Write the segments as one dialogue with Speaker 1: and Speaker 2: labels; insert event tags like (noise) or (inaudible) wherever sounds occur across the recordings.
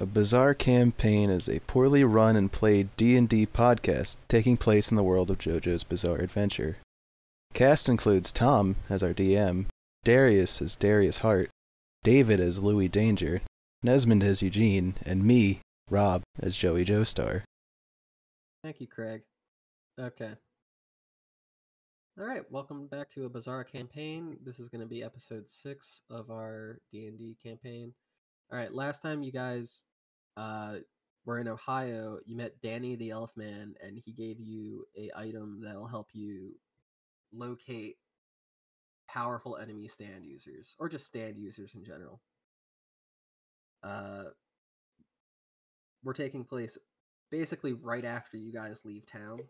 Speaker 1: A Bizarre Campaign is a poorly run and played D&D podcast taking place in the world of JoJo's Bizarre Adventure. Cast includes Tom as our DM, Darius as Darius Hart, David as Louis Danger, Nesmond as Eugene, and me, Rob, as Joey Joestar.
Speaker 2: Thank you, Craig. Okay. All right, welcome back to a bizarre campaign. This is going to be episode 6 of our D&D campaign. All right, last time you guys uh were in Ohio, you met Danny the Elf Man and he gave you a item that'll help you locate powerful enemy stand users or just stand users in general. Uh we're taking place basically right after you guys leave town.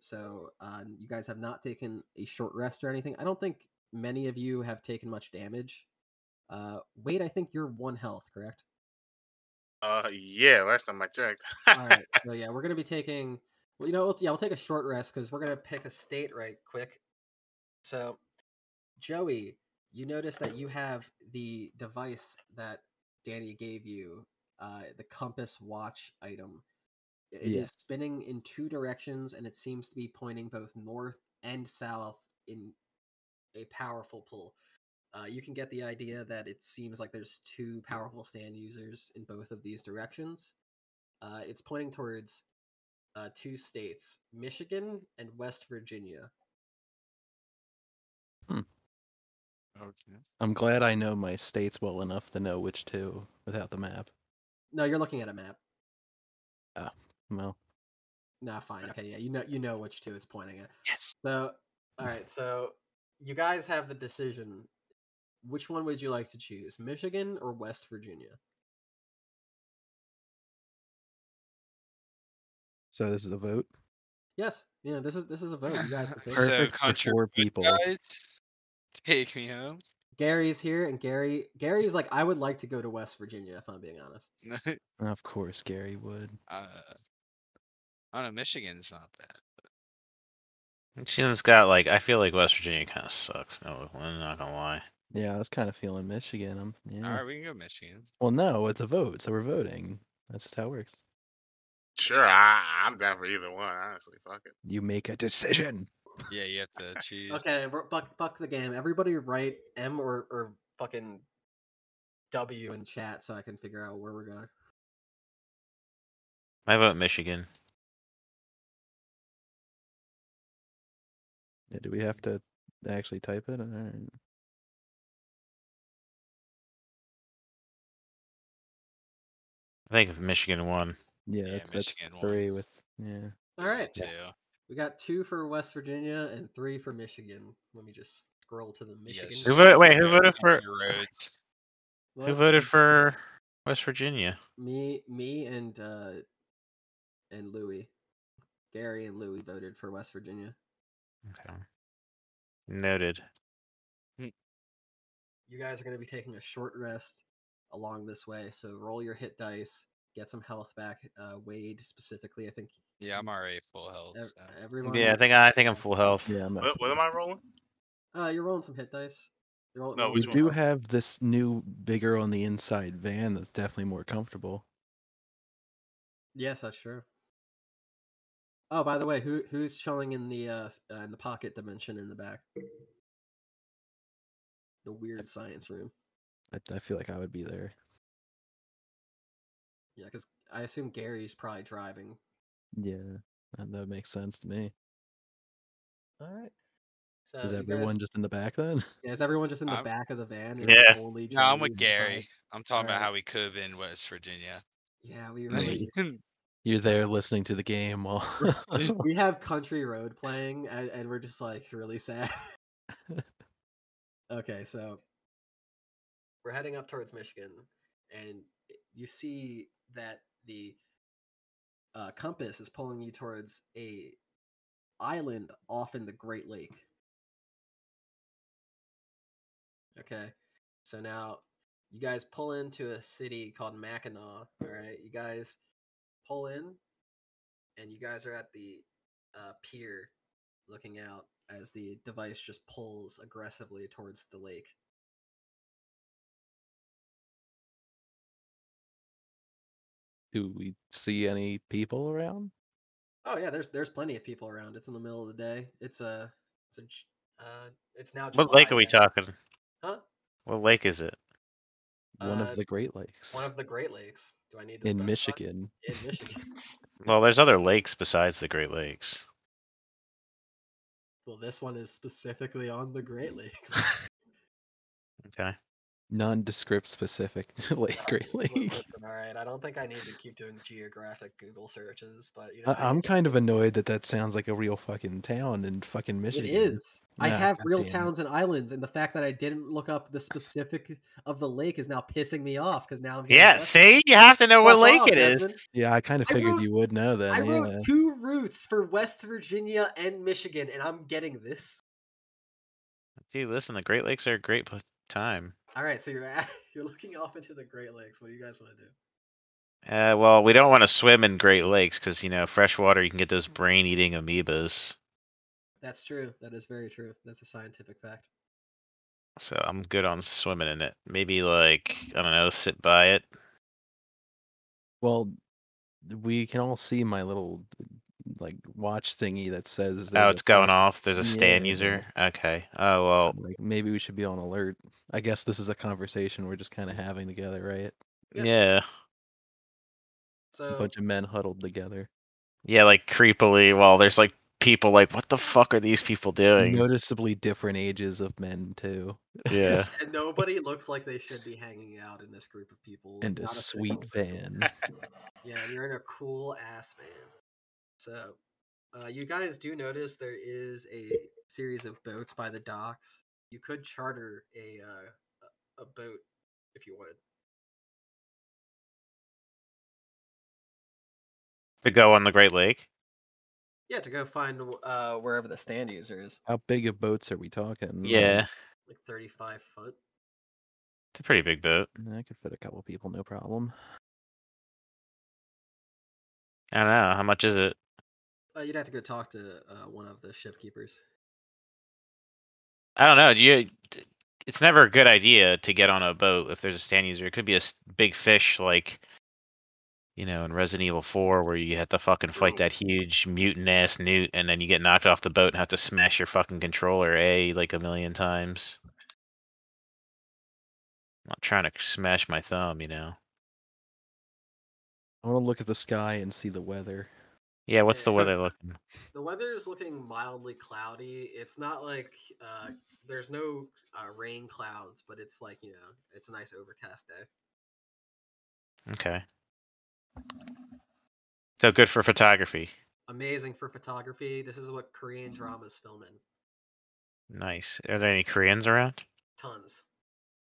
Speaker 2: So uh, you guys have not taken a short rest or anything. I don't think many of you have taken much damage. Uh, Wade, I think you're one health, correct?
Speaker 3: Uh, yeah. Last time I checked.
Speaker 2: All
Speaker 3: (laughs)
Speaker 2: right. So yeah, we're gonna be taking. Well, you know, we'll, yeah, we'll take a short rest because we're gonna pick a state right quick. So, Joey, you notice that you have the device that Danny gave you, uh, the compass watch item. It is
Speaker 1: Yeah.
Speaker 2: spinning in two directions, and it seems to be pointing both north and south in a powerful pull. Uh, you can get the idea that it seems like there's two powerful stand users in both of these directions. Uh, it's pointing towards uh, two states, Michigan and West Virginia.
Speaker 3: okay.
Speaker 1: I'm glad I know my states well enough to know which two without the map.
Speaker 2: No, you're looking at a map.
Speaker 1: Well,
Speaker 2: Nah, fine. Okay, yeah, you know, you know which two it's pointing at.
Speaker 1: yes.
Speaker 2: So, all right, so you guys have the decision. Which one would you like to choose, Michigan or West Virginia?
Speaker 1: So this is a vote.
Speaker 2: Yes, yeah, this is this is a
Speaker 1: Oh,
Speaker 2: vote. You (laughs) guys can
Speaker 4: (laughs)
Speaker 2: take it.
Speaker 1: Perfect for
Speaker 4: so country
Speaker 1: four
Speaker 4: four
Speaker 1: people.
Speaker 4: people. Guys, take me home. (laughs)
Speaker 2: Gary's here, and Gary Gary's like, I would like to go to West Virginia if I'm being honest.
Speaker 1: Of course, Gary would.
Speaker 4: uh, I don't know. Michigan's not that.
Speaker 5: Michigan's got like I feel like West Virginia kind of sucks. No, I'm not gonna lie.
Speaker 1: Yeah, I was kind of feeling Michigan. I'm, yeah.
Speaker 4: All right, we can go Michigan.
Speaker 1: Well, no, it's a vote, so we're voting. That's just how it works.
Speaker 3: Sure, I, I'm down for either one. Honestly, fuck it.
Speaker 1: You make a decision.
Speaker 4: Yeah, you have to choose.
Speaker 2: Okay, we're, buck buck the game. Everybody write M or or fucking W in chat so I can figure out where we're going.
Speaker 5: I vote Michigan.
Speaker 1: Yeah, do we have to actually type it? All right.
Speaker 5: I think Michigan won.
Speaker 1: Yeah,
Speaker 4: Yeah,
Speaker 1: that's, that's
Speaker 4: Michigan won.
Speaker 1: three with yeah.
Speaker 2: All right,
Speaker 4: Two.
Speaker 2: we got two for West Virginia and three for Michigan. Let me just scroll to the Michigan.
Speaker 4: Yes.
Speaker 5: Who voted- wait, who
Speaker 4: Yeah,
Speaker 5: voted for-
Speaker 4: country roads.
Speaker 5: Who
Speaker 2: Well,
Speaker 5: voted
Speaker 2: let's see.
Speaker 5: for West Virginia?
Speaker 2: me? Me and uh and Louie, Gary and Louie voted for West Virginia.
Speaker 5: Okay. Noted.
Speaker 2: you guys are going to be taking a short rest along this way. So roll your hit dice, get some health back. Uh, Wade specifically, I think.
Speaker 4: Yeah, I'm already full health.
Speaker 2: ev-
Speaker 4: So.
Speaker 2: Everyone.
Speaker 5: Yeah, I think I think I'm full health.
Speaker 1: Yeah, I'm not
Speaker 3: What, what am I rolling?
Speaker 2: Uh, you're rolling some hit dice. You're roll-
Speaker 3: No,
Speaker 2: roll
Speaker 1: We
Speaker 3: Which
Speaker 2: some
Speaker 3: one?
Speaker 1: do
Speaker 4: Oh.
Speaker 2: dice.
Speaker 1: have this new bigger on the inside van that's definitely more comfortable.
Speaker 2: Yes, that's true. Oh, by the way, who who's chilling in the uh, s- uh in the pocket dimension in the back? The weird science room.
Speaker 1: I, I feel like I would be there.
Speaker 2: Yeah, because I assume Gary's probably driving.
Speaker 1: Yeah, that, that makes sense to me.
Speaker 2: All right. So
Speaker 1: Is
Speaker 2: you
Speaker 1: everyone
Speaker 2: guys-
Speaker 1: just in the back then? (laughs)
Speaker 2: yeah, is everyone just in the
Speaker 4: I'm-
Speaker 2: back of the van? You're
Speaker 5: Yeah.
Speaker 2: Only
Speaker 4: No, I'm
Speaker 2: Joey
Speaker 4: with
Speaker 2: and Ty?
Speaker 4: Gary. I'm talking
Speaker 2: Alright.
Speaker 4: about how we could have been West Virginia.
Speaker 2: Yeah, we really
Speaker 4: (laughs)
Speaker 1: Nice. You're there listening to the game while. (laughs)
Speaker 2: we have Country Road playing, and, and we're just like really sad. (laughs) okay, so we're heading up towards Michigan, and i- you see that the uh, compass is pulling you towards a island off in the Great Lake. Okay, so now you guys pull into a city called Mackinac. All right, you guys pull in and you guys are at the uh, pier looking out as the device just pulls aggressively towards the lake.
Speaker 1: Do we see any people around?
Speaker 2: Oh yeah, there's there's plenty of people around. It's in the middle of the day. It's a it's a j- uh, it's now.
Speaker 5: What lake
Speaker 2: July,
Speaker 5: are we
Speaker 2: I-
Speaker 5: talking?
Speaker 2: Huh?
Speaker 5: What lake is it?
Speaker 1: One
Speaker 2: Uh,
Speaker 1: of the Great Lakes
Speaker 2: One of the Great Lakes. Do I need to
Speaker 1: in
Speaker 2: specify?
Speaker 1: Michigan.
Speaker 2: In
Speaker 1: (laughs)
Speaker 2: Michigan.
Speaker 5: Well, there's other lakes besides the Great Lakes.
Speaker 2: well, this one is specifically on
Speaker 1: (laughs)
Speaker 2: the Great Lakes.
Speaker 5: Okay.
Speaker 1: Nondescript specific (laughs)
Speaker 2: (laughs)
Speaker 1: lake, Great
Speaker 2: Look,
Speaker 1: Lake.
Speaker 2: Listen, all right. I don't think I need to keep doing geographic Google searches, but you know,
Speaker 1: I- I'm kind of annoyed that that sounds like a real fucking town in fucking
Speaker 2: It
Speaker 1: Michigan.
Speaker 2: is. I
Speaker 1: Yeah,
Speaker 2: have real
Speaker 1: goddamn it.
Speaker 2: towns and islands, and the fact that I didn't look up the specific of the lake is now pissing me off because now I'm. getting
Speaker 5: Yeah,
Speaker 2: questions.
Speaker 5: see? You have to know what
Speaker 2: Fuck
Speaker 5: lake
Speaker 2: off,
Speaker 5: it is.
Speaker 2: Desmond.
Speaker 1: Yeah, I kind of
Speaker 2: I
Speaker 1: figured
Speaker 2: wrote-
Speaker 1: you would know then.
Speaker 2: I wrote
Speaker 1: yeah.
Speaker 2: two routes for West Virginia and Michigan, and I'm getting this.
Speaker 5: Dude, listen, the Great Lakes are a great pl- time.
Speaker 2: All right, so you're at, (laughs) you're looking off into the Great Lakes. What do you guys want to do?
Speaker 5: Uh, well, we don't want to swim in Great Lakes because, you know, fresh water, you can get those brain eating amoebas.
Speaker 2: That's true. That is very true. That's a scientific fact.
Speaker 5: So I'm good on swimming in it. Maybe, like, I don't know, sit by it. Oh,
Speaker 1: Well, we can all see my little like watch thingy that says
Speaker 5: oh,
Speaker 1: there's
Speaker 5: it's going
Speaker 1: a-
Speaker 5: off. There's a stand
Speaker 1: Yeah.
Speaker 5: user. Okay. Oh, well,
Speaker 1: Like maybe we should be on alert. I guess this is a conversation we're just kind of having together, right?
Speaker 2: Yeah.
Speaker 5: yeah.
Speaker 1: A
Speaker 2: So
Speaker 1: bunch of men huddled together.
Speaker 5: Yeah, like creepily. While there's, like, people like, what the fuck are these people doing?
Speaker 1: Noticeably different ages of men too,
Speaker 5: Yeah.
Speaker 2: and nobody looks like they should be hanging out in this group of people.
Speaker 1: (laughs) and a
Speaker 2: Not single
Speaker 1: sweet
Speaker 2: person.
Speaker 1: van.
Speaker 2: Yeah, and you're in a cool ass van. So, uh, you guys do notice there is a series of boats by the docks. You could charter a uh, a- a boat if you wanted.
Speaker 5: to go on the Great Lake.
Speaker 2: Yeah, to go find w- uh, wherever the stand user is,
Speaker 1: How big of boats are we talking?
Speaker 5: Yeah.
Speaker 2: like 35 foot.
Speaker 5: It's a pretty big boat.
Speaker 1: I could fit a couple people, no problem.
Speaker 5: I don't know. How much is it?
Speaker 2: Uh, you'd have to go talk to uh, one of the shipkeepers.
Speaker 5: I don't know. Do you? It's never a good idea to get on a boat if there's a stand user. It could be a s- big fish, like you know, in Resident Evil 4, where you have to fucking fight that huge mutant ass newt, and then you get knocked off the boat and have to smash your fucking controller a like a million times. I'm not trying to smash my thumb, you know.
Speaker 1: I want to look at the sky and see the weather.
Speaker 5: Yeah, what's the
Speaker 2: Yeah.
Speaker 5: weather looking?
Speaker 2: The weather is looking mildly cloudy. It's not like uh, there's no uh, rain clouds, but it's like you know, it's a nice overcast day.
Speaker 5: Okay. So good for photography.
Speaker 2: amazing for photography. This is what Korean
Speaker 4: Mm-hmm.
Speaker 2: dramas film in.
Speaker 5: Nice. Are there any Koreans around?
Speaker 2: Tons.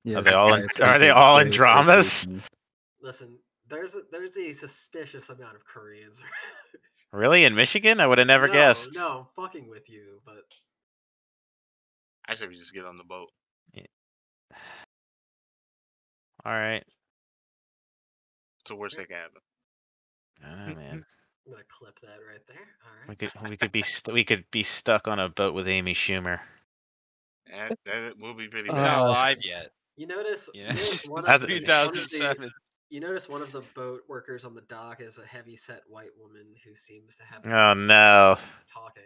Speaker 1: Yeah,
Speaker 5: Are
Speaker 1: it's
Speaker 5: they all in-
Speaker 1: five
Speaker 5: (laughs) are they
Speaker 1: people
Speaker 5: all in
Speaker 1: per
Speaker 5: dramas?
Speaker 1: (laughs) person.
Speaker 2: Listen, there's a, there's a suspicious amount of Koreans. (laughs) around.
Speaker 5: Really? In Michigan? I would have never
Speaker 2: no,
Speaker 5: guessed.
Speaker 2: No, I'm fucking with you, but
Speaker 3: I should just get on the boat.
Speaker 5: All right.
Speaker 3: It's the worst that can happen.
Speaker 5: I don't know, Ah, man.
Speaker 4: (laughs)
Speaker 2: I'm gonna clip that right there. All
Speaker 5: We
Speaker 2: right.
Speaker 5: could we could be st- we could be stuck on a boat with Amy Schumer.
Speaker 3: And that will be pretty
Speaker 1: Uh,
Speaker 4: He's
Speaker 3: bad.
Speaker 4: not alive yet.
Speaker 2: You notice, you
Speaker 4: Yeah.
Speaker 2: notice
Speaker 4: (laughs)
Speaker 2: one of,
Speaker 5: That's-
Speaker 2: the- one of the, (laughs)
Speaker 4: 2007.
Speaker 2: you notice one of the boat workers on the dock is a heavy set white woman who seems to have a
Speaker 4: (laughs)
Speaker 5: Oh
Speaker 2: condition
Speaker 5: no.
Speaker 2: of talking.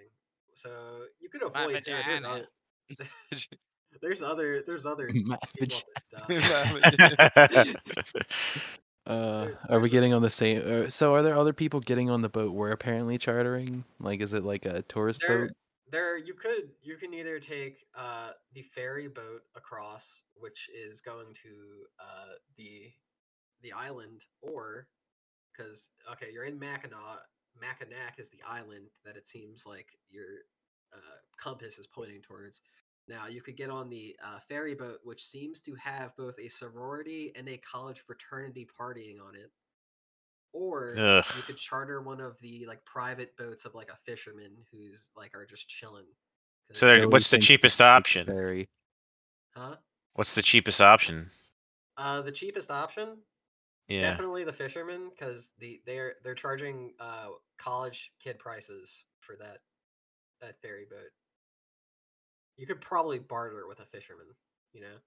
Speaker 2: So you could avoid her. There's
Speaker 4: vagina.
Speaker 2: other, there's other there's
Speaker 4: (laughs)
Speaker 2: other
Speaker 1: My
Speaker 2: people on the dock.
Speaker 5: (laughs)
Speaker 1: Uh, are we getting on the same? Uh, so, are there other people getting on the boat we're apparently chartering? Like, is it like a tourist
Speaker 2: There-
Speaker 1: boat?
Speaker 2: There, you could you can either take uh, the ferry boat across, which is going to uh, the the island, or because okay, you're in Mackinac. Mackinac is the island that it seems like your uh, compass is pointing towards. Now you could get on the uh, ferry boat, which seems to have both a sorority and a college fraternity partying on it, or
Speaker 5: Ugh.
Speaker 2: you could charter one of the like private boats of like a fisherman who's like are just chilling. 'cause
Speaker 5: So there-
Speaker 1: Nobody
Speaker 5: what's the
Speaker 1: thinks
Speaker 5: cheapest
Speaker 1: to take the
Speaker 5: option?
Speaker 1: Ferry.
Speaker 2: huh?
Speaker 5: What's the cheapest option?
Speaker 2: Uh, the cheapest option,
Speaker 5: Yeah.
Speaker 2: definitely the fisherman, because the they're they're charging uh college kid prices for that that ferry boat. You could probably barter with a fisherman, you know.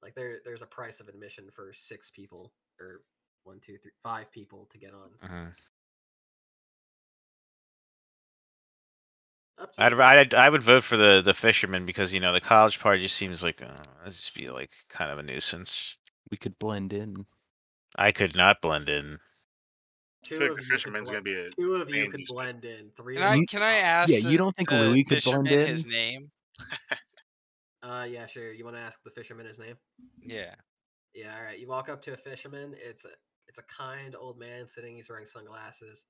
Speaker 2: Like there, there's a price of admission for six people or one, two, three, five people to get on.
Speaker 5: Uh-huh.
Speaker 2: Up to
Speaker 5: I'd,
Speaker 2: you.
Speaker 5: I'd I would vote for the the fisherman because you know the college party just seems like uh, it'd just be like kind of a nuisance.
Speaker 1: We could blend in.
Speaker 5: I could not blend in.
Speaker 3: I
Speaker 2: Two of
Speaker 3: feel like the
Speaker 2: you can
Speaker 3: fisherman's gonna
Speaker 2: blend-
Speaker 3: be a.
Speaker 2: Two of you
Speaker 3: man
Speaker 2: can
Speaker 3: use.
Speaker 2: blend in. Three.
Speaker 4: Can
Speaker 2: of
Speaker 4: I
Speaker 1: You-
Speaker 4: can I ask?
Speaker 1: yeah, you
Speaker 4: the-
Speaker 1: don't think
Speaker 4: the
Speaker 1: Louis could blend
Speaker 4: fisherman His
Speaker 1: in?
Speaker 4: name?
Speaker 2: Uh, yeah, sure. You want to ask the fisherman his name?
Speaker 4: Yeah.
Speaker 2: Yeah, all right. You walk up to a fisherman. It's a it's a kind old man sitting. He's wearing sunglasses.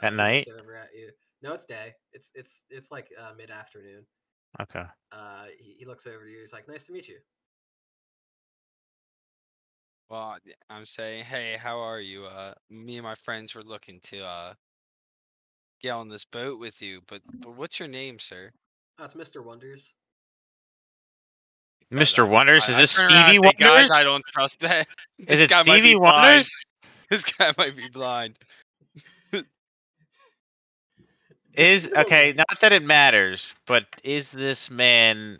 Speaker 5: At
Speaker 2: he
Speaker 5: night?
Speaker 2: looks over at you. No, it's day. It's it's it's like uh, mid afternoon.
Speaker 5: Okay.
Speaker 2: Uh, he, he looks over to you. He's like, "Nice to meet you."
Speaker 4: Well, y- I'm saying, hey, how are you? Uh, me and my friends were looking to uh get on this boat with you, but but what's your name, sir?
Speaker 2: Oh, it's Mister Wonders.
Speaker 4: Guys,
Speaker 5: Mr.
Speaker 4: I-
Speaker 5: Wonders,
Speaker 4: I-
Speaker 5: is
Speaker 4: I
Speaker 5: this
Speaker 4: turn around, I
Speaker 5: Stevie
Speaker 4: say,
Speaker 5: Wonders?
Speaker 4: Guys, I don't trust that. (laughs)
Speaker 5: Is
Speaker 4: This
Speaker 5: it
Speaker 4: guy might
Speaker 5: Stevie
Speaker 4: be blind.
Speaker 5: Wonders?
Speaker 4: (laughs) This guy might be blind.
Speaker 5: Is okay, not that it matters, but is this man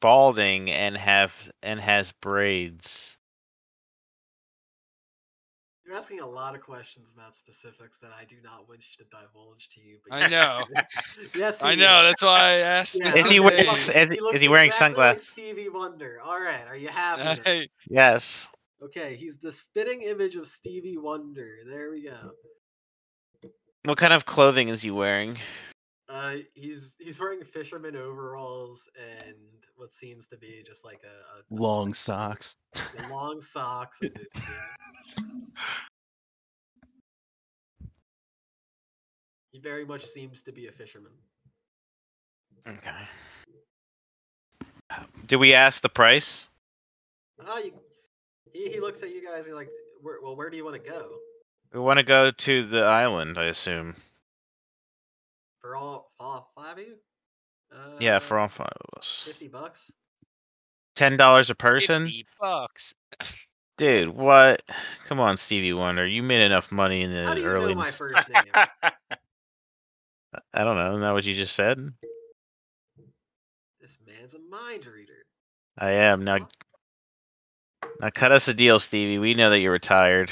Speaker 5: balding and have and has braids?
Speaker 2: You're asking a lot of questions about specifics that I do not wish to divulge to you. But
Speaker 4: I know.
Speaker 2: yes, (laughs) yes,
Speaker 4: I
Speaker 2: he
Speaker 4: know.
Speaker 2: is.
Speaker 4: That's why I asked.
Speaker 2: Yeah,
Speaker 5: Is
Speaker 2: I'm
Speaker 5: he
Speaker 2: saying-
Speaker 5: wearing
Speaker 2: Look,
Speaker 5: s- is,
Speaker 2: looks
Speaker 5: is he wearing
Speaker 2: exactly like
Speaker 5: sunglasses?
Speaker 2: Stevie Wonder. All right, are you
Speaker 4: (laughs)
Speaker 2: happy? now?
Speaker 4: Hey,
Speaker 5: Yes.
Speaker 2: Okay, he's the spitting image of Stevie Wonder. There we go.
Speaker 5: What kind of clothing is he wearing?
Speaker 2: Uh, he's he's wearing fisherman overalls and what seems to be just like a, a- a sweat-
Speaker 1: Long socks.
Speaker 2: and long socks. and
Speaker 5: (laughs)
Speaker 2: it- yeah. He very much seems to be a fisherman.
Speaker 5: Okay. Did we ask the price?
Speaker 2: Ah, you, he he looks at you guys. He's like, where, "Well, where do you want to go?
Speaker 5: We want to go to the island, I assume.
Speaker 2: For all, for all five of you? Uh,
Speaker 5: yeah, for all five of us.
Speaker 2: fifty bucks.
Speaker 5: Ten dollars a person?
Speaker 4: 50 bucks.
Speaker 5: Dude, what? Come on, Stevie Wonder. You made enough money in the
Speaker 2: How do you
Speaker 5: early. (laughs)
Speaker 2: know my first name?
Speaker 3: (laughs)
Speaker 5: I don't know. Isn't that what you just said?
Speaker 2: this man's a mind reader.
Speaker 5: I am now. Now cut us a deal, Stevie. We know that you're retired.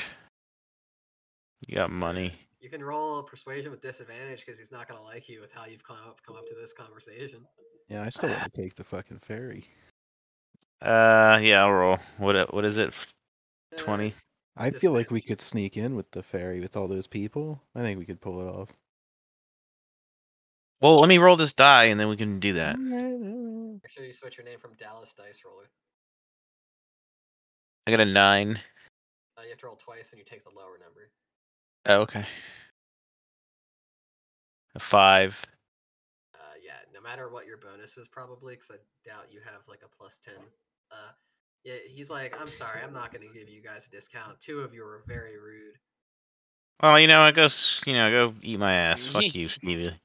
Speaker 5: You got money.
Speaker 2: You can roll persuasion with disadvantage because he's not gonna like you with how you've come up come up to this conversation.
Speaker 1: (laughs) Yeah, I still want to take the fucking ferry.
Speaker 5: Uh, yeah, I'll roll. What? i- What is it?
Speaker 2: Uh,
Speaker 5: Twenty.
Speaker 1: I feel like we could sneak in with the ferry with all those people. I think we could pull it off.
Speaker 5: Well, let me roll this die, and then we can do that.
Speaker 2: Make sure you switch your name from Dallas Dice Roller.
Speaker 5: I got a nine.
Speaker 2: Uh, you have to roll twice and you take the lower number.
Speaker 5: Oh, okay. A five.
Speaker 2: Uh, yeah, no matter what your bonus is, probably because I doubt you have like a plus ten. Uh, yeah, he's like, I'm sorry, I'm not gonna give you guys a discount. Two of you are very rude.
Speaker 5: Well, you know, I go. s- You know, go eat my ass.
Speaker 2: (laughs)
Speaker 5: Fuck you, Stevie.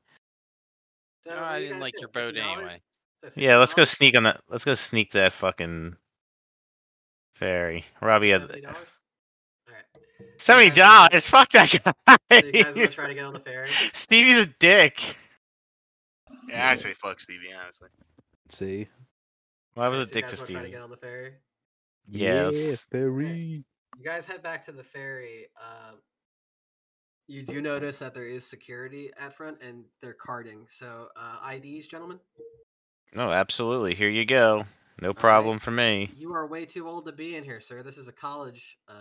Speaker 2: So
Speaker 4: No,
Speaker 2: what do
Speaker 4: I
Speaker 2: you
Speaker 4: didn't
Speaker 2: guys
Speaker 4: like
Speaker 2: do?
Speaker 4: your boat
Speaker 2: $50?
Speaker 4: anyway.
Speaker 2: So
Speaker 5: Yeah, let's go
Speaker 2: $60?
Speaker 5: sneak on that. Let's go sneak that fucking ferry. Robbie had
Speaker 2: $70?
Speaker 5: (laughs)
Speaker 2: Alright. So
Speaker 5: seventy
Speaker 2: you guys wanna-
Speaker 5: dollars. Fuck
Speaker 2: (laughs)
Speaker 5: that
Speaker 2: So you guys want
Speaker 5: guy.
Speaker 2: to try to get on the ferry?
Speaker 5: (laughs) Stevie's a dick.
Speaker 3: yeah, I say fuck Stevie. Honestly,
Speaker 1: See?
Speaker 5: Well, I was
Speaker 2: Alright,
Speaker 5: a
Speaker 2: so you
Speaker 5: dick to
Speaker 2: guys wanna Try to
Speaker 5: Stevie.
Speaker 2: get on the ferry.
Speaker 1: Yeah,
Speaker 5: Yes.
Speaker 1: ferry.
Speaker 2: You guys head back to the ferry. Um, you do notice that there is security at front, and they're carding. So uh, IDs, gentlemen.
Speaker 5: No, absolutely. Here you go. No problem for me,
Speaker 2: You are way too old to be in here, sir. This is a college. Uh,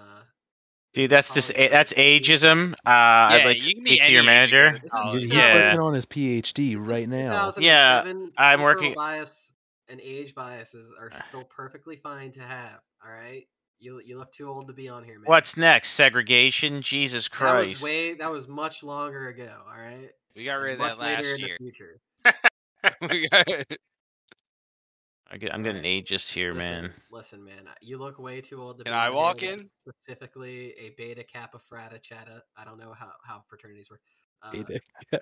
Speaker 5: dude. That's just
Speaker 2: College
Speaker 5: a- that's
Speaker 2: credit.
Speaker 5: ageism. Uh, I'd
Speaker 4: Yeah,
Speaker 5: like to
Speaker 4: you can be
Speaker 5: speak to your
Speaker 4: any age you go
Speaker 5: manager.
Speaker 4: to
Speaker 2: This is
Speaker 4: college. (laughs)
Speaker 2: just-
Speaker 1: He's
Speaker 5: Yeah.
Speaker 1: working on his PhD right now. (laughs)
Speaker 2: 2007,
Speaker 5: I'm
Speaker 2: cultural
Speaker 5: working- Ah.
Speaker 2: Bias and age biases are still perfectly fine to have. All right, you you look too old to be on here, man.
Speaker 5: What's next? Segregation? Jesus
Speaker 2: that
Speaker 5: Christ!
Speaker 2: was way that was much longer ago. All right,
Speaker 4: We got
Speaker 2: And
Speaker 4: rid of
Speaker 2: much
Speaker 4: that
Speaker 2: later
Speaker 4: last
Speaker 2: in
Speaker 4: year.
Speaker 2: the future.
Speaker 4: (laughs) We got-
Speaker 5: I get, I'm getting ageist here, man.
Speaker 2: (laughs) Listen, man, I- you look way too old to
Speaker 4: Can
Speaker 2: be
Speaker 4: I
Speaker 2: on here.
Speaker 4: walk
Speaker 2: That's
Speaker 4: in?
Speaker 2: Specifically, a Beta Kappa Frata Chata. I don't know how, how fraternities work. Uh,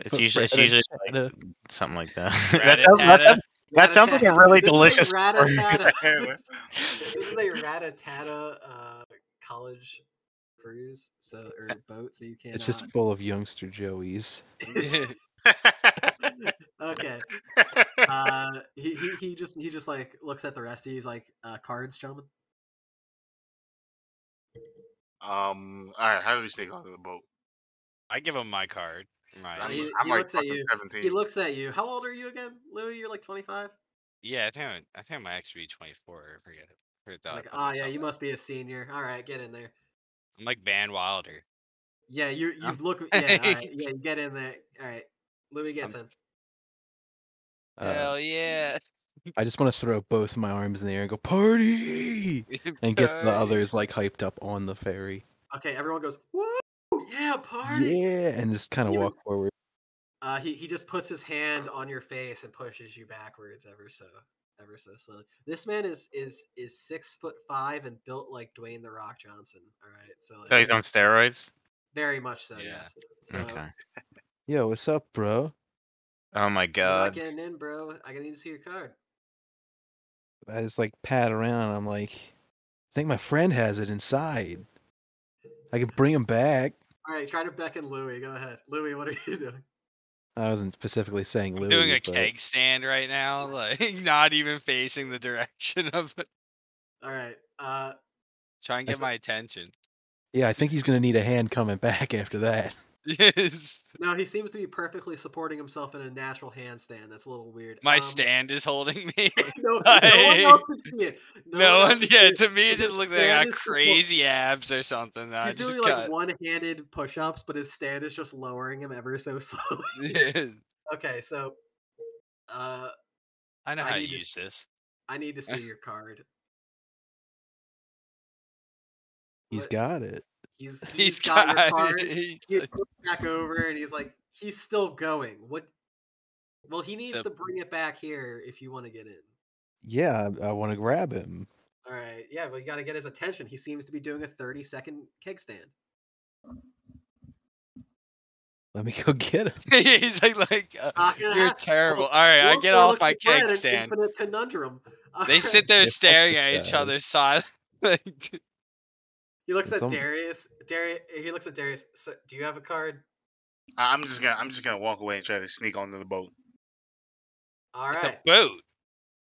Speaker 5: It's usually
Speaker 1: (laughs)
Speaker 5: it's usually like, something like that.
Speaker 4: Rat
Speaker 5: (laughs)
Speaker 4: (laughs)
Speaker 5: that sounds, that
Speaker 4: attack.
Speaker 5: sounds, that sounds like a
Speaker 2: Rat-a-tat.
Speaker 5: really
Speaker 2: This is a
Speaker 5: delicious. story.
Speaker 2: Rat-a-tata-
Speaker 5: (laughs)
Speaker 2: (laughs) this is a Rata Tata uh, college cruise, so or
Speaker 5: Eh,
Speaker 2: boat, so you can't.
Speaker 1: It's just full of youngster Joeys.
Speaker 5: (laughs)
Speaker 2: (laughs) okay. (laughs) Uh, he, he he just he just like looks at the rest. He's like uh, cards, gentlemen.
Speaker 3: (laughs) Um. All right. How do we sneak onto the boat?
Speaker 4: (laughs) I give him my card.
Speaker 3: I'm,
Speaker 4: Right.
Speaker 2: uh, he-
Speaker 3: I'm
Speaker 2: he
Speaker 3: like
Speaker 2: looks at
Speaker 3: fucking
Speaker 2: you.
Speaker 3: seventeen.
Speaker 2: He looks at you. How old are you again, Louis? You're like 25.
Speaker 4: Yeah, I think I think I might actually be 24. I forget. I forget that I
Speaker 2: Like,
Speaker 4: put
Speaker 2: ah, yeah,
Speaker 4: myself
Speaker 2: you
Speaker 4: out.
Speaker 2: must be a senior. All right, get in there.
Speaker 4: I'm like Van Wilder.
Speaker 2: Yeah, you
Speaker 5: (laughs)
Speaker 2: you
Speaker 4: I'm-
Speaker 2: look. Yeah, all right, yeah, you get in there. All right, Louis gets in.
Speaker 1: Uh,
Speaker 4: Hell yeah! (laughs)
Speaker 1: I just want to throw both my arms in the air and go party and get the others like hyped up on the ferry.
Speaker 2: Okay, everyone goes. Whoa, yeah, party.
Speaker 1: Yeah, and just kind of
Speaker 2: You-
Speaker 1: walk forward.
Speaker 2: Uh, he he just puts his hand on your face and pushes you backwards ever so ever so slowly. This man is is is six foot five and built like Dwayne the Rock Johnson. All right, so like,
Speaker 5: So Oh, he's on
Speaker 2: it's
Speaker 5: steroids.
Speaker 2: very much so.
Speaker 4: Yeah.
Speaker 2: Yes. So,
Speaker 5: Okay.
Speaker 1: Yo, what's up, bro?
Speaker 5: Oh my
Speaker 2: you're not
Speaker 5: god.
Speaker 2: getting in, bro. I need to see your card.
Speaker 1: I just like pat around. I'm like, I think my friend has it inside. I can bring him back.
Speaker 2: All right, try to beckon Louis. Go ahead, Louis. What are (laughs) you doing?
Speaker 1: I wasn't specifically saying
Speaker 4: I'm
Speaker 1: Louis.
Speaker 4: doing a
Speaker 1: but-
Speaker 4: keg stand right now, like (laughs) not even facing the direction of it.
Speaker 2: All right. Uh,
Speaker 4: Try and
Speaker 1: I
Speaker 4: get
Speaker 1: said-
Speaker 4: my attention. (laughs)
Speaker 1: Yeah, I think he's gonna need a hand coming back after that.
Speaker 4: Yes.
Speaker 2: no, he seems to be perfectly supporting himself in a natural handstand. That's a little weird.
Speaker 4: My
Speaker 2: Um,
Speaker 4: stand is holding me.
Speaker 2: (laughs)
Speaker 4: (laughs)
Speaker 2: no, no one
Speaker 4: Like-
Speaker 2: else can see it.
Speaker 4: No,
Speaker 2: else
Speaker 4: one,
Speaker 2: can see
Speaker 4: yeah,
Speaker 2: it.
Speaker 4: to me it
Speaker 2: His
Speaker 4: just looks like I
Speaker 2: stand
Speaker 4: got
Speaker 2: is support-
Speaker 4: crazy abs or something. That
Speaker 2: He's
Speaker 4: I just
Speaker 2: doing
Speaker 4: got.
Speaker 2: like
Speaker 4: (laughs)
Speaker 2: one-handed push-ups, but his stand is just lowering him ever so (laughs) slowly. okay, so uh,
Speaker 4: I know
Speaker 2: I
Speaker 4: how to
Speaker 2: need to
Speaker 4: use this. (laughs)
Speaker 2: I need to see your card.
Speaker 1: He's
Speaker 2: What-
Speaker 1: got it.
Speaker 2: He's he's got, your card.
Speaker 4: he's-
Speaker 2: He
Speaker 4: (laughs)
Speaker 2: looks back over and he's like, he's still going. What? Well, he needs
Speaker 4: So-
Speaker 2: to bring it back here if you want to get in.
Speaker 1: Yeah, I, I want to grab him.
Speaker 2: All right, yeah, well, you got to get his attention. He seems to be doing a thirty-second keg stand.
Speaker 1: Let me (laughs) go get him.
Speaker 4: (laughs) he's like, like uh,
Speaker 2: Not gonna
Speaker 4: you're
Speaker 2: happen.
Speaker 4: terrible. All right, I
Speaker 2: Will
Speaker 4: get
Speaker 2: Smith
Speaker 4: off
Speaker 2: looks
Speaker 4: my
Speaker 2: like we're in
Speaker 4: keg
Speaker 2: an
Speaker 4: stand.
Speaker 2: infinite conundrum. (laughs)
Speaker 4: They
Speaker 2: Alright.
Speaker 4: sit there
Speaker 1: Yeah, fuck
Speaker 4: staring
Speaker 1: this
Speaker 4: at each
Speaker 1: guy.
Speaker 4: other's side. (laughs) Like,
Speaker 2: He looks
Speaker 1: It's
Speaker 2: at
Speaker 1: almo-
Speaker 2: Darius. Darius. He looks at Darius. So, do you have a card?
Speaker 3: I- I'm just gonna. I'm just gonna walk away and try to sneak onto the boat.
Speaker 2: All
Speaker 4: the
Speaker 2: right.
Speaker 4: boat.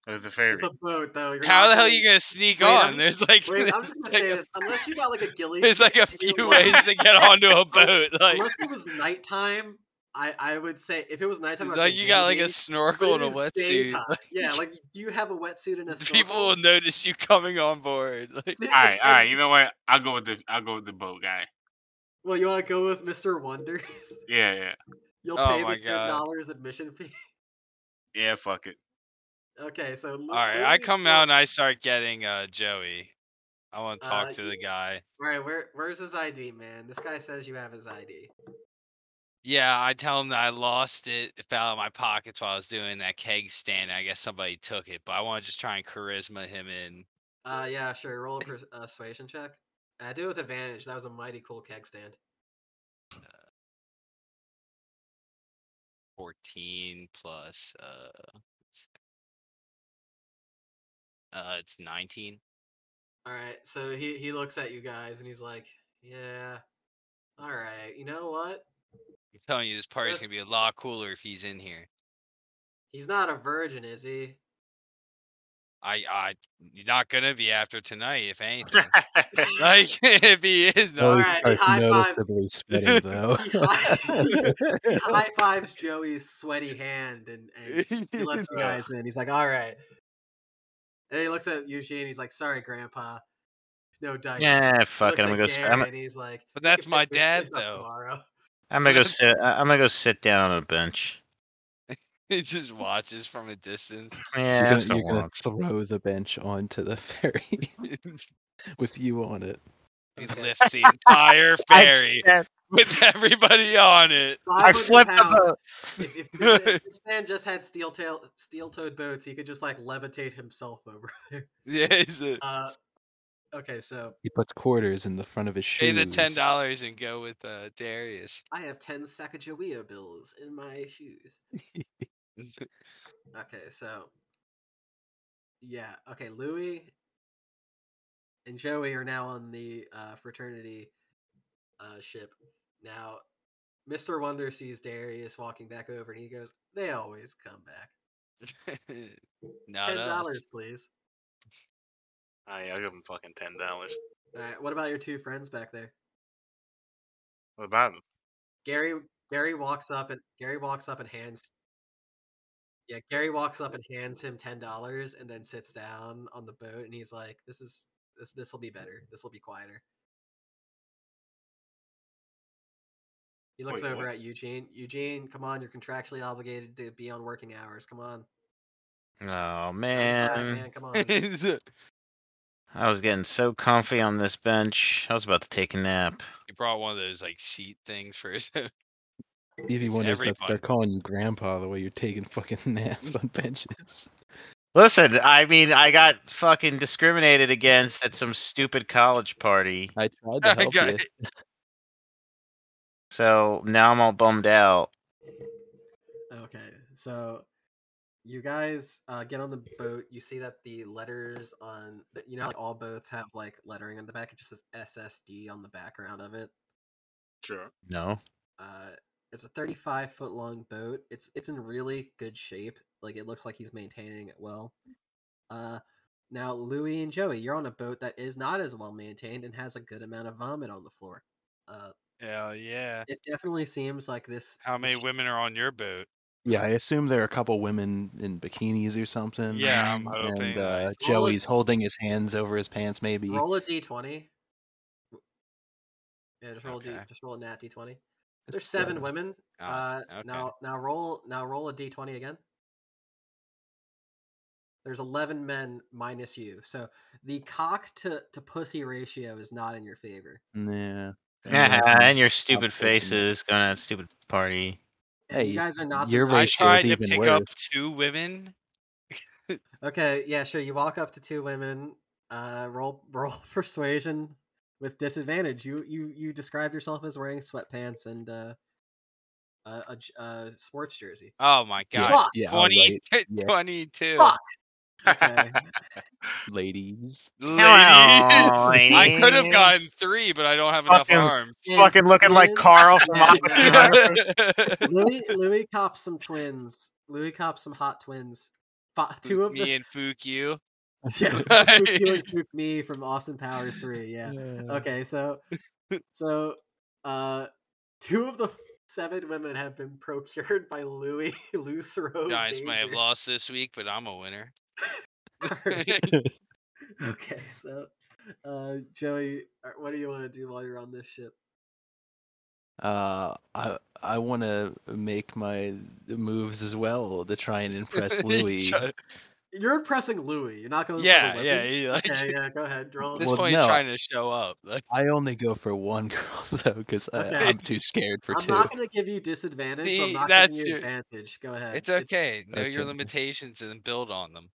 Speaker 3: Or the ferry.
Speaker 2: It's a boat, though. You're
Speaker 4: How
Speaker 2: not
Speaker 4: the hell
Speaker 2: gonna-
Speaker 4: you gonna sneak
Speaker 2: Wait, I'm
Speaker 4: on? There's
Speaker 2: (laughs)
Speaker 4: like, (laughs)
Speaker 2: Wait, I'm just gonna
Speaker 4: there's
Speaker 2: say
Speaker 4: like
Speaker 2: this. Unless you got like a
Speaker 4: a,
Speaker 2: ghillie,
Speaker 4: there's like a
Speaker 2: suit and
Speaker 4: few
Speaker 2: you're
Speaker 4: ways
Speaker 2: (laughs)
Speaker 4: to get onto a boat. Like,
Speaker 2: unless it was nighttime, I I would say if it was nighttime, I
Speaker 4: it's
Speaker 2: would
Speaker 4: like
Speaker 2: say
Speaker 4: you got like a
Speaker 2: maybe, but
Speaker 4: snorkel
Speaker 2: it
Speaker 4: and a
Speaker 2: is
Speaker 4: wetsuit. (laughs)
Speaker 2: daytime. yeah, like do you have a wetsuit and a snorkel? (laughs)
Speaker 4: People will notice you coming on board. (laughs) Like,
Speaker 2: See,
Speaker 3: all right,
Speaker 2: and-
Speaker 3: all right.
Speaker 2: and-
Speaker 3: You know what? I'll go with the. I'll go with the boat guy.
Speaker 2: (laughs) Well, you want to go with Mister Wonders? (laughs)
Speaker 3: Yeah, yeah,
Speaker 2: You'll
Speaker 4: Oh
Speaker 2: pay
Speaker 4: my
Speaker 2: the ten
Speaker 4: God.
Speaker 2: dollars admission fee. (laughs)
Speaker 3: yeah. Fuck it.
Speaker 2: Okay, so Lu-
Speaker 4: all right, I
Speaker 2: Louis
Speaker 4: come
Speaker 2: still-
Speaker 4: out and I start getting uh Joey. I want to
Speaker 2: Uh,
Speaker 4: talk to
Speaker 2: you-
Speaker 4: the guy.
Speaker 2: All right, where where's his ID, man? This guy says you have his ID.
Speaker 4: Yeah, I tell him that I lost it. It fell out of my pockets while I was doing that keg stand. and I guess somebody took it, but I want to just try and charisma him in.
Speaker 2: Uh, yeah, sure. Roll a pers- uh, persuasion check. I do it with advantage. That was a mighty cool keg stand.
Speaker 4: 14 plus, uh, let's see. uh it's 19.
Speaker 2: All right, so he he looks at you guys and he's like, "Yeah, all right. You know what?
Speaker 4: I'm telling you, this party's
Speaker 2: Yes.
Speaker 4: gonna be a lot cooler if he's in here.
Speaker 2: He's not a virgin, is he?
Speaker 4: I, I, you're not gonna be after tonight,
Speaker 3: (laughs)
Speaker 4: if anything. (laughs) like, if he is
Speaker 1: Oh,
Speaker 4: not,
Speaker 1: he
Speaker 2: Alright, he
Speaker 1: starts
Speaker 2: high-fived-
Speaker 1: noticeably sweating though.
Speaker 4: (laughs)
Speaker 1: (laughs)
Speaker 2: He high fives Joey's sweaty hand and
Speaker 4: (laughs)
Speaker 2: (laughs) and he lets you
Speaker 3: Yeah.
Speaker 2: guys in. He's like, "All right." And he looks at Eugene. He's like, "Sorry, Grandpa, no dice."
Speaker 5: Yeah,
Speaker 2: He looks
Speaker 5: fuck it. I'm
Speaker 2: at
Speaker 5: gonna go. s-
Speaker 2: Gary
Speaker 5: I'm,
Speaker 2: and he's like,
Speaker 4: But
Speaker 2: "You
Speaker 4: that's
Speaker 2: can (laughs)
Speaker 4: my
Speaker 2: pick your
Speaker 4: dad,
Speaker 2: kids up
Speaker 4: though.
Speaker 2: Tomorrow.
Speaker 5: I'm gonna go sit. I- I'm gonna go sit down on a bench.
Speaker 4: he just watches from a distance.
Speaker 5: Yeah,
Speaker 1: you're
Speaker 5: that's
Speaker 1: gonna,
Speaker 5: what I
Speaker 1: you're gonna
Speaker 5: want.
Speaker 1: throw the bench onto the (laughs)
Speaker 4: (laughs)
Speaker 1: ferry with you on it.
Speaker 4: He
Speaker 2: Okay.
Speaker 4: lifts the
Speaker 2: (laughs)
Speaker 4: entire
Speaker 5: I
Speaker 4: ferry
Speaker 5: can't-
Speaker 4: with (laughs) everybody on it.
Speaker 5: I
Speaker 2: 500
Speaker 5: flipped
Speaker 2: pounds.
Speaker 5: the
Speaker 2: If, if this,
Speaker 5: (laughs)
Speaker 2: if this man just had steel tail, steel toed boots, he could just like levitate himself over (laughs) there.
Speaker 4: Yeah, he's a,
Speaker 2: Uh, okay, so
Speaker 1: He puts quarters in the front of his shoes.
Speaker 4: pay the ten
Speaker 1: (laughs)
Speaker 4: dollars and go with uh, Darius. (laughs)
Speaker 2: I have ten Sacagawea bills in my shoes. Okay, so yeah, okay, Louis and Joey are now on the uh, fraternity uh, ship. Now, Mister Wonder sees Darius walking back over, and he goes, "They always come back.
Speaker 4: Not
Speaker 2: ten
Speaker 4: us.
Speaker 2: dollars, please."
Speaker 3: Oh, All right, I'll give him fucking ten dollars.
Speaker 2: All right. Uh, What about your two friends back there?
Speaker 3: What about him?
Speaker 2: Gary Gary walks up and Gary walks up and hands Yeah, Gary walks up and hands him ten dollars and then sits down on the boat and he's like, This is this this will be better. This will be quieter. He looks
Speaker 3: Wait,
Speaker 2: over
Speaker 3: what?
Speaker 2: at Eugene. Eugene, come on, you're contractually obligated to be on working hours. Come on.
Speaker 5: Oh
Speaker 2: Nine to
Speaker 5: man.
Speaker 2: five, man,
Speaker 3: (laughs)
Speaker 2: come
Speaker 4: (laughs)
Speaker 2: on.
Speaker 4: you
Speaker 5: I was getting so comfy on this bench. I was about to take a nap.
Speaker 4: brought one of those like seat things for his
Speaker 1: Evie Wonder's
Speaker 4: It's
Speaker 1: about to
Speaker 4: everybody.
Speaker 1: start calling you grandpa the way you're taking fucking (laughs)
Speaker 4: (laughs)
Speaker 1: naps on benches.
Speaker 5: Listen, I mean, I got fucking discriminated against at some stupid college party.
Speaker 1: I tried to help you.
Speaker 5: So now I'm all bummed out.
Speaker 2: Okay, so you guys uh, get on the boat. You see that the letters on, the, you know, how, like all boats have like lettering on the back. It just says SSD on the background of it.
Speaker 3: Sure.
Speaker 5: No.
Speaker 2: Uh, it's a 35 foot long boat. It's it's in really good shape. Like it looks like he's maintaining it well. Uh, now Louie and Joey, you're on a boat that is not as well maintained and has a good amount of vomit on the floor. Uh,
Speaker 4: Hell yeah.
Speaker 2: it definitely seems like this.
Speaker 4: How many
Speaker 2: this-
Speaker 4: women are on your boat?
Speaker 1: Yeah, I assume there are a couple women in bikinis or something.
Speaker 4: Yeah, I'm hoping.
Speaker 1: And uh,
Speaker 4: like,
Speaker 1: Joey's holding his hands over his pants, maybe.
Speaker 2: Roll a d20. Yeah, just roll a d,
Speaker 4: Okay.
Speaker 2: just roll a nat d20.
Speaker 1: Just,
Speaker 2: There's seven
Speaker 1: uh,
Speaker 2: women.
Speaker 4: oh,
Speaker 2: uh,
Speaker 4: okay.
Speaker 2: now now roll now roll a d20 again. There's 11 men minus you, so the cock to to pussy ratio is not in your favor.
Speaker 5: (laughs)
Speaker 1: Yeah.
Speaker 5: (laughs) and your
Speaker 1: I'm
Speaker 5: stupid
Speaker 1: taking it.
Speaker 5: faces going to that stupid party.
Speaker 2: And
Speaker 1: Hey,
Speaker 2: you guys are not. the
Speaker 1: your
Speaker 2: cock-
Speaker 4: I
Speaker 1: ratio
Speaker 4: tried
Speaker 1: is
Speaker 4: to
Speaker 1: even
Speaker 4: pick
Speaker 1: worse.
Speaker 4: up two women.
Speaker 2: (laughs) Okay, yeah, sure. You walk up to two women. Uh, roll (laughs) roll persuasion with disadvantage. You you you described yourself as wearing sweatpants and uh, a, a j- a Swartz jersey.
Speaker 4: Oh my
Speaker 1: Yeah,
Speaker 4: god.
Speaker 1: yeah,
Speaker 4: 20,
Speaker 1: right,
Speaker 4: (laughs)
Speaker 1: yeah.
Speaker 4: 22.
Speaker 2: Fuck. Okay.
Speaker 1: ladies.
Speaker 4: Ladies. (laughs)
Speaker 5: Hello,
Speaker 4: I could have
Speaker 5: ladies.
Speaker 4: gotten three, but I don't have enough
Speaker 5: Fucking-
Speaker 4: arms.
Speaker 5: (laughs)
Speaker 2: Yeah,
Speaker 5: fucking looking like
Speaker 2: twins.
Speaker 4: (laughs)
Speaker 5: Carl from
Speaker 2: Yeah,
Speaker 5: (laughs) Oppenheimer.
Speaker 2: (laughs) Louis Louis cops some twins. Louis cops some hot twins. Fi- (laughs) two of
Speaker 4: Me
Speaker 2: them.
Speaker 4: and Fook you. (laughs)
Speaker 2: Yeah, (laughs) Spook you and spook me from Austin Powers Three. Yeah. Okay,
Speaker 4: (laughs)
Speaker 2: so so uh, two of the seven women have been procured by Louis (laughs) Lucero.
Speaker 4: Giants may have
Speaker 2: Oh, (laughs) Danger.
Speaker 4: lost this week, but I'm a winner. (laughs)
Speaker 2: Alright, okay, so uh, Joey, uh, what do you want to do while you're on this ship?
Speaker 1: Uh, I I want to make my moves as well to try and
Speaker 5: (laughs)
Speaker 1: impress Louis.
Speaker 4: Shut-
Speaker 2: You're impressing Louis. You're not going. for the
Speaker 4: yeah,
Speaker 2: women?
Speaker 4: yeah, (laughs) he, like,
Speaker 2: Okay, yeah. Go ahead. Roll.
Speaker 4: This
Speaker 1: Well,
Speaker 4: point, he's
Speaker 1: no.
Speaker 4: trying to show up. (laughs) Like,
Speaker 1: I only go for one (laughs) girl though, because
Speaker 2: Okay.
Speaker 1: I'm too scared for
Speaker 2: I'm
Speaker 1: two.
Speaker 2: not going to give you disadvantage. but I'm
Speaker 4: See,
Speaker 2: not
Speaker 4: that's
Speaker 2: giving you
Speaker 4: your-
Speaker 2: advantage. Go ahead.
Speaker 4: it's okay. Know your
Speaker 1: okay.
Speaker 4: limitations and build on them.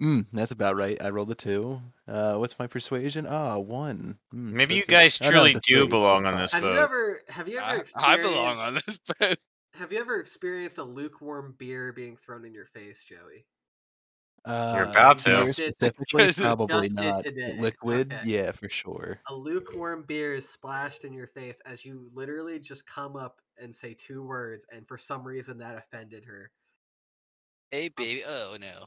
Speaker 1: Mm, that's about right. I rolled a two. Uh, what's my persuasion? Ah, one. Mm,
Speaker 5: Maybe
Speaker 1: so
Speaker 5: you
Speaker 1: it's a-
Speaker 5: guys
Speaker 1: oh, no,
Speaker 5: truly
Speaker 1: it's a
Speaker 5: do
Speaker 1: three, so
Speaker 5: belong
Speaker 1: it's
Speaker 5: on this
Speaker 2: Have you
Speaker 5: boat.
Speaker 2: ever have you ever
Speaker 4: I,
Speaker 2: experienced
Speaker 4: I belong on this (laughs) boat.
Speaker 2: have you ever experienced a lukewarm beer being thrown in your face, Joey?
Speaker 1: Uh,
Speaker 5: about to.
Speaker 1: beer
Speaker 2: Just did- (laughs)
Speaker 1: specifically,
Speaker 4: just
Speaker 1: probably
Speaker 2: did
Speaker 1: not.
Speaker 2: today.
Speaker 1: Liquid,
Speaker 2: Okay.
Speaker 1: yeah, for sure.
Speaker 2: A lukewarm beer is splashed in your face as you literally just come up and say two words, and for some reason that offended her.
Speaker 4: Hey, baby. Oh, no.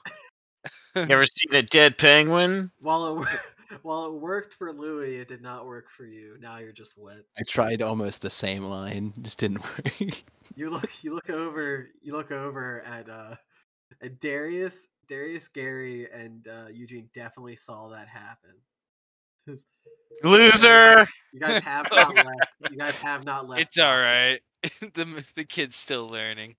Speaker 5: You ever seen a dead penguin?
Speaker 2: While it wor- (laughs) while it worked for Louis, it did not work for you. Now you're just wet.
Speaker 1: I tried almost the same line, just didn't (laughs) work.
Speaker 2: You look (laughs) you look over you look over at uh at Darius Darius Gary and uh, Eugene definitely saw that happen.
Speaker 5: Loser!
Speaker 2: You guys
Speaker 5: (laughs)
Speaker 2: have
Speaker 5: Oh,
Speaker 2: not left. You guys have not left.
Speaker 4: It's
Speaker 2: yet.
Speaker 4: all right. (laughs) the the kid's still learning.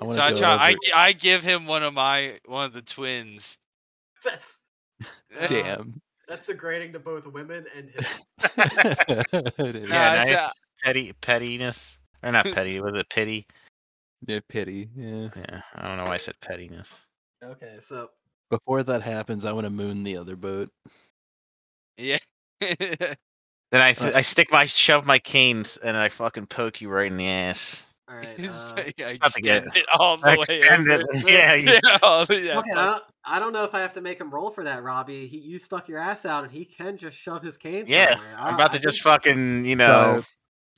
Speaker 1: I want
Speaker 4: So
Speaker 1: to
Speaker 4: I
Speaker 1: go
Speaker 4: try. I,
Speaker 1: over-
Speaker 4: gi- I give him one of my one of the twins.
Speaker 2: (laughs) That's
Speaker 4: (laughs)
Speaker 2: uh,
Speaker 1: Damn. (laughs)
Speaker 2: That's degrading to both women and him.
Speaker 5: (laughs)
Speaker 1: It is.
Speaker 4: No,
Speaker 5: Yeah,
Speaker 4: I
Speaker 5: nice.
Speaker 4: said-
Speaker 5: Petty, pettiness. Or not petty, was it pity?
Speaker 1: Yeah, pity. Yeah.
Speaker 5: Yeah, I don't know why I said pettiness.
Speaker 2: (laughs) Okay, so
Speaker 1: Before that happens, I want to moon the other boat.
Speaker 4: yeah. (laughs)
Speaker 5: Then I, th-
Speaker 1: Uh,
Speaker 5: I stick my shove my cane s- and I fucking poke you right in the ass.
Speaker 2: all right.
Speaker 4: It's
Speaker 2: uh,
Speaker 4: like, I
Speaker 5: about to get
Speaker 4: extend it all the
Speaker 5: I
Speaker 4: way.
Speaker 5: extend
Speaker 4: over.
Speaker 5: it. Yeah, you-
Speaker 4: all the- (laughs) yeah,
Speaker 2: okay, I
Speaker 4: fuck
Speaker 2: don't, I don't know if I have to make him roll for that, Robbie. He, you stuck your ass out, and he can just shove his cane.
Speaker 5: Yeah,
Speaker 2: somewhere. I-
Speaker 5: I'm
Speaker 4: Ah,
Speaker 5: about
Speaker 2: I
Speaker 5: to just
Speaker 2: think-
Speaker 5: fucking, you know.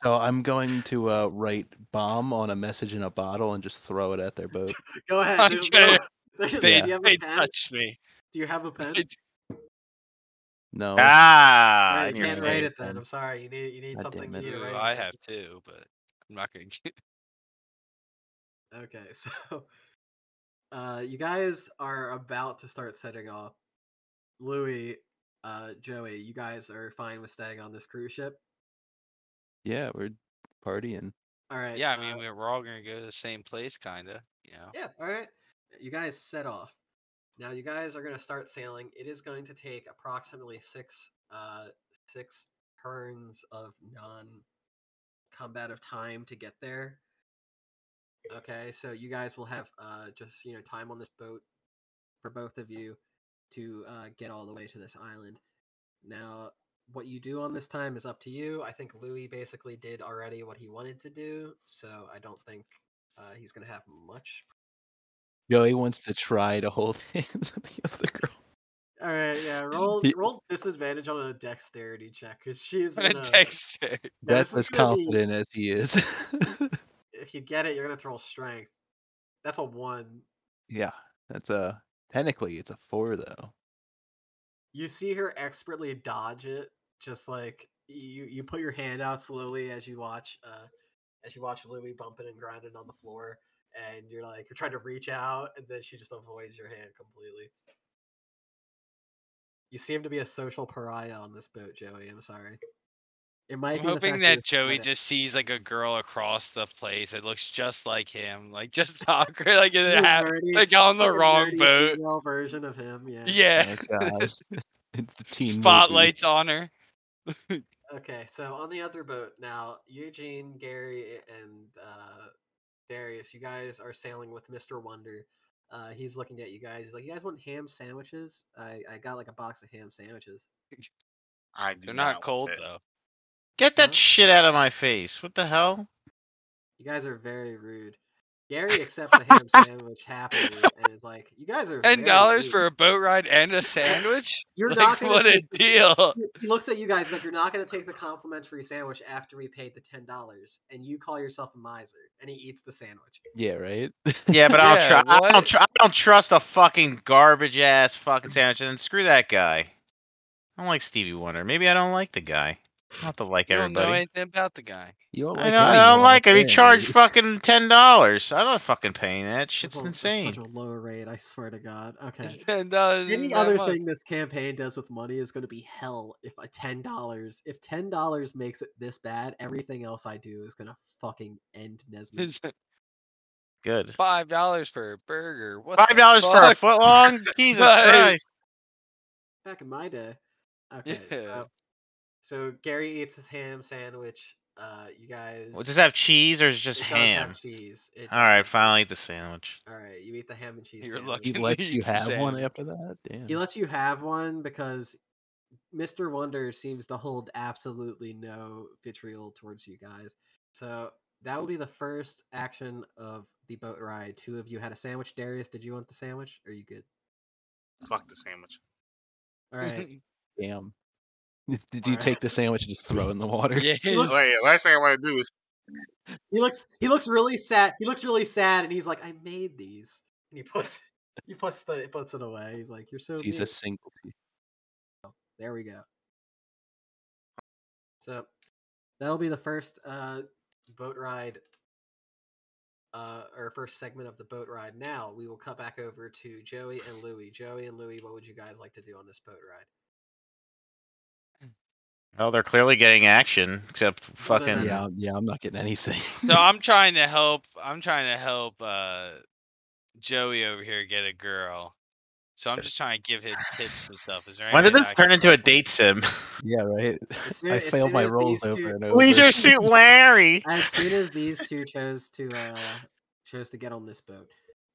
Speaker 1: So I'm going to uh, write bomb on a message in a bottle and just throw it at their
Speaker 4: (laughs)
Speaker 1: boat.
Speaker 5: (laughs)
Speaker 2: go ahead.
Speaker 4: I'm
Speaker 2: there's (laughs)
Speaker 4: gonna-
Speaker 2: no- there's-
Speaker 4: They,
Speaker 2: Do you have a
Speaker 4: they
Speaker 2: pen?
Speaker 4: touched me.
Speaker 2: Do you have a pen?
Speaker 4: They-
Speaker 1: No.
Speaker 5: Ah,
Speaker 2: I
Speaker 5: in your
Speaker 2: can't rate
Speaker 5: face.
Speaker 2: it then. I'm sorry. You need you need
Speaker 1: God
Speaker 2: something.
Speaker 1: damn
Speaker 2: You
Speaker 1: it.
Speaker 2: need to
Speaker 4: Ooh,
Speaker 2: write
Speaker 4: I
Speaker 2: it.
Speaker 4: have two, but I'm not gonna get.
Speaker 2: Okay, (laughs) so uh, you guys are about to start setting off. Louis, uh, Joey, you guys are fine with staying on this cruise ship.
Speaker 1: Yeah, we're partying.
Speaker 2: All right.
Speaker 4: Yeah, I
Speaker 2: uh,
Speaker 4: mean we we're all gonna go to the same place, kinda. You know.
Speaker 2: Yeah, all right. You guys set off. Now you guys are going to start sailing. It is going to take approximately six uh six turns of non combative time to get there. Okay, so you guys will have uh just, you know, time on this boat for both of you to uh get all the way to this island. Now, what you do on this time is up to you. I think Louis basically did already what he wanted to do, so I don't think uh, he's going to have much
Speaker 1: Joey wants to try to hold (laughs) hands with the other
Speaker 4: (laughs)
Speaker 1: girl.
Speaker 2: All right, yeah. Roll,
Speaker 1: He-
Speaker 2: roll disadvantage on a dexterity check because she's
Speaker 4: What
Speaker 2: gonna.
Speaker 4: (laughs) a text. it.
Speaker 2: Yeah,
Speaker 1: That's
Speaker 2: this
Speaker 1: as
Speaker 2: is gonna be-
Speaker 1: confident as he is. (laughs)
Speaker 2: If you get it, you're gonna throw strength. That's a one.
Speaker 1: yeah, that's a technically it's a four
Speaker 4: (laughs)
Speaker 1: though.
Speaker 2: You see her expertly dodge it, just like you. You put your hand out slowly as you watch, uh, as you watch Louie bumping and grinding on the floor, and you're like you're trying to reach out, and then she just avoids your hand completely. You seem to be a social pariah on this boat, Joey. I'm sorry. It might
Speaker 4: I'm
Speaker 2: be the
Speaker 4: hoping
Speaker 2: fact
Speaker 4: that
Speaker 2: you're
Speaker 4: Joey
Speaker 2: Florida.
Speaker 4: just (laughs) sees like a girl across the place that looks just like him, like just (laughs) awkward, like it happened, (laughs) like on the wrong boat.
Speaker 2: Female version of him. Yeah.
Speaker 4: Yeah, (laughs)
Speaker 1: Oh god. it's the teen movie.
Speaker 4: spotlights on her.
Speaker 2: Okay, so on the other boat now, Eugene, Gary, and uh, Darius, you guys are sailing with Mister Wonder. Uh, he's looking at you guys. He's like, "You guys want ham sandwiches? I, I got like a box of ham sandwiches."
Speaker 3: I do
Speaker 4: They're not
Speaker 3: want
Speaker 4: cold
Speaker 3: that.
Speaker 4: though.
Speaker 5: Get
Speaker 2: Huh?
Speaker 5: that shit out of my face. What the hell? (laughs)
Speaker 2: You guys are very rude. Gary accepts a
Speaker 4: (laughs)
Speaker 2: ham sandwich happily and is like, "You guys are
Speaker 4: Ten
Speaker 2: very
Speaker 4: dollars
Speaker 2: rude.
Speaker 4: for a boat ride and a sandwich?
Speaker 2: (laughs) you're not
Speaker 4: (laughs) like
Speaker 2: gonna
Speaker 4: what a
Speaker 2: take the (laughs)
Speaker 4: deal!
Speaker 2: he- he looks at you guys like you're not going to take the complimentary sandwich after we paid the ten dollars, and you call yourself a miser, and he eats the sandwich.
Speaker 1: Yeah, right?
Speaker 5: Yeah, but I'll
Speaker 4: Yeah,
Speaker 5: try. I
Speaker 4: what?
Speaker 5: don't, tr- I don't trust a fucking garbage ass fucking sandwich. And screw that guy. I don't like Stevie Wonder. Maybe I don't like the guy. Not to like
Speaker 4: You don't know
Speaker 5: everybody.
Speaker 4: anything about the guy.
Speaker 1: You don't
Speaker 5: I
Speaker 1: like
Speaker 5: don't,
Speaker 1: him,
Speaker 5: I
Speaker 1: you
Speaker 5: don't like him. He
Speaker 1: her.
Speaker 5: charged (laughs) fucking ten dollars. I'm not fucking paying that.
Speaker 2: That's
Speaker 5: Shit's
Speaker 2: a- that's
Speaker 5: insane.
Speaker 2: such a low rate, I swear to God. Okay.
Speaker 4: (laughs) Ten dollars.
Speaker 2: Any other thing this campaign does with money is going to be hell. If a ten dollars, if ten dollars makes it this bad, everything else I do is going to fucking end Nesmith.
Speaker 4: (laughs) is
Speaker 5: Good.
Speaker 4: five dollars for a burger. What the
Speaker 5: Five dollars for a (laughs)
Speaker 4: fuck?
Speaker 5: foot long. Jesus
Speaker 4: Right.
Speaker 5: Christ.
Speaker 2: back in my day. Okay,
Speaker 4: Yeah.
Speaker 2: so so Gary eats his ham sandwich. Uh, you guys,
Speaker 5: Well, does it have cheese or is it
Speaker 2: it
Speaker 5: just
Speaker 2: does
Speaker 5: ham?
Speaker 2: have cheese. It does
Speaker 5: All right,
Speaker 2: have cheese.
Speaker 5: fine. I'll eat the sandwich.
Speaker 2: All right, you eat the ham and cheese.
Speaker 4: You're
Speaker 2: sandwich.
Speaker 1: He
Speaker 4: lucky
Speaker 1: lets you
Speaker 4: He's
Speaker 1: have one
Speaker 4: insane.
Speaker 1: after that? Damn.
Speaker 2: He lets you have one because Mr. Wonder seems to hold absolutely no vitriol towards you guys. So that will be the first action of the boat ride. Two of you had a sandwich. Darius, did you want the sandwich? Are you good?
Speaker 3: Fuck the sandwich.
Speaker 2: All right.
Speaker 4: (laughs)
Speaker 1: Damn. Did you
Speaker 2: Alright.
Speaker 1: take the sandwich and just throw it in the water?
Speaker 4: yeah.
Speaker 3: Wait, last thing I want to do is
Speaker 2: he looks he looks really sad. He looks really sad and he's like, I made these. And he puts (laughs) he puts the he puts it away. He's like, You're so
Speaker 1: (laughs) He's
Speaker 2: mean."
Speaker 1: a single.
Speaker 2: There we go. So that'll be the first uh, boat ride, uh, or first segment of the boat ride. Now we will cut back over to Joey and Louie. Joey and Louie, what would you guys like to do on this boat ride?
Speaker 5: Oh, they're clearly getting action, except
Speaker 2: Well, then
Speaker 5: fucking.
Speaker 2: that's-
Speaker 1: Yeah, I'm- yeah, I'm not getting anything.
Speaker 4: So I'm trying to help. I'm trying to help uh, Joey over here get a girl. So I'm just trying to give him tips and stuff. Is there?
Speaker 5: When did
Speaker 4: anything
Speaker 5: this
Speaker 4: I
Speaker 5: turn
Speaker 4: can-
Speaker 5: into a
Speaker 2: (laughs)
Speaker 5: date sim?
Speaker 1: (laughs)
Speaker 5: (laughs)
Speaker 1: yeah, right. (laughs)
Speaker 2: soon-
Speaker 1: I
Speaker 2: as
Speaker 1: failed
Speaker 2: soon
Speaker 1: my
Speaker 2: as
Speaker 1: rolls
Speaker 2: these two-
Speaker 1: over and over.
Speaker 5: Leisure Suit Larry.
Speaker 2: As soon as these two chose to uh, chose to get on this boat,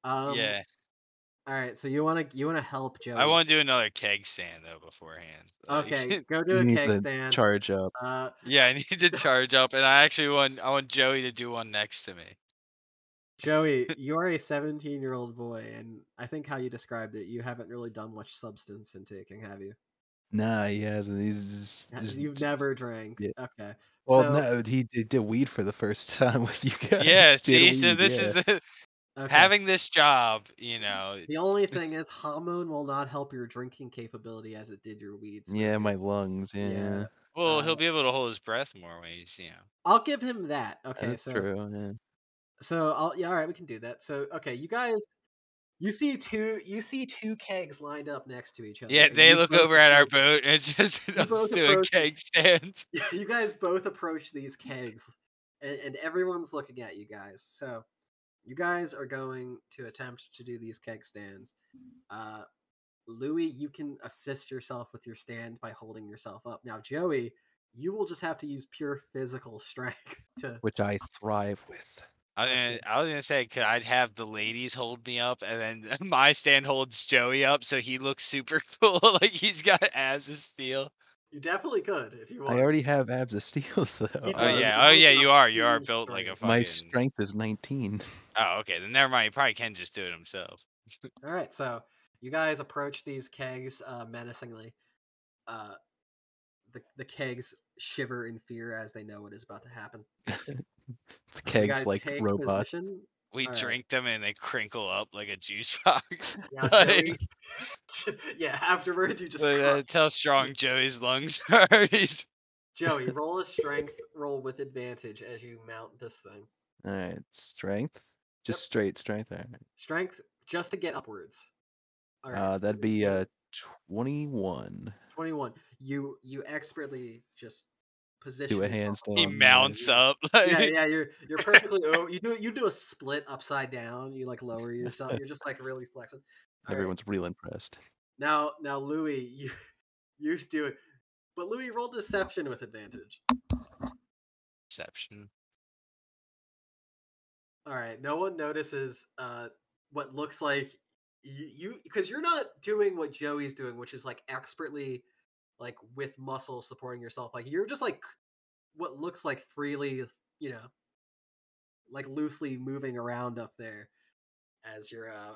Speaker 2: um,
Speaker 4: yeah,
Speaker 2: All right, so you want to you want to help Joey?
Speaker 4: I want to do another keg stand though beforehand. (laughs) Like,
Speaker 2: Okay, go do
Speaker 1: He
Speaker 2: a
Speaker 1: needs
Speaker 2: keg
Speaker 1: to (laughs)
Speaker 2: stand.
Speaker 1: charge up.
Speaker 2: uh,
Speaker 4: yeah, I need to charge up, and I actually want I want Joey to do one next
Speaker 2: (laughs)
Speaker 4: to me. (laughs)
Speaker 2: Joey, you are a 17 year old boy, and I think how you described it, you haven't really done much substance intaking, have you?
Speaker 1: Nah, he hasn't. He's,
Speaker 2: Ha-
Speaker 1: he's-
Speaker 2: You've never drank.
Speaker 1: yeah.
Speaker 2: Okay.
Speaker 1: Well,
Speaker 2: so-
Speaker 1: no, he did, did weed for the first (laughs) time with you guys.
Speaker 4: Yeah.
Speaker 1: Did
Speaker 4: See, so
Speaker 1: weed,
Speaker 4: this
Speaker 1: yeah.
Speaker 4: is the (laughs)
Speaker 2: Okay.
Speaker 4: Having this job, you know,
Speaker 2: the
Speaker 4: (laughs)
Speaker 2: only thing is, Hamon will not help your drinking capability as it did your weeds.
Speaker 1: Yeah, my lungs. Yeah,
Speaker 2: Yeah.
Speaker 4: well,
Speaker 2: Uh,
Speaker 4: he'll be able to hold his breath more when he's, you know.
Speaker 2: I'll give him that. Okay,
Speaker 1: that's
Speaker 2: so
Speaker 1: true. Yeah.
Speaker 2: So I'll yeah, all right, we can do that. So okay, you guys you see two you see two kegs lined up next to each other.
Speaker 4: Yeah,
Speaker 2: and
Speaker 4: they
Speaker 2: you
Speaker 4: look
Speaker 2: both
Speaker 4: over at
Speaker 2: (laughs)
Speaker 4: our
Speaker 2: approach-
Speaker 4: boat and (laughs) it's just us
Speaker 2: both
Speaker 4: doing
Speaker 2: approach-
Speaker 4: keg stands.
Speaker 2: you guys both approach these kegs and, and everyone's looking at you guys. So you guys are going to attempt to do these keg stands. Uh Louis, you can assist yourself with your stand by holding yourself up. Now, Joey, you will just have to use pure physical (laughs) strength to
Speaker 1: Which I thrive with.
Speaker 4: I was, gonna, I was gonna say, could I have the ladies hold me up, and then (laughs) my stand holds Joey up, so he looks super (laughs) cool, like he's got abs of steel.
Speaker 2: you definitely could if you want.
Speaker 1: I already have abs of steel, (laughs) though.
Speaker 2: It's
Speaker 4: Oh
Speaker 2: Uh,
Speaker 4: yeah,
Speaker 2: it's
Speaker 4: oh
Speaker 2: always
Speaker 4: yeah,
Speaker 2: about
Speaker 4: you are, you are
Speaker 2: seeing
Speaker 4: built like a
Speaker 2: strength.
Speaker 4: fucking.
Speaker 1: My strength is 19.
Speaker 4: Oh okay, then never mind. He probably can just do it himself.
Speaker 2: All right, so you guys approach these kegs uh, menacingly. Uh, the the kegs shiver in fear as they know what is about to happen.
Speaker 1: (laughs) The
Speaker 2: You
Speaker 1: keg's
Speaker 2: guys
Speaker 1: like
Speaker 2: take
Speaker 1: robots.
Speaker 2: position.
Speaker 4: We
Speaker 2: Alright.
Speaker 4: drink them and they crinkle up like a juice (laughs) box.
Speaker 1: (laughs)
Speaker 2: Yeah, (laughs)
Speaker 4: Like-
Speaker 2: Joey- yeah, afterwards you just
Speaker 4: Like,
Speaker 1: uh,
Speaker 2: crush.
Speaker 4: that's how strong Joey's lungs (laughs) are. He's-
Speaker 2: (laughs)
Speaker 1: (laughs)
Speaker 2: Joey roll a strength roll with advantage as you mount this thing.
Speaker 1: All right, strength. Just straight strength. All right.
Speaker 2: Strength just to get upwards. All right,
Speaker 1: Uh,
Speaker 2: so
Speaker 1: that'd be uh 21.
Speaker 2: 21. You you expertly just position
Speaker 1: Do a
Speaker 2: yourself
Speaker 1: handstand.
Speaker 4: he
Speaker 1: yeah.
Speaker 4: mounts up. (laughs) Like,
Speaker 2: yeah, yeah, you're you're perfectly. o- You do you do a split upside down. You like lower yourself. You're just like really flexing. All right,
Speaker 1: Everyone's real impressed. (laughs)
Speaker 2: Now, now, Louis, (laughs) you you do it, but Louis roll deception with advantage.
Speaker 4: Deception.
Speaker 2: All right, no one notices uh, what looks like y- you because you're not doing what Joey's doing, which is like expertly, like with muscle supporting yourself. Like you're just like what looks like freely, you know, like loosely moving around up there as you're. Uh,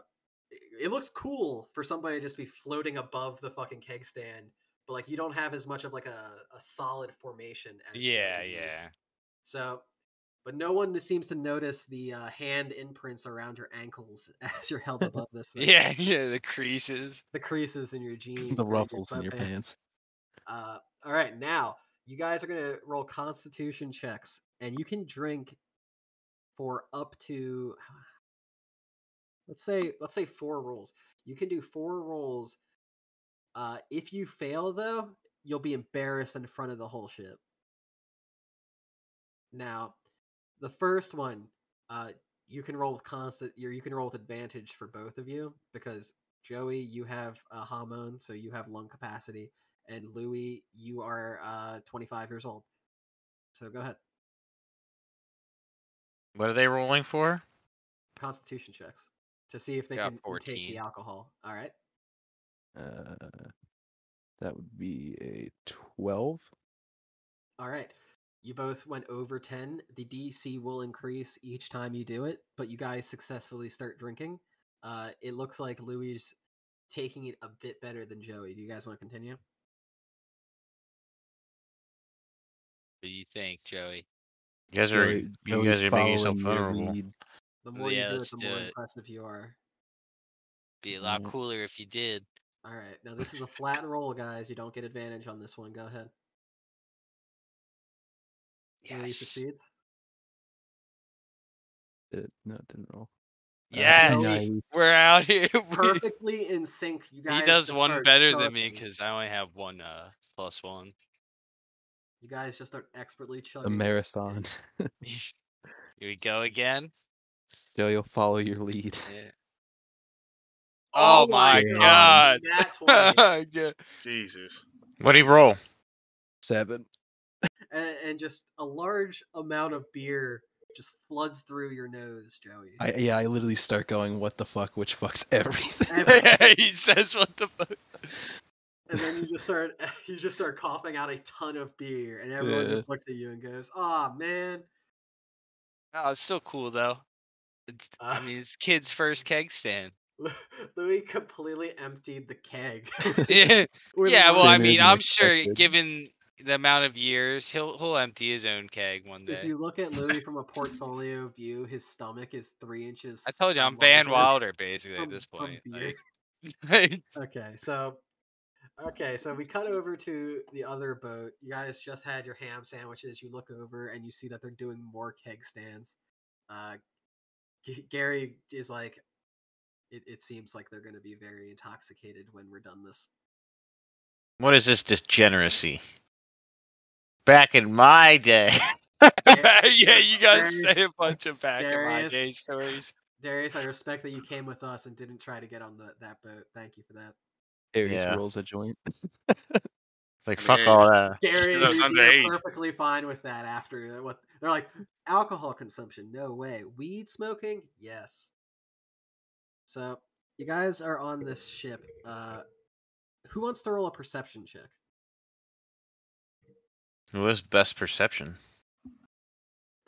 Speaker 2: it- it looks cool for somebody to just be floating above the fucking keg stand, but like you don't have as much of like a, a solid formation. As Joey
Speaker 4: Yeah,
Speaker 2: does.
Speaker 4: yeah.
Speaker 2: So, but no one seems to notice the uh, hand imprints around your ankles (laughs) as you're held above this thing.
Speaker 4: Yeah, (laughs) yeah, the creases.
Speaker 2: The creases in your jeans.
Speaker 1: (laughs)
Speaker 2: and
Speaker 1: The ruffles in your
Speaker 2: sweatpants.
Speaker 1: pants.
Speaker 2: Uh, all right, now you guys are going to roll constitution checks, and you can drink for up to (sighs) let's say let's say four rolls. You can do four rolls. Uh, if you fail, though, you'll be embarrassed in front of the whole ship. Now, the first one, uh, you can roll with constant. You you can roll with advantage for both of you because Joey, you have a hormone, so you have lung capacity and Louis, you are uh, 25 years old. So go ahead.
Speaker 5: What are they rolling for?
Speaker 2: Constitution checks to see if they
Speaker 4: Got
Speaker 2: can take
Speaker 4: 14.
Speaker 2: the alcohol. All right.
Speaker 1: Uh, that would be a 12.
Speaker 2: All right. You both went over 10. The DC will increase each time you do it, but you guys successfully start drinking. Uh, it looks like Louis is taking it a bit better than Joey. Do you guys want to continue?
Speaker 4: What do you think, Joey?
Speaker 5: You guys are
Speaker 1: Joey-
Speaker 5: you
Speaker 1: Joey's
Speaker 5: guys are making yourself
Speaker 1: following your
Speaker 5: vulnerable.
Speaker 1: lead.
Speaker 2: The more you do
Speaker 4: Yeah,
Speaker 2: it,
Speaker 4: let's
Speaker 2: the
Speaker 4: do
Speaker 2: more
Speaker 4: it.
Speaker 2: impressive you are.
Speaker 4: Be a lot
Speaker 1: Mm.
Speaker 4: cooler if you did.
Speaker 2: All right. Now, this is a flat roll, guys. You don't get advantage on this one. Go ahead. Louis
Speaker 4: Yes.
Speaker 2: succeeds.
Speaker 1: Did it- No, it didn't roll. Uh,
Speaker 4: Yes.
Speaker 1: nice.
Speaker 4: We're out here. (laughs) We-
Speaker 2: perfectly in sync. You guys.
Speaker 4: he does one
Speaker 2: depart
Speaker 4: better than me
Speaker 2: sharply.
Speaker 4: because I only have one uh plus one.
Speaker 2: you guys just are expertly
Speaker 1: A
Speaker 2: chugging.
Speaker 1: marathon. (laughs)
Speaker 4: Here we go again.
Speaker 1: Joey will follow your lead. (laughs)
Speaker 4: Yeah. Oh my God. (laughs)
Speaker 2: That's why.
Speaker 4: Yeah.
Speaker 3: Jesus.
Speaker 5: What do you roll?
Speaker 1: Seven.
Speaker 2: and, and just a large amount of beer just floods through your nose, Joey.
Speaker 1: I, yeah, I literally start going, what the fuck, which fucks (laughs) everything.
Speaker 2: Ev-
Speaker 4: (laughs) he says what the fuck.
Speaker 2: and then you
Speaker 1: (laughs)
Speaker 2: just start (laughs) you just start coughing out a ton of beer, and everyone
Speaker 1: Yeah.
Speaker 2: just looks at you and goes, "Ah, man."
Speaker 4: Oh, it's still cool though. It's, I
Speaker 2: Uh.
Speaker 4: mean, it's kid's first keg stand.
Speaker 2: Louis completely emptied the keg.
Speaker 1: (laughs)
Speaker 4: yeah,
Speaker 2: with (laughs)
Speaker 4: (laughs) well, I
Speaker 1: Sooner
Speaker 4: mean,
Speaker 1: than
Speaker 4: I'm sure
Speaker 1: expected.
Speaker 4: given the amount of years he'll he'll empty his own keg one day.
Speaker 2: If you look at Louis from a portfolio view, his stomach is three inches.
Speaker 4: I told you I'm Van
Speaker 2: larger
Speaker 4: Wilder basically at
Speaker 2: from-
Speaker 4: this
Speaker 2: from
Speaker 4: point.
Speaker 2: beer.
Speaker 4: (laughs) like-
Speaker 2: (laughs) Okay, so okay, so we cut over to the other boat. You guys just had your ham sandwiches. You look over and you see that they're doing more keg stands. Uh, G- Gary is like, it, it seems like they're going to be very intoxicated when we're done this.
Speaker 5: What is this degeneracy? Back in my day. (laughs)
Speaker 4: yeah, you guys
Speaker 2: Darius-
Speaker 4: say a bunch of back in my
Speaker 2: Darius-
Speaker 4: day stories.
Speaker 2: Darius, I respect that you came with us and didn't try to get on the, that boat. Thank you for that.
Speaker 1: Darius
Speaker 5: Yeah.
Speaker 1: rolls a (laughs) joint.
Speaker 5: Like
Speaker 3: I
Speaker 5: fuck
Speaker 3: mean,
Speaker 5: all that.
Speaker 2: Darius,
Speaker 3: was
Speaker 2: you're
Speaker 3: underage.
Speaker 2: perfectly fine with that after that- what they're like alcohol consumption, no way. Weed smoking? Yes. So you guys are on this ship. Uh who wants to roll a perception check?
Speaker 5: What was best perception?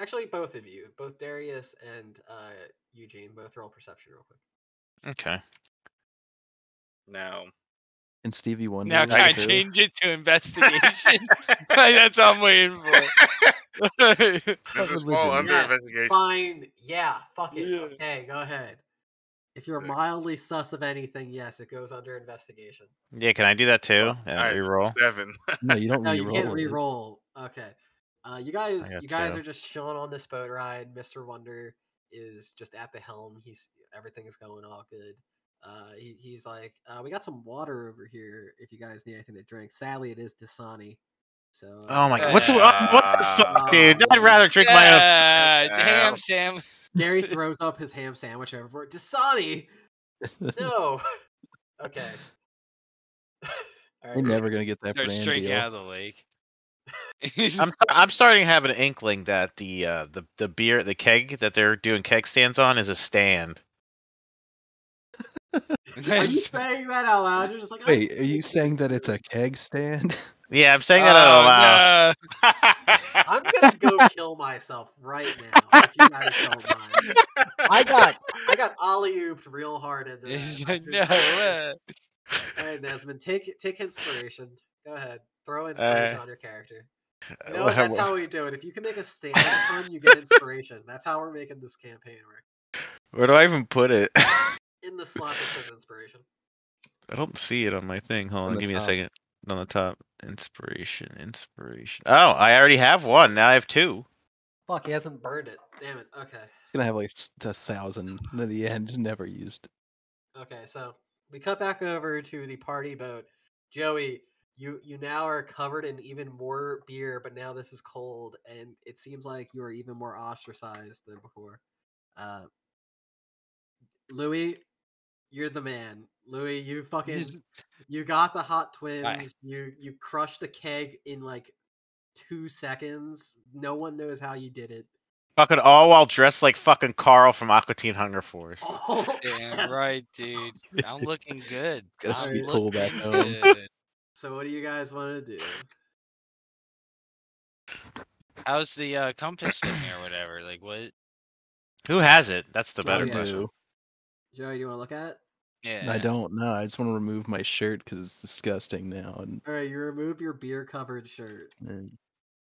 Speaker 2: Actually both of you. Both Darius and uh Eugene both roll perception real quick.
Speaker 5: Okay.
Speaker 3: No. (laughs)
Speaker 1: And Stevie Wonder.
Speaker 4: Now
Speaker 1: and
Speaker 4: can I
Speaker 1: Who.
Speaker 4: change it
Speaker 3: (laughs)
Speaker 4: to investigation? (laughs) Like, That's all I'm waiting for.
Speaker 3: Does this
Speaker 1: Religion,
Speaker 3: fall under
Speaker 2: yes.
Speaker 3: investigation?
Speaker 2: Fine, yeah, fuck it.
Speaker 4: Yeah.
Speaker 2: Okay, go ahead. If you're
Speaker 3: Sick.
Speaker 2: mildly sus of anything, yes, it goes under investigation.
Speaker 5: Yeah, can I do that too? And
Speaker 3: Alright,
Speaker 5: reroll.
Speaker 3: Seven. (laughs)
Speaker 1: No, you don't
Speaker 2: No,
Speaker 1: re-roll.
Speaker 2: you can't
Speaker 1: it.
Speaker 2: re-roll. Okay. Uh, you guys,
Speaker 5: got
Speaker 2: you guys
Speaker 5: two.
Speaker 2: are just chilling on this boat ride. Mister Wonder is just at the helm. He's everything's going all good. Uh, he, he's like, uh, we got some water over here. If you guys need anything to drink, sadly, it is Dasani. So.
Speaker 5: Oh my god. What's the,
Speaker 4: Uh,
Speaker 5: what the fuck, dude? I'd rather drink my own.
Speaker 4: yeah, damn,
Speaker 3: Ow.
Speaker 4: Sam.
Speaker 2: (laughs) Gary throws up his ham sandwich over for it.
Speaker 5: (laughs)
Speaker 2: Dasani. No. (laughs) okay. (laughs) All
Speaker 1: We're never gonna get that
Speaker 4: Starts
Speaker 1: brand
Speaker 4: drinking
Speaker 1: deal.
Speaker 4: out of the lake. (laughs) He's
Speaker 5: I'm I'm starting to have an inkling that the uh the, the beer the keg that they're doing keg stands on is a stand.
Speaker 2: Are you
Speaker 4: just-
Speaker 2: saying that out loud? You're just like, "Oh,
Speaker 1: Wait, are you saying that it's a keg stand? (laughs)
Speaker 5: Yeah, I'm saying that out loud.
Speaker 4: Oh,
Speaker 2: I'm gonna
Speaker 4: (laughs)
Speaker 2: go kill myself right now if you guys don't mind. I got I got ollie ooped real hard into (laughs)
Speaker 4: no.
Speaker 2: that.
Speaker 4: He's
Speaker 2: I
Speaker 4: like,
Speaker 2: feel
Speaker 4: no.
Speaker 2: bad.
Speaker 4: uh,
Speaker 2: All right, Nesmond, take take inspiration. Go ahead, throw inspiration
Speaker 4: Uh,
Speaker 2: on your character.
Speaker 5: (laughs)
Speaker 2: You know what?
Speaker 5: Wha-
Speaker 2: that's how we do it. If you can make
Speaker 4: (laughs)
Speaker 2: a stand pun, you get inspiration. That's how we're making this campaign work.
Speaker 5: Where do I even put it? (laughs) I
Speaker 2: In the slot that says inspiration.
Speaker 5: don't see it on my thing. Hold
Speaker 1: On
Speaker 5: on,
Speaker 1: the
Speaker 5: give me a
Speaker 1: top.
Speaker 5: second. On the top, inspiration, inspiration. Oh, I already have one. Now I have two.
Speaker 2: Fuck, he hasn't burned it. Damn it. Okay.
Speaker 1: It's gonna have like s- a thousand in the end, never used.
Speaker 2: Okay, so we cut back over to the party boat. Joey, you you now are covered in even more beer, but now this is cold, and it seems like you are even more ostracized than before. Uh, Louis, you're the man. Louis, you fucking (laughs)
Speaker 4: he's-
Speaker 2: you got the hot twins. You you crushed the keg in like two seconds. No one knows how you did it. (laughs)
Speaker 5: Fucking all while dressed like fucking Carl from Aqua Teen Hunger Force.
Speaker 2: All
Speaker 4: Damn
Speaker 2: cast-
Speaker 4: right, dude. I'm looking good.
Speaker 1: Gotta
Speaker 4: I'm
Speaker 2: sneak
Speaker 1: pull
Speaker 4: (laughs)
Speaker 1: back
Speaker 4: looking
Speaker 1: home.
Speaker 4: good.
Speaker 2: So what do you guys want to do?
Speaker 4: How's the uh, compass thing or whatever? Like, what?
Speaker 5: Who has it? That's the
Speaker 2: Joey
Speaker 5: better
Speaker 1: I
Speaker 2: has
Speaker 5: question.
Speaker 1: do.
Speaker 2: Joey, do you want to look at it?
Speaker 4: Yeah.
Speaker 1: I don't know. I just want to remove my shirt because it's disgusting now, and
Speaker 2: All right, you remove your beer covered shirt.
Speaker 1: and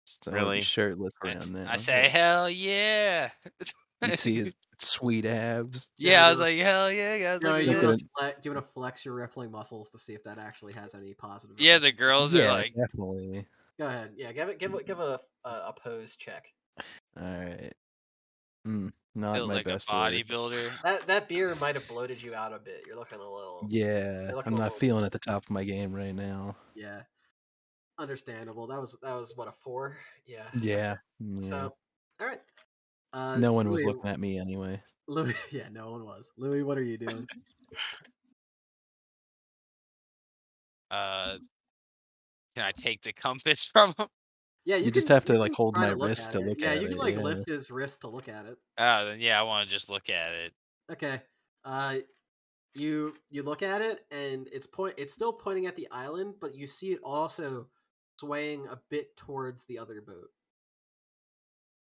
Speaker 1: just I wanna be
Speaker 5: Really?
Speaker 1: shirtless
Speaker 4: I-
Speaker 1: around now.
Speaker 4: I say, hell yeah. (laughs)
Speaker 1: you see his sweet abs.
Speaker 4: Yeah, I was
Speaker 2: you're-
Speaker 4: like, hell yeah, guys.
Speaker 2: Joey,
Speaker 4: look
Speaker 2: you
Speaker 4: at
Speaker 1: you're-
Speaker 4: this.
Speaker 2: wanna fle- do you want to flex your rippling muscles to see if that actually has any positive?
Speaker 4: Yeah, the
Speaker 2: effect?
Speaker 4: girls are
Speaker 1: yeah,
Speaker 4: like,
Speaker 1: definitely.
Speaker 2: Go ahead. Yeah, give it. Give it. Give a a, a pose check.
Speaker 1: All right. Mm, not
Speaker 4: feels
Speaker 1: my
Speaker 4: like a
Speaker 1: best. work.
Speaker 4: bodybuilder.
Speaker 2: That that beer might have bloated you out a bit. You're looking a little.
Speaker 1: Yeah,
Speaker 2: You're
Speaker 1: I'm
Speaker 2: looking a
Speaker 1: not
Speaker 2: little-
Speaker 1: feeling at the top of my game right now.
Speaker 2: Yeah. Understandable. That was that was what a four. Yeah.
Speaker 1: Yeah. yeah.
Speaker 2: So, all right. Uh,
Speaker 1: no one was
Speaker 2: Louis-
Speaker 1: looking at me anyway.
Speaker 2: Louis, (laughs) yeah, no one was. Louis, what are you doing?
Speaker 4: Uh, can I take the compass (laughs) from him?
Speaker 2: Yeah, you,
Speaker 1: You just
Speaker 2: can-
Speaker 1: have to,
Speaker 2: you
Speaker 1: like,
Speaker 2: can
Speaker 1: hold
Speaker 2: try
Speaker 1: my
Speaker 2: look
Speaker 1: wrist to
Speaker 2: it.
Speaker 1: look
Speaker 2: yeah,
Speaker 1: at
Speaker 2: you can
Speaker 1: it,
Speaker 2: like
Speaker 1: yeah.
Speaker 2: lift his wrist to look at it.
Speaker 4: Oh, then yeah, I want to just look at it.
Speaker 2: Okay. Uh you you look at it and it's point it's still pointing at the island, but you see it also swaying a bit towards the other boat.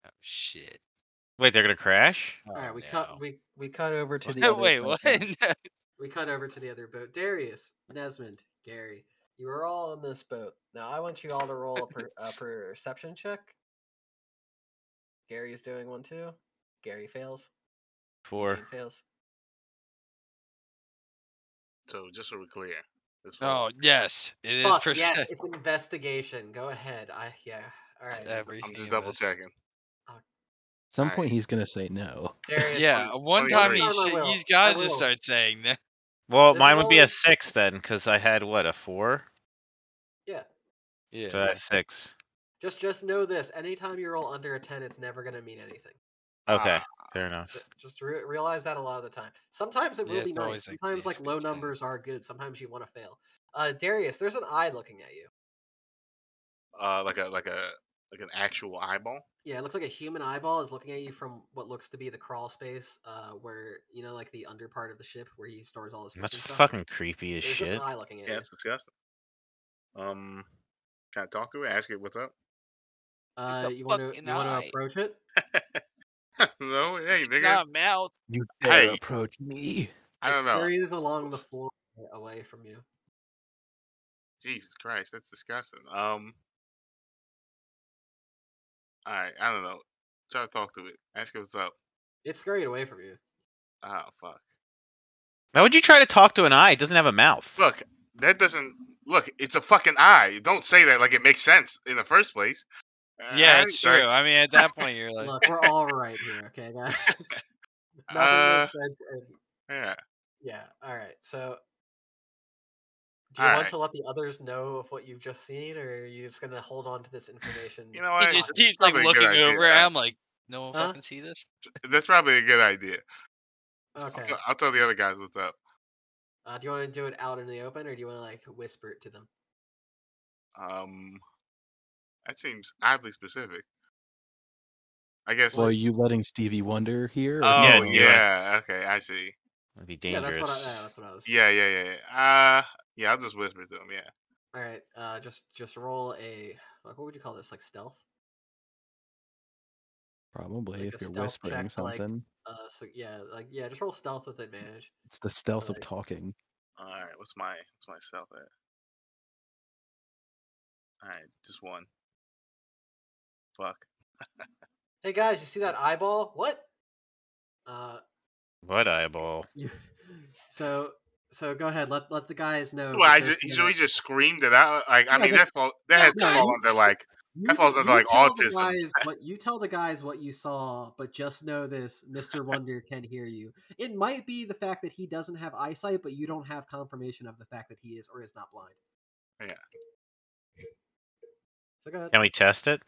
Speaker 4: Oh shit!
Speaker 5: Wait, they're gonna crash?
Speaker 2: All right, we
Speaker 4: Oh, no.
Speaker 2: cut we we cut over
Speaker 4: (laughs)
Speaker 2: to the
Speaker 4: Oh,
Speaker 2: other
Speaker 4: wait, (laughs)
Speaker 2: boat
Speaker 4: what?
Speaker 2: now.
Speaker 4: No.
Speaker 2: We cut over to the other boat. Darius, Nesmond, Gary. You are all on this boat. Now I want you all to roll a, per,
Speaker 4: (laughs)
Speaker 2: a perception check. Gary is doing one too. Gary fails.
Speaker 5: Four.
Speaker 2: Eugene fails.
Speaker 3: So just so we're clear, this
Speaker 4: Oh yes, it is
Speaker 2: Fuck,
Speaker 4: perce-
Speaker 2: yes, it's investigation. Go ahead. I yeah. All right.
Speaker 4: Every-
Speaker 3: I'm just
Speaker 4: Everything
Speaker 3: double
Speaker 4: was-
Speaker 3: checking.
Speaker 1: At some
Speaker 3: Alright.
Speaker 1: point, he's gonna say no.
Speaker 2: Darius,
Speaker 4: (laughs) Yeah,
Speaker 2: wait.
Speaker 4: one
Speaker 3: Oh, yeah,
Speaker 4: time
Speaker 3: wait.
Speaker 4: he
Speaker 2: One time I
Speaker 4: should,
Speaker 2: will.
Speaker 4: he's
Speaker 2: I
Speaker 4: got to
Speaker 2: will.
Speaker 4: start saying that.
Speaker 5: Well,
Speaker 2: This
Speaker 5: mine
Speaker 2: is
Speaker 5: would be
Speaker 2: only-
Speaker 5: a six then, because I had what a four,
Speaker 2: Yeah.
Speaker 4: Yeah.
Speaker 5: so I had six.
Speaker 2: Just just know this. Anytime you roll under a ten, it's never gonna mean anything.
Speaker 5: Okay,
Speaker 3: Ah,
Speaker 5: fair enough.
Speaker 2: Ju- Just re- realize that a lot of the time. Sometimes it will
Speaker 4: Yeah,
Speaker 2: be
Speaker 4: it's
Speaker 2: nice.
Speaker 4: always, like,
Speaker 2: Sometimes like
Speaker 4: these
Speaker 2: low
Speaker 4: things, yeah.
Speaker 2: numbers are good. Sometimes you want to fail. Uh, Darius, there's an eye looking at you.
Speaker 3: uh, like a like a like an actual eyeball.
Speaker 2: Yeah, it looks like a human eyeball is looking at you from what looks to be the crawl space, uh, where you know, like the under part of the ship where he stores all his. food
Speaker 5: That's
Speaker 2: and stuff.
Speaker 5: fucking creepy as
Speaker 2: There's just
Speaker 5: shit.
Speaker 2: an eye looking at
Speaker 3: Yeah,
Speaker 2: you.
Speaker 3: it's disgusting. Um, can I talk to it? Ask it what's up? (laughs)
Speaker 2: Uh,
Speaker 4: a
Speaker 2: you want to
Speaker 4: fucking
Speaker 2: you want
Speaker 4: eye.
Speaker 2: to approach it?
Speaker 3: no, hey, nigga.
Speaker 4: Nah, mouth.
Speaker 1: You
Speaker 3: Hey.
Speaker 1: dare approach me?
Speaker 3: I don't know.
Speaker 2: Exterior is along the floor away from you.
Speaker 3: Jesus Christ, that's disgusting. Um, all right, I don't know. Try to talk to it. Ask it what's up.
Speaker 2: It's scurried away from you.
Speaker 3: Oh fuck.
Speaker 5: Why would you try to talk to an eye? It doesn't have a mouth.
Speaker 3: Look, that doesn't look. It's a fucking eye. Don't say that like it makes sense in the first place. Uh,
Speaker 4: Yeah,
Speaker 3: I
Speaker 4: it's
Speaker 3: ain't
Speaker 4: true. I mean, at that point, you're like,
Speaker 2: Look, we're all right here, okay,
Speaker 3: (laughs)
Speaker 2: guys. (laughs)
Speaker 3: done-
Speaker 2: Nothing
Speaker 3: Uh,
Speaker 2: makes sense. And,
Speaker 3: yeah.
Speaker 2: yeah. All right. So, do you want
Speaker 3: Alright.
Speaker 2: to let the others know of what you've just seen, or are you just gonna hold on to this information?
Speaker 3: You know
Speaker 4: he
Speaker 3: what?
Speaker 4: just
Speaker 3: That's
Speaker 4: keeps like
Speaker 3: probably a good
Speaker 4: looking
Speaker 3: idea.
Speaker 4: over. and I'm like, no one
Speaker 2: Huh?
Speaker 4: fucking see this.
Speaker 3: That's probably a good idea. I'll,
Speaker 2: Okay.
Speaker 3: tell, I'll tell the other guys what's up.
Speaker 2: Uh, do you want to do it out in the open, or do you want to like whisper it to them?
Speaker 3: Um, that seems oddly specific. I guess.
Speaker 1: Well, are you letting Stevie Wonder here? or
Speaker 3: oh
Speaker 5: Yeah,
Speaker 3: yeah,
Speaker 1: no?
Speaker 5: you are.
Speaker 3: Okay, I see.
Speaker 5: It'd be
Speaker 2: Yeah,
Speaker 5: dangerous.
Speaker 2: that's what I. Yeah, that's what I was.
Speaker 3: Yeah, yeah, yeah. yeah. Uh, yeah. I'll just whisper to him. Yeah.
Speaker 2: All right. Uh, just just roll a. Like, what would you call this? Like stealth.
Speaker 1: Probably
Speaker 2: Like a
Speaker 1: if you're
Speaker 2: stealth
Speaker 1: whispering
Speaker 2: check to, like-
Speaker 1: something.
Speaker 2: Uh, so yeah, like yeah, just roll stealth with advantage.
Speaker 1: It's the stealth of
Speaker 2: Like-
Speaker 1: talking.
Speaker 3: All right. What's my what's my stealth at? All right, just one. Fuck.
Speaker 2: Hey guys, you see that eyeball? What? Uh,
Speaker 5: What eyeball?
Speaker 2: you- (laughs) so so go ahead. Let let the guys know.
Speaker 3: Well, I
Speaker 2: Oh, because,
Speaker 3: just
Speaker 2: you
Speaker 3: so
Speaker 2: know,
Speaker 3: he just screamed it out. Like
Speaker 2: Yeah,
Speaker 3: I mean,
Speaker 2: that's-
Speaker 3: that fall that has to
Speaker 2: no,
Speaker 3: fall
Speaker 2: you-
Speaker 3: under like
Speaker 2: You,
Speaker 3: That falls under,
Speaker 2: you
Speaker 3: like,
Speaker 2: tell the
Speaker 3: autism.
Speaker 2: Guys what, you tell the guys what you saw, but just know this
Speaker 3: (laughs)
Speaker 2: Mr. Wonder can hear you. It might be the fact that he doesn't have eyesight, but you don't have confirmation of the fact that he is or is not blind.
Speaker 3: Yeah.
Speaker 2: So go ahead.
Speaker 5: Can we test it?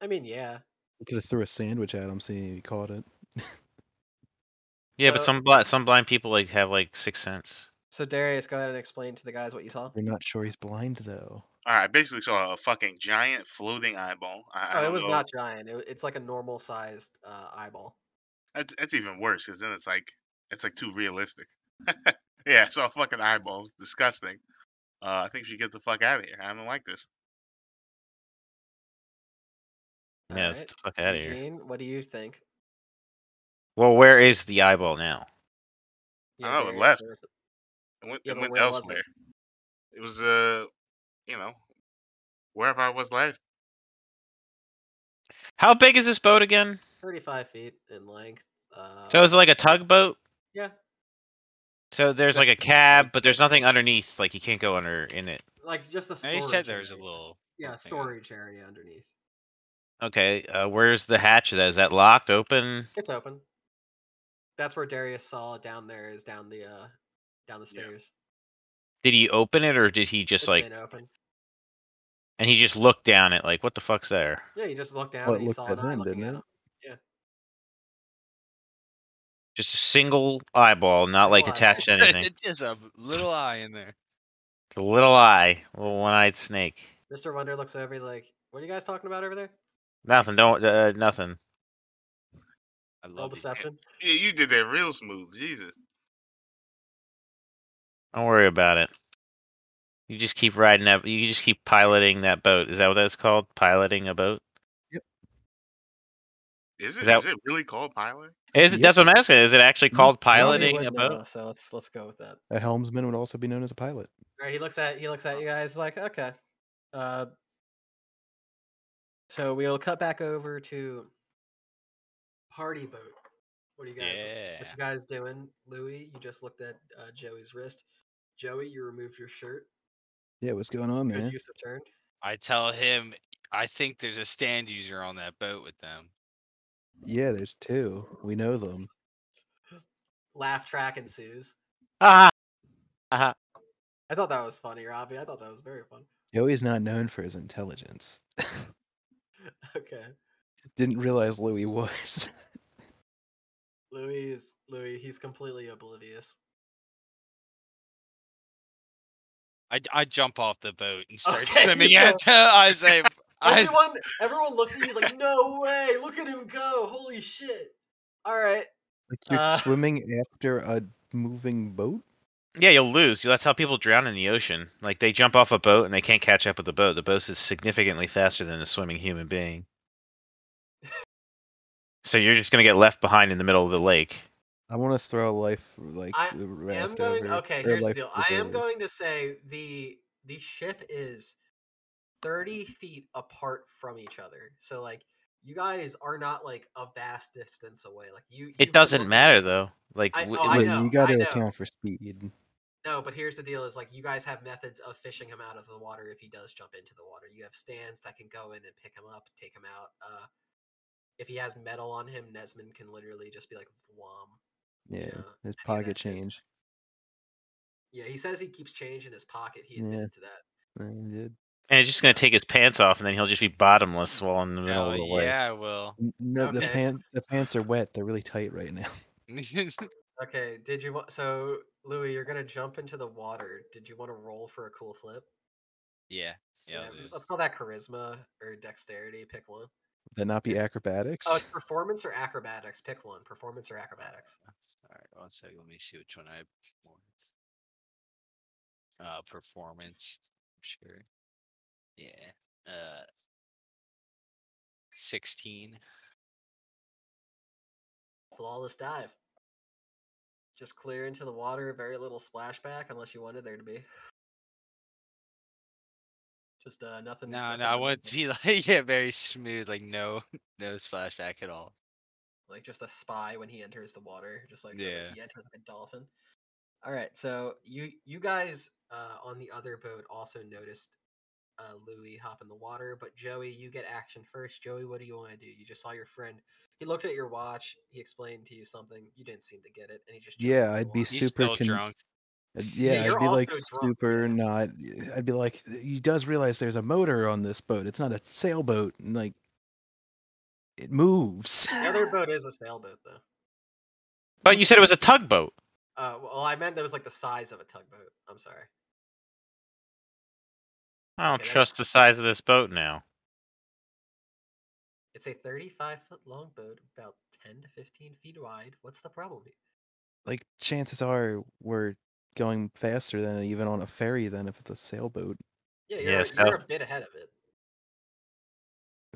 Speaker 2: I mean, yeah.
Speaker 1: We could have threw a sandwich at him, seeing if he caught it.
Speaker 5: Yeah,
Speaker 2: So-
Speaker 5: but some blind some blind people like have like sixth sense.
Speaker 2: So, Darius, go ahead and explain to the guys what you saw.
Speaker 1: We're not sure he's blind though.
Speaker 3: all right. I basically saw a fucking giant floating eyeball. I, I
Speaker 2: Oh, it
Speaker 3: don't
Speaker 2: was
Speaker 3: know.
Speaker 2: not giant. It, it's like a normal sized uh, eyeball.
Speaker 3: That's, that's even worse because then it's like it's like too realistic. (laughs) yeah, I saw a fucking eyeball. It was disgusting. Uh, I think we should get the fuck out of here. I don't like this.
Speaker 5: yeah, let's get the fuck out of here.
Speaker 2: Eugene, what do you think?
Speaker 5: Well, where is the eyeball now?
Speaker 3: I know, it
Speaker 2: Darius,
Speaker 3: left.
Speaker 2: there was a-
Speaker 3: It went,
Speaker 2: Yeah,
Speaker 3: it
Speaker 2: but
Speaker 3: went
Speaker 2: where was it?
Speaker 3: elsewhere. It was uh, you know, wherever I was last.
Speaker 5: How big is this boat again?
Speaker 2: 35 feet in length. Uh,
Speaker 5: So is it like a tugboat?
Speaker 2: yeah,
Speaker 5: So there's like a cab, but there's nothing underneath. Like you can't go under in it.
Speaker 2: like just a storage.
Speaker 4: He said there was a
Speaker 2: area.
Speaker 4: (laughs) little.
Speaker 2: Yeah,
Speaker 4: thing on it.
Speaker 2: storage area underneath.
Speaker 5: Okay, uh, where's the hatch? Of that is that locked open?
Speaker 2: It's open. That's where Darius saw down there is down the uh down the
Speaker 3: Yeah.
Speaker 2: stairs.
Speaker 5: Did he open it or did he
Speaker 2: It's
Speaker 5: just like?
Speaker 2: been open.
Speaker 5: And he just looked down at like what the fuck's there?
Speaker 2: Yeah, you just looked down
Speaker 1: Well, it
Speaker 2: and you
Speaker 1: looked
Speaker 2: saw
Speaker 1: at
Speaker 2: an eye
Speaker 1: him,
Speaker 2: looking
Speaker 1: didn't
Speaker 2: at
Speaker 1: it?
Speaker 2: him.
Speaker 5: Just a single eyeball, not like
Speaker 2: Single
Speaker 5: attached to
Speaker 2: eyeball. (laughs)
Speaker 5: anything.
Speaker 4: it's just a little eye in there.
Speaker 5: The little eye, little one-eyed snake.
Speaker 2: Mr. Wonder looks over, he's like, What are you guys talking about over there?
Speaker 5: Nothing. Don't. Uh, nothing.
Speaker 4: I
Speaker 2: All
Speaker 4: love it.
Speaker 2: deception.
Speaker 3: Yeah, you did that real smooth. Jesus.
Speaker 5: Don't worry about it. You just keep riding that. You just keep piloting that boat. Is that what that's called? Piloting a boat.
Speaker 3: Is it?
Speaker 5: That-
Speaker 3: Is it really called pilot?
Speaker 5: Is it, that's what I'm asking. Is it actually called
Speaker 2: Nobody
Speaker 5: piloting
Speaker 2: would
Speaker 5: a
Speaker 2: know,
Speaker 5: boat?
Speaker 2: so let's let's go with that.
Speaker 1: A helmsman would also be known as a pilot.
Speaker 2: All right, he looks at he looks at you guys like, okay. Uh, so we'll cut back over to party boat. What do you guys?
Speaker 4: Yeah.
Speaker 2: What you guys doing, Louis? You just looked at uh, Joey's wrist. Joey, you removed your shirt.
Speaker 1: Yeah, what's going on,
Speaker 2: Good
Speaker 1: man?
Speaker 2: use of turn.
Speaker 4: I tell him I think there's a stand user on that boat with them.
Speaker 1: Yeah, there's two. We know them.
Speaker 2: Laugh track ensues.
Speaker 5: Ah,
Speaker 2: I thought that was funny, Robbie. I thought that was very fun. (laughs)
Speaker 1: Joey's not known for his intelligence.
Speaker 2: Okay,
Speaker 1: Didn't realize Louis was. (laughs)
Speaker 2: Louis is Louis. He's completely oblivious.
Speaker 4: I, I jump off the boat and start (laughs)
Speaker 2: Okay,
Speaker 4: swimming
Speaker 2: you
Speaker 4: at the. I (laughs) say, I,
Speaker 2: Everyone, everyone looks at you. He's like, "No way! Look at him go! Holy shit!" All right,
Speaker 1: Like you're
Speaker 2: Uh.
Speaker 1: swimming after a moving boat?
Speaker 5: yeah, you'll lose. That's how people drown in the ocean. Like they jump off a boat and they can't catch up with the boat. The boat is significantly faster than a swimming human
Speaker 2: (laughs)
Speaker 5: being. So you're just gonna get left behind in the middle of the lake.
Speaker 1: I want to throw a life like
Speaker 2: I
Speaker 1: the
Speaker 2: I
Speaker 1: raft
Speaker 2: am going.
Speaker 1: over-
Speaker 2: Okay,
Speaker 1: or
Speaker 2: here's the
Speaker 1: life
Speaker 2: deal.
Speaker 1: boat
Speaker 2: I am
Speaker 1: over.
Speaker 2: going to say the the ship is thirty feet apart from each other. So like, you guys are not like a vast distance away. Like you, you
Speaker 5: It
Speaker 2: could
Speaker 5: doesn't
Speaker 2: look-
Speaker 5: matter though. Like
Speaker 2: I-
Speaker 5: w-
Speaker 2: oh,
Speaker 5: it
Speaker 2: I
Speaker 5: was-
Speaker 1: Well,
Speaker 2: know,
Speaker 1: you got
Speaker 2: I
Speaker 1: to
Speaker 2: know.
Speaker 1: account for speed.
Speaker 2: No, but here's the deal: is like you guys have methods of fishing him out of the water if he does jump into the water. You have stands that can go in and pick him up, take him out. Uh, if he has metal on him, Nesman can literally just be like, "Wham."
Speaker 1: Yeah,
Speaker 2: Yeah,
Speaker 1: his
Speaker 2: that
Speaker 1: pocket
Speaker 2: shit.
Speaker 1: change.
Speaker 2: Yeah, he says he keeps change in his pocket. He
Speaker 1: Yeah.
Speaker 2: admitted to that.
Speaker 1: Yeah, he did.
Speaker 5: and it's just gonna take his pants off, and then he'll just be bottomless while in the middle
Speaker 4: oh,
Speaker 5: of the lake.
Speaker 4: yeah, I will. (laughs)
Speaker 1: N- No, the
Speaker 2: Okay.
Speaker 1: pants the pants are wet. They're really tight right now. (laughs)
Speaker 2: Okay, did you want so Louis, you're gonna jump into the water. Did you want to roll for a cool flip?
Speaker 4: yeah. Yeah.
Speaker 2: Um,
Speaker 4: I'll do
Speaker 2: Let's
Speaker 4: this.
Speaker 2: call that charisma or dexterity, pick one.
Speaker 1: Would That not be acrobatics? (laughs)
Speaker 2: Oh, it's performance or acrobatics, pick one. Performance or acrobatics.
Speaker 4: All right, one second. Let me see which one I have more. Uh, performance. Sure. Yeah. Uh, sixteen.
Speaker 2: Flawless dive. Just clear into the water, very little splashback unless you wanted there to be. Just uh nothing.
Speaker 4: No,
Speaker 2: nothing
Speaker 4: no, I want it to
Speaker 2: memorable,
Speaker 4: be (laughs) like yeah, very smooth, like no, (laughs) no splashback at all.
Speaker 2: like just a spy when he enters the water, just like, like
Speaker 4: Yeah.
Speaker 2: he enters like a dolphin. All right, so you you guys uh, on the other boat also noticed uh, Louis hop in the water, but Joey, you get action first. Joey, what do you want to do? You just saw your friend. He looked at your watch. He explained to you something. You didn't seem to get it, and he just jumped
Speaker 1: Yeah,
Speaker 2: in the
Speaker 1: I'd be
Speaker 2: water.
Speaker 1: s-
Speaker 4: He's
Speaker 1: Super
Speaker 4: still
Speaker 1: con-
Speaker 4: drunk.
Speaker 1: Uh, Yeah,
Speaker 2: you're
Speaker 1: I'd be like
Speaker 2: also drunk.
Speaker 1: super not. I'd be like, he does realize there's a motor on this boat. It's not a sailboat, and like, it moves.
Speaker 2: The other boat is a sailboat, though.
Speaker 5: But you said it was a tugboat.
Speaker 2: Uh, well, I meant that was like the size of a tugboat. I'm sorry.
Speaker 5: I don't
Speaker 2: Okay, that's-
Speaker 5: trust the size of this boat now.
Speaker 2: It's a 35 foot long boat, about 10 to 15 feet wide. What's the problem? here?
Speaker 1: (laughs) like, chances are we're going faster than even on a ferry than if it's a sailboat.
Speaker 2: Yeah, you're,
Speaker 5: Yes,
Speaker 2: you're
Speaker 5: how-
Speaker 2: a bit ahead of it.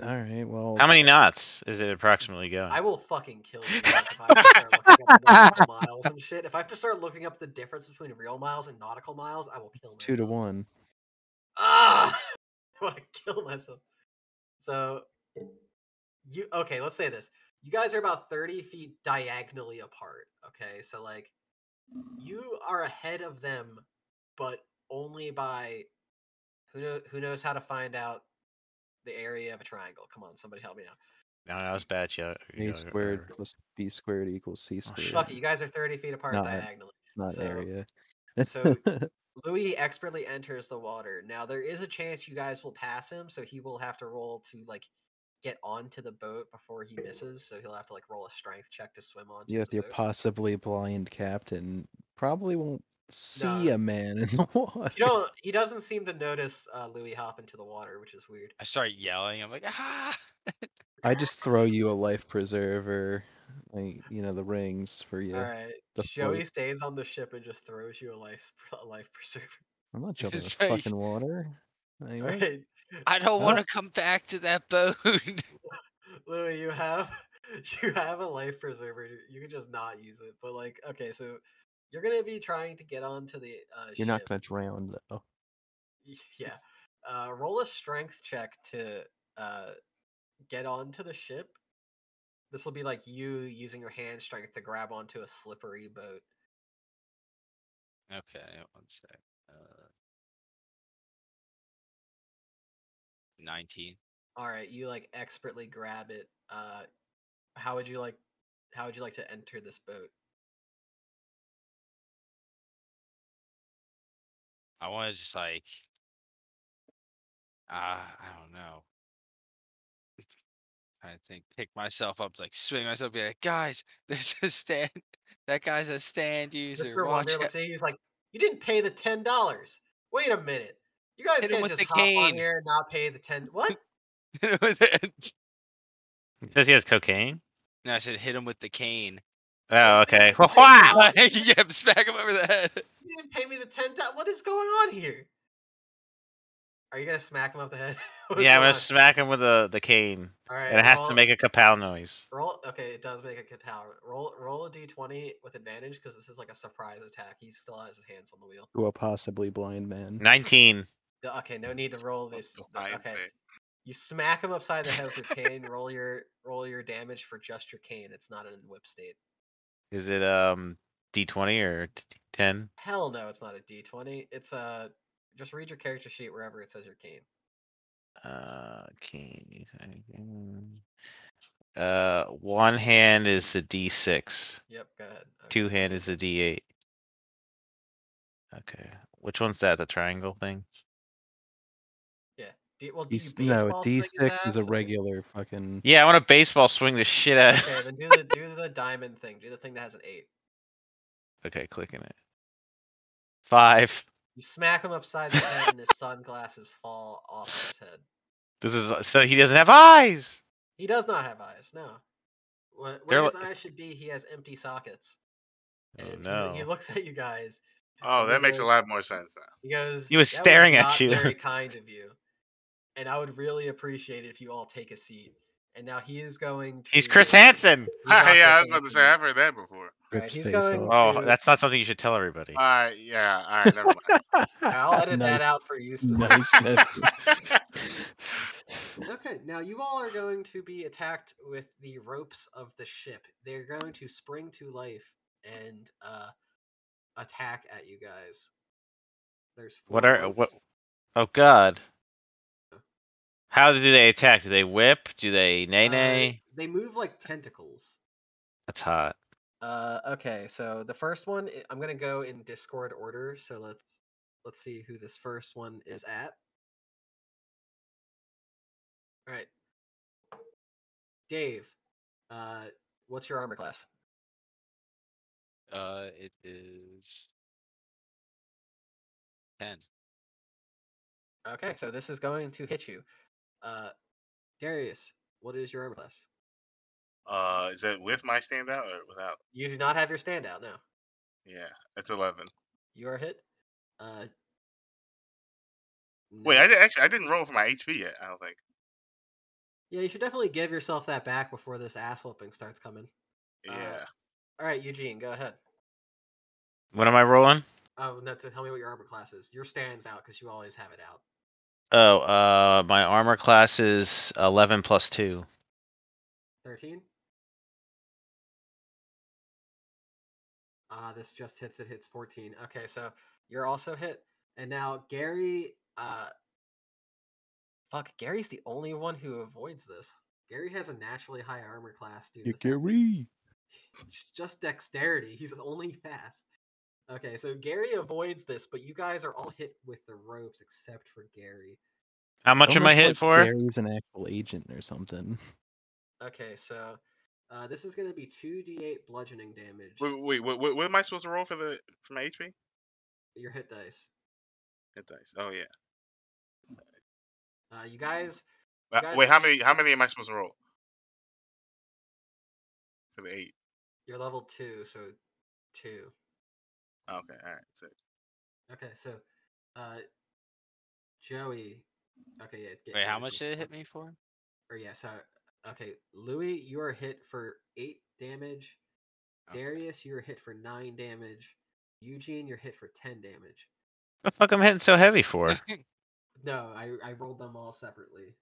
Speaker 1: All right, well,
Speaker 5: How many knots is it approximately going?
Speaker 2: I will fucking kill
Speaker 1: (laughs)
Speaker 2: you guys if I have to start looking up nautical miles and shit. If I have to start looking up the difference between real miles and nautical miles, I will kill
Speaker 1: it's two
Speaker 2: myself.
Speaker 1: to one.
Speaker 2: Ah, (laughs) I want to kill myself. So, you okay? Let's say this: you guys are about thirty feet diagonally apart. Okay, so like, you are ahead of them, but only by who know, who knows how to find out the area of a triangle. Come on, somebody help me out.
Speaker 5: no, that was bad. Yeah,
Speaker 1: A squared plus B squared equals C squared.
Speaker 5: shit.
Speaker 2: Fuck it, you guys are thirty feet apart
Speaker 1: Not-
Speaker 2: diagonally.
Speaker 1: not
Speaker 2: Oh, so-
Speaker 1: area.
Speaker 2: so- Louis expertly enters the water. Now there is a chance you guys will pass him, so he will have to roll to like get onto the boat before he misses. So he'll have to like roll a strength check to swim
Speaker 1: (laughs)
Speaker 2: onto
Speaker 1: yeah, if
Speaker 2: the
Speaker 1: you're
Speaker 2: boat.
Speaker 1: possibly blind captain, probably won't see
Speaker 2: No.
Speaker 1: a man in the (laughs) water.
Speaker 2: you know, he doesn't seem to notice uh, Louis hop into the water, which is weird.
Speaker 4: I start yelling. I'm like, ah.
Speaker 1: I just throw you a life preserver, like you know the rings for you.
Speaker 2: All right,
Speaker 1: the
Speaker 2: Joey
Speaker 1: float.
Speaker 2: stays on the ship and just throws you a life a life (laughs) preserver.
Speaker 1: I'm not
Speaker 2: (laughs)
Speaker 1: jumping in the
Speaker 4: Sorry.
Speaker 1: fucking water. Like,
Speaker 2: All
Speaker 1: what?
Speaker 2: right,
Speaker 1: Oh.
Speaker 4: I don't
Speaker 1: Huh?
Speaker 4: (laughs) want to come back to that boat.
Speaker 2: Louis, you have (laughs) you have a life preserver. You can just not use it. But like, okay, so you're gonna be trying to get onto the. Uh,
Speaker 1: You're not
Speaker 2: ship.
Speaker 1: gonna drown though.
Speaker 2: yeah. Uh, roll a strength check to uh, get onto the ship. This will be like you using your hand strength to grab onto a slippery boat.
Speaker 4: Okay, one sec. Uh, 19.
Speaker 2: All right, you like expertly grab it. Uh, how would you like? How would you like to enter this boat?
Speaker 4: I want to just like, uh, I don't know. (laughs) I think pick myself up, like swing myself, be like, guys, (laughs) there's a stand. That guy's a stand user.
Speaker 2: Mr.
Speaker 4: Watch
Speaker 2: Wonderless,
Speaker 4: out."
Speaker 2: he's like, you didn't pay the ten dollars. Wait a minute, you guys
Speaker 4: Hit him
Speaker 2: can't
Speaker 4: with
Speaker 2: just
Speaker 4: the
Speaker 2: hop on
Speaker 4: cane."
Speaker 2: here and not pay the ten.
Speaker 4: (laughs)
Speaker 2: What?
Speaker 4: With it.
Speaker 5: He says he has cocaine.
Speaker 4: and I said, hit him with the cane. (laughs)
Speaker 5: Oh,
Speaker 2: (laughs)
Speaker 5: okay.
Speaker 2: Wow.
Speaker 4: yep, smack him over the head.
Speaker 2: You didn't pay me the ten dollars. What is going on here? Are you gonna smack him up the head? (laughs) What's
Speaker 5: yeah, I'm
Speaker 2: going
Speaker 5: gonna
Speaker 2: on?
Speaker 5: smack him with the the cane,
Speaker 2: All right,
Speaker 5: and it has
Speaker 2: roll,
Speaker 5: to make a kapow noise.
Speaker 2: roll. Okay, it does make a katana. Roll, roll a d20 with advantage because this is like a surprise attack. He still has his hands on the wheel.
Speaker 1: To a possibly blind man.
Speaker 5: Nineteen.
Speaker 2: D- Okay, no need to roll
Speaker 3: What
Speaker 2: this.
Speaker 3: the
Speaker 2: th-
Speaker 3: fine
Speaker 2: Okay,
Speaker 3: thing.
Speaker 2: you smack him upside the head with your
Speaker 5: (laughs)
Speaker 2: cane. Roll your, roll your damage for just your cane. It's not in whip state.
Speaker 5: Is it um D20 or ten?
Speaker 2: Hell no, it's not a d20. It's a. Just read your character sheet wherever it says your cane.
Speaker 5: Uh, cane. Uh, one hand is a D6.
Speaker 2: Yep, go ahead. Okay,
Speaker 5: Two hand
Speaker 2: D6.
Speaker 5: is a D8. Okay. Which one's that? The triangle thing?
Speaker 2: D- well, do
Speaker 1: D-
Speaker 2: you
Speaker 1: no,
Speaker 2: baseball swing
Speaker 1: D
Speaker 2: his
Speaker 1: six is
Speaker 2: ass
Speaker 1: a
Speaker 2: or-
Speaker 1: regular fucking.
Speaker 5: Yeah, I want to baseball swing the shit out.
Speaker 2: Okay, then do the do the diamond thing. Do the thing that has an eight.
Speaker 5: (laughs) okay, clicking it. Five.
Speaker 2: You smack him upside the head, and his sunglasses fall off of his head.
Speaker 5: This is so he doesn't have eyes.
Speaker 2: He does not have eyes. No, Wh-
Speaker 5: They're
Speaker 2: where his
Speaker 5: li-
Speaker 2: eyes should be, he has empty sockets.
Speaker 5: Oh,
Speaker 2: And he-
Speaker 5: no.
Speaker 2: he, looks at you guys.
Speaker 3: Oh,
Speaker 2: and he
Speaker 3: that makes a
Speaker 2: goes-
Speaker 3: lot more sense now. (laughs)
Speaker 2: He goes.
Speaker 5: He was
Speaker 2: "That
Speaker 5: staring at
Speaker 2: not
Speaker 5: you." (laughs)
Speaker 2: Very kind of you. And I would really appreciate it if you all take a seat. And now he is going. To,
Speaker 5: He's Chris Hansen.
Speaker 2: he's not
Speaker 3: (laughs) yeah, I was
Speaker 2: Chris
Speaker 3: about to
Speaker 2: Hansen.
Speaker 3: say I've heard that before.
Speaker 2: Right,
Speaker 1: Rips
Speaker 2: he's
Speaker 1: face
Speaker 2: going
Speaker 1: off.
Speaker 5: Oh,
Speaker 2: to-
Speaker 5: that's not something you should tell everybody.
Speaker 1: Uh,
Speaker 3: All right, yeah, all right, never mind.
Speaker 1: (laughs)
Speaker 2: I'll
Speaker 3: (laughs)
Speaker 2: edit
Speaker 1: Nice.
Speaker 2: that out for you (laughs) specifically.
Speaker 1: Nice. That's-
Speaker 2: (laughs) Okay, now you all are going to be attacked with the ropes of the ship. They're going to spring to life and uh, attack at you guys. There's four
Speaker 5: What are uh,
Speaker 2: ropes. Uh,
Speaker 5: what? Oh God!
Speaker 1: uh,
Speaker 5: How do they attack? Do they whip? Do they nay
Speaker 2: Uh,
Speaker 5: nay?
Speaker 2: they move like tentacles.
Speaker 5: That's hot.
Speaker 2: Uh, okay, so the first one i- I'm gonna go in Discord order. So let's let's see who this first one is at. All right, Dave, uh, what's your armor class?
Speaker 4: Uh, it is 10.
Speaker 2: Okay, so this is going to hit you. Uh, Darius, what is your armor class?
Speaker 3: Uh, is that with my standout or without?
Speaker 2: You do not have your standout now.
Speaker 3: Yeah, it's eleven.
Speaker 2: You are hit. Uh,
Speaker 3: Wait, I
Speaker 2: next-
Speaker 3: did, actually I didn't roll for my HP yet. I don't think.
Speaker 2: Yeah, you should definitely give yourself that back before this ass whooping starts coming. Uh,
Speaker 3: Yeah,
Speaker 2: All right, Eugene, go ahead.
Speaker 5: What am I rolling?
Speaker 2: Oh, no, to tell me what your armor class is. Your stands out because you always have it out.
Speaker 5: Oh, uh, my armor class is eleven plus two.
Speaker 2: 13? Ah, this just hits. It hits 14. Okay, so you're also hit. And now Gary, uh, fuck, Gary's the only one who avoids this. Gary has a naturally high armor class due to
Speaker 1: You
Speaker 2: the fact
Speaker 1: Gary.
Speaker 2: It's just dexterity. He's only fast. Okay, so Gary avoids this, but you guys are all hit with the ropes except for Gary.
Speaker 5: How much am I
Speaker 1: Almost
Speaker 5: hit
Speaker 1: like
Speaker 5: for?
Speaker 1: Gary's an actual agent or something.
Speaker 2: Okay, so uh, this is going to be 2d8 bludgeoning damage.
Speaker 3: Wait, wait, what, what, what am I supposed to roll for the for my HP?
Speaker 2: Your hit dice.
Speaker 3: Hit dice. Oh yeah.
Speaker 2: Uh, you guys,
Speaker 3: Uh,
Speaker 2: guys
Speaker 3: Wait,
Speaker 2: are
Speaker 3: how
Speaker 2: s-
Speaker 3: many how many am I supposed to roll for the eight?
Speaker 2: you're level 2, so 2.
Speaker 3: Oh, okay, all right. So,
Speaker 2: Okay, so uh, Joey. Okay, yeah. get
Speaker 4: Wait, how
Speaker 2: Gary
Speaker 4: much
Speaker 2: real
Speaker 4: did it
Speaker 2: quick.
Speaker 4: hit me for?
Speaker 2: Or, yeah, so Okay, Louis, you are hit for eight damage.
Speaker 4: Okay.
Speaker 2: Darius, you are hit for nine damage. Eugene, you're hit for ten damage.
Speaker 5: The fuck I'm hitting so
Speaker 1: (laughs)
Speaker 4: (laughs)
Speaker 5: heavy for?
Speaker 2: No, I I rolled them all separately.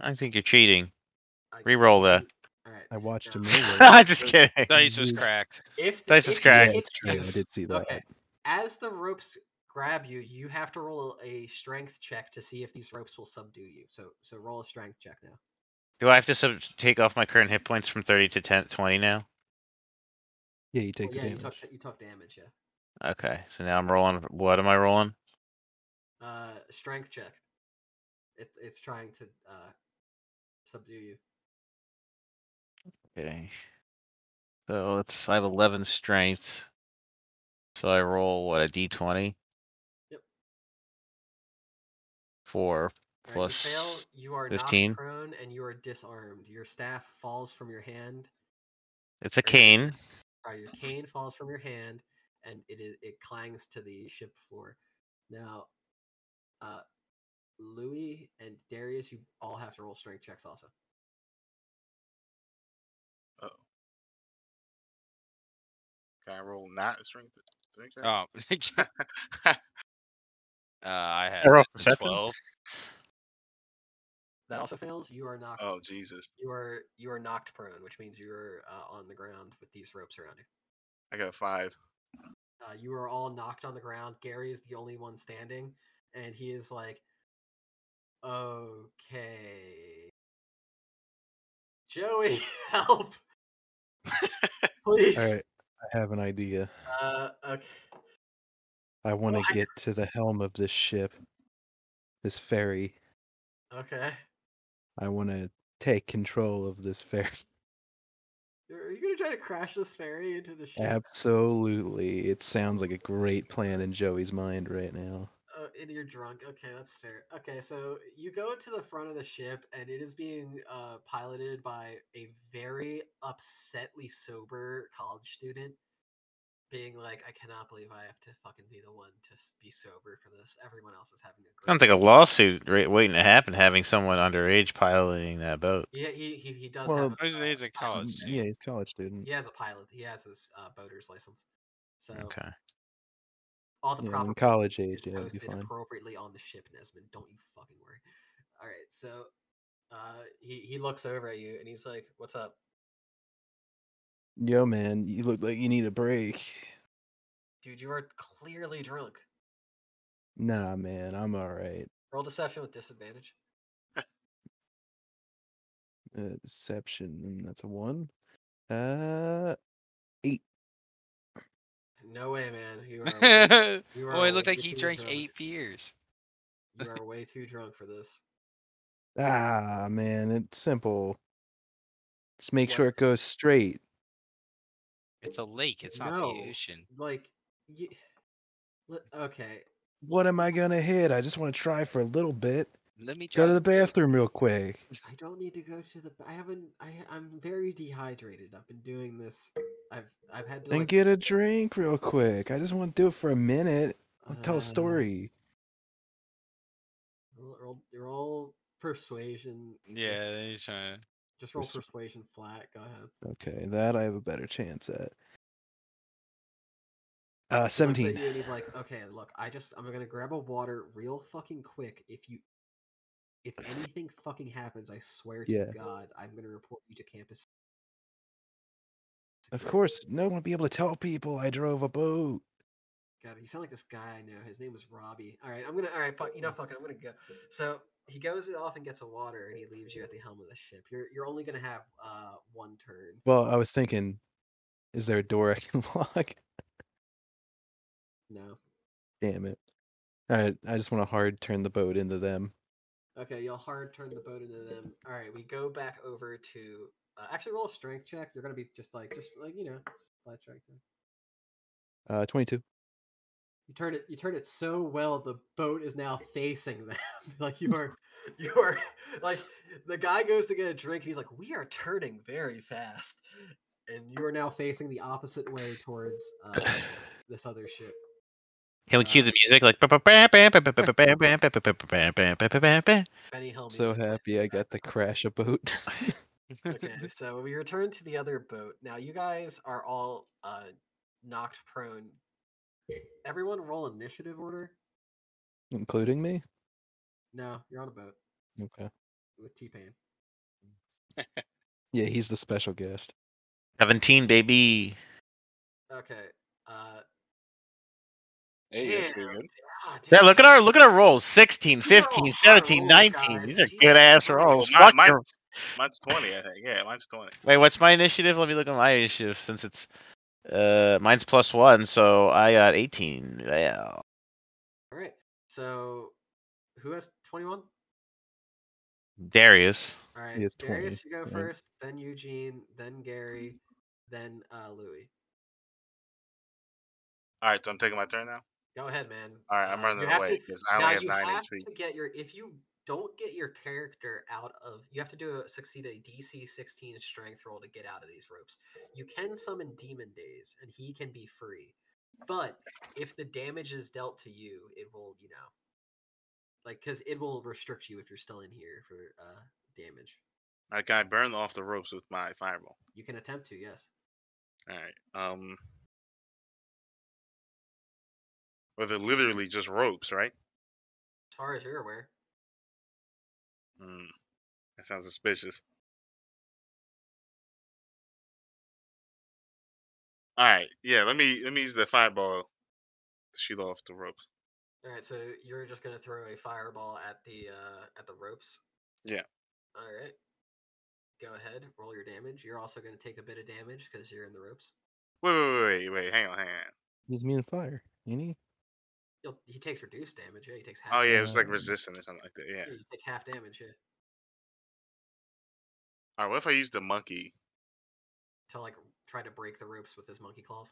Speaker 5: I think you're cheating. (laughs)
Speaker 2: I,
Speaker 5: Reroll that.
Speaker 2: All right.
Speaker 1: I watched a
Speaker 2: (laughs) now-
Speaker 1: movie.
Speaker 4: (laughs)
Speaker 5: Just kidding.
Speaker 4: Dice was
Speaker 1: You-
Speaker 4: cracked.
Speaker 2: If
Speaker 5: Dice
Speaker 2: if
Speaker 5: is
Speaker 2: you
Speaker 5: cracked.
Speaker 1: Yeah,
Speaker 2: hit-
Speaker 1: it's true. I did see that.
Speaker 2: Okay. As the ropes grab you, you have to roll a strength check to see if these ropes will subdue you. So so roll a strength check now.
Speaker 5: Do I have to sub- take off my current hit points from 30 to 10, 20 now?
Speaker 1: Yeah, you take
Speaker 2: Well, yeah,
Speaker 1: the
Speaker 2: you took
Speaker 1: damage.
Speaker 2: you took damage. Yeah.
Speaker 5: Okay, so now I'm rolling. What am I rolling?
Speaker 2: Uh, strength check. It, it's trying to uh subdue you.
Speaker 5: Okay. So let's. I have 11 strength. So I roll what a d20.
Speaker 2: Yep.
Speaker 5: Four
Speaker 2: All right, you fail.
Speaker 5: Plus
Speaker 2: You are
Speaker 5: 15.
Speaker 2: knocked prone and you are disarmed. Your staff falls from your hand.
Speaker 5: It's a
Speaker 2: Okay.
Speaker 5: cane.
Speaker 2: Sorry, your cane falls from your hand and it is it clangs to the ship floor. Now, uh, Louis and Darius, you all have to roll strength checks also.
Speaker 3: Can I roll not a strength? strength check?
Speaker 4: Oh, uh, Oh, (laughs) I had
Speaker 5: Error
Speaker 4: a
Speaker 5: perception.
Speaker 4: twelve.
Speaker 2: That also fails. You are knocked.
Speaker 3: (laughs) oh Jesus!
Speaker 2: You are you are knocked prone, which means you are uh, on the ground with these ropes around you.
Speaker 3: I got a five.
Speaker 2: Uh, you are all knocked on the ground. Gary is the only one standing, and he is like, "Okay, Joey, (laughs) help, please."
Speaker 1: All right. I have an idea.
Speaker 2: Uh, okay.
Speaker 1: I want
Speaker 2: What?
Speaker 1: to get to the helm of this ship, this ferry.
Speaker 2: Okay.
Speaker 1: I want to take control of this ferry.
Speaker 2: Are you gonna try to crash this ferry into the
Speaker 1: (laughs)
Speaker 2: ship?
Speaker 1: Absolutely. It sounds like a great plan in Joey's mind right now.
Speaker 2: Uh, and you're drunk. Okay, that's fair. Okay, so you go to the front of the ship, and it is being uh, piloted by a very upsetly sober college student, being like, "I cannot believe I have to fucking be the one to s- be sober for this. Everyone else is having a great."
Speaker 5: Sounds like a lawsuit right, waiting to happen. Having someone underage piloting that boat.
Speaker 2: Yeah, he he, he does.
Speaker 1: Well,
Speaker 2: have
Speaker 4: Who's an age
Speaker 2: pilot's
Speaker 4: of college,
Speaker 2: license.
Speaker 4: dude?
Speaker 1: Yeah, he's a college student.
Speaker 2: He has a pilot. He has his uh, boater's license. So
Speaker 5: Okay.
Speaker 2: (coughs) all the
Speaker 1: Yeah,
Speaker 2: proper
Speaker 1: in college age,
Speaker 2: (laughs) is
Speaker 1: yeah, it'd be
Speaker 2: posted
Speaker 1: fine.
Speaker 2: appropriately on the ship, Nesmond. Don't you fucking worry. All right, so uh, he he looks over at you and he's like, "What's up?"
Speaker 1: Yo, man, you look like you need a break.
Speaker 2: Dude, you are clearly drunk.
Speaker 1: Nah, man, I'm all right.
Speaker 2: Roll deception with disadvantage.
Speaker 1: Uh, deception, and that's a one. Uh, eight.
Speaker 2: No way, man. You are.
Speaker 1: (laughs)
Speaker 2: Way,
Speaker 4: (laughs) Boy,
Speaker 2: you are
Speaker 4: it looked
Speaker 2: way
Speaker 4: like he
Speaker 2: too
Speaker 4: drank
Speaker 2: drunk.
Speaker 4: eight beers.
Speaker 2: You are way too drunk for this.
Speaker 1: Ah, man, it's simple. Let's make
Speaker 2: What
Speaker 1: sure
Speaker 2: is
Speaker 1: it
Speaker 2: it?
Speaker 1: goes straight.
Speaker 4: It's a lake. It's not
Speaker 2: No.
Speaker 4: the ocean.
Speaker 2: Like, you, li- okay.
Speaker 1: What am I gonna hit? I just want to try for a little bit.
Speaker 4: Let me
Speaker 1: Go to
Speaker 4: try-
Speaker 1: the bathroom real quick. (laughs)
Speaker 2: I don't need to go to the. I haven't. I I'm very dehydrated. I've been doing this. I've I've had to.
Speaker 1: And
Speaker 2: like,
Speaker 1: get a drink real quick. I just want to do it for a minute. I'll tell
Speaker 2: uh,
Speaker 1: a story.
Speaker 2: Roll, roll, roll persuasion. with-
Speaker 4: Yeah, he's trying.
Speaker 2: Just roll
Speaker 1: Persu-
Speaker 2: persuasion flat. Go ahead.
Speaker 1: Okay, that I have a better chance at. Uh,
Speaker 2: He looks at
Speaker 1: 17.
Speaker 2: you and he's like, okay, look, I just, I'm gonna grab a water real fucking quick. If you, if anything fucking happens, I swear to
Speaker 1: Yeah.
Speaker 2: God, I'm gonna report you to campus.
Speaker 1: Of
Speaker 2: security."
Speaker 1: course, no one will be able to tell people I drove a boat.
Speaker 2: God, you sound like this guy I know. His name was Robbie. All right, I'm gonna. All right, fuck. You know, fuck it. I'm gonna go. So he goes off and gets a water, and he leaves you at the helm of the ship. You're you're only gonna have uh one turn.
Speaker 1: Well, I was thinking, is there a door (laughs) I can lock?
Speaker 2: No.
Speaker 1: Damn it. All right, I just want to hard turn the boat into them.
Speaker 2: Okay, y'all hard turn the boat into them. All right, we go back over to. Uh, actually, roll a strength check. You're gonna be just like, just like you know, flat strength. check.
Speaker 1: Uh, 22.
Speaker 2: You turn it. You turn it so well. The boat is now facing them. (laughs) like you are, you are like the guy goes to get a drink. and He's like, "We are turning very fast," and you are now facing the opposite way towards uh, this other ship.
Speaker 5: Can we cue the music like? All
Speaker 2: Benny Hill.
Speaker 1: So
Speaker 2: music.
Speaker 1: happy I
Speaker 2: (laughs)
Speaker 1: got to crash a boat. (laughs)
Speaker 2: okay, (laughs) so we return to the other boat. Now you guys are all uh knocked prone. Everyone roll initiative order.
Speaker 1: Including me?
Speaker 2: No, you're on a boat
Speaker 1: Okay.
Speaker 2: with T Pain.
Speaker 1: Yeah, he's the special guest.
Speaker 5: Seventeen, baby.
Speaker 2: Okay. Uh
Speaker 6: Hey, that's
Speaker 2: damn,
Speaker 6: pretty good.
Speaker 2: ah,
Speaker 5: Yeah,
Speaker 2: damn.
Speaker 5: look at our look at our rolls. 16,
Speaker 2: These are all
Speaker 5: 15,
Speaker 2: hard
Speaker 5: 17,
Speaker 2: rolls,
Speaker 5: 19.
Speaker 2: guys.
Speaker 5: These are
Speaker 2: Jesus
Speaker 5: good ass
Speaker 2: Christ.
Speaker 5: rolls.
Speaker 3: Well,
Speaker 5: Fuck
Speaker 3: mine-
Speaker 5: your...
Speaker 3: Mine's twenty, I think. Yeah, mine's twenty.
Speaker 5: Wait, what's my initiative? Let me look at my initiative since it's uh mine's plus one, so I got eighteen. Yeah.
Speaker 2: All right. So who has 21?
Speaker 5: Darius.
Speaker 2: All right.
Speaker 1: He has 20,
Speaker 2: Darius, you go
Speaker 1: yeah.
Speaker 2: first, then Eugene, then Gary, then uh Louis.
Speaker 3: All right, so I'm taking my turn now.
Speaker 2: Go ahead, man.
Speaker 3: All right, I'm
Speaker 2: Uh,
Speaker 3: running
Speaker 2: you have
Speaker 3: away
Speaker 2: to-
Speaker 3: because I
Speaker 2: now
Speaker 3: only have
Speaker 2: you
Speaker 3: nine
Speaker 2: have
Speaker 3: HP.
Speaker 2: to get your if you don't get your character out of you have to do a succeed a DC 16 strength roll to get out of these ropes. You can summon demon days and he can be free. But if the damage is dealt to you, it will, you know, like cuz it will restrict you if you're still in here for uh damage.
Speaker 3: All right, can I burn off the ropes with my fireball?
Speaker 2: You can attempt to, yes.
Speaker 3: All right. Um. Well, they're literally just ropes, right?
Speaker 2: As far as you're aware.
Speaker 3: Mm. That sounds suspicious. All right, yeah. Let me let me use the fireball to shoot off the ropes.
Speaker 2: All right, so you're just going to throw a fireball at the uh at the ropes.
Speaker 3: Yeah.
Speaker 2: All right. Go ahead, roll your damage. You're also going to take a bit of damage because you're in the ropes.
Speaker 3: Wait, wait, wait, wait, wait. Hang on, hang on.
Speaker 1: He's immune to fire. ain't he?
Speaker 2: You'll, he takes reduced damage. Yeah, he takes half.
Speaker 3: Oh yeah, it was like
Speaker 1: Um,
Speaker 3: resistant or something like that. Yeah.
Speaker 2: yeah, you take half damage. Yeah,
Speaker 3: All right. What if I use the monkey
Speaker 2: to like try to break the ropes with his monkey claws.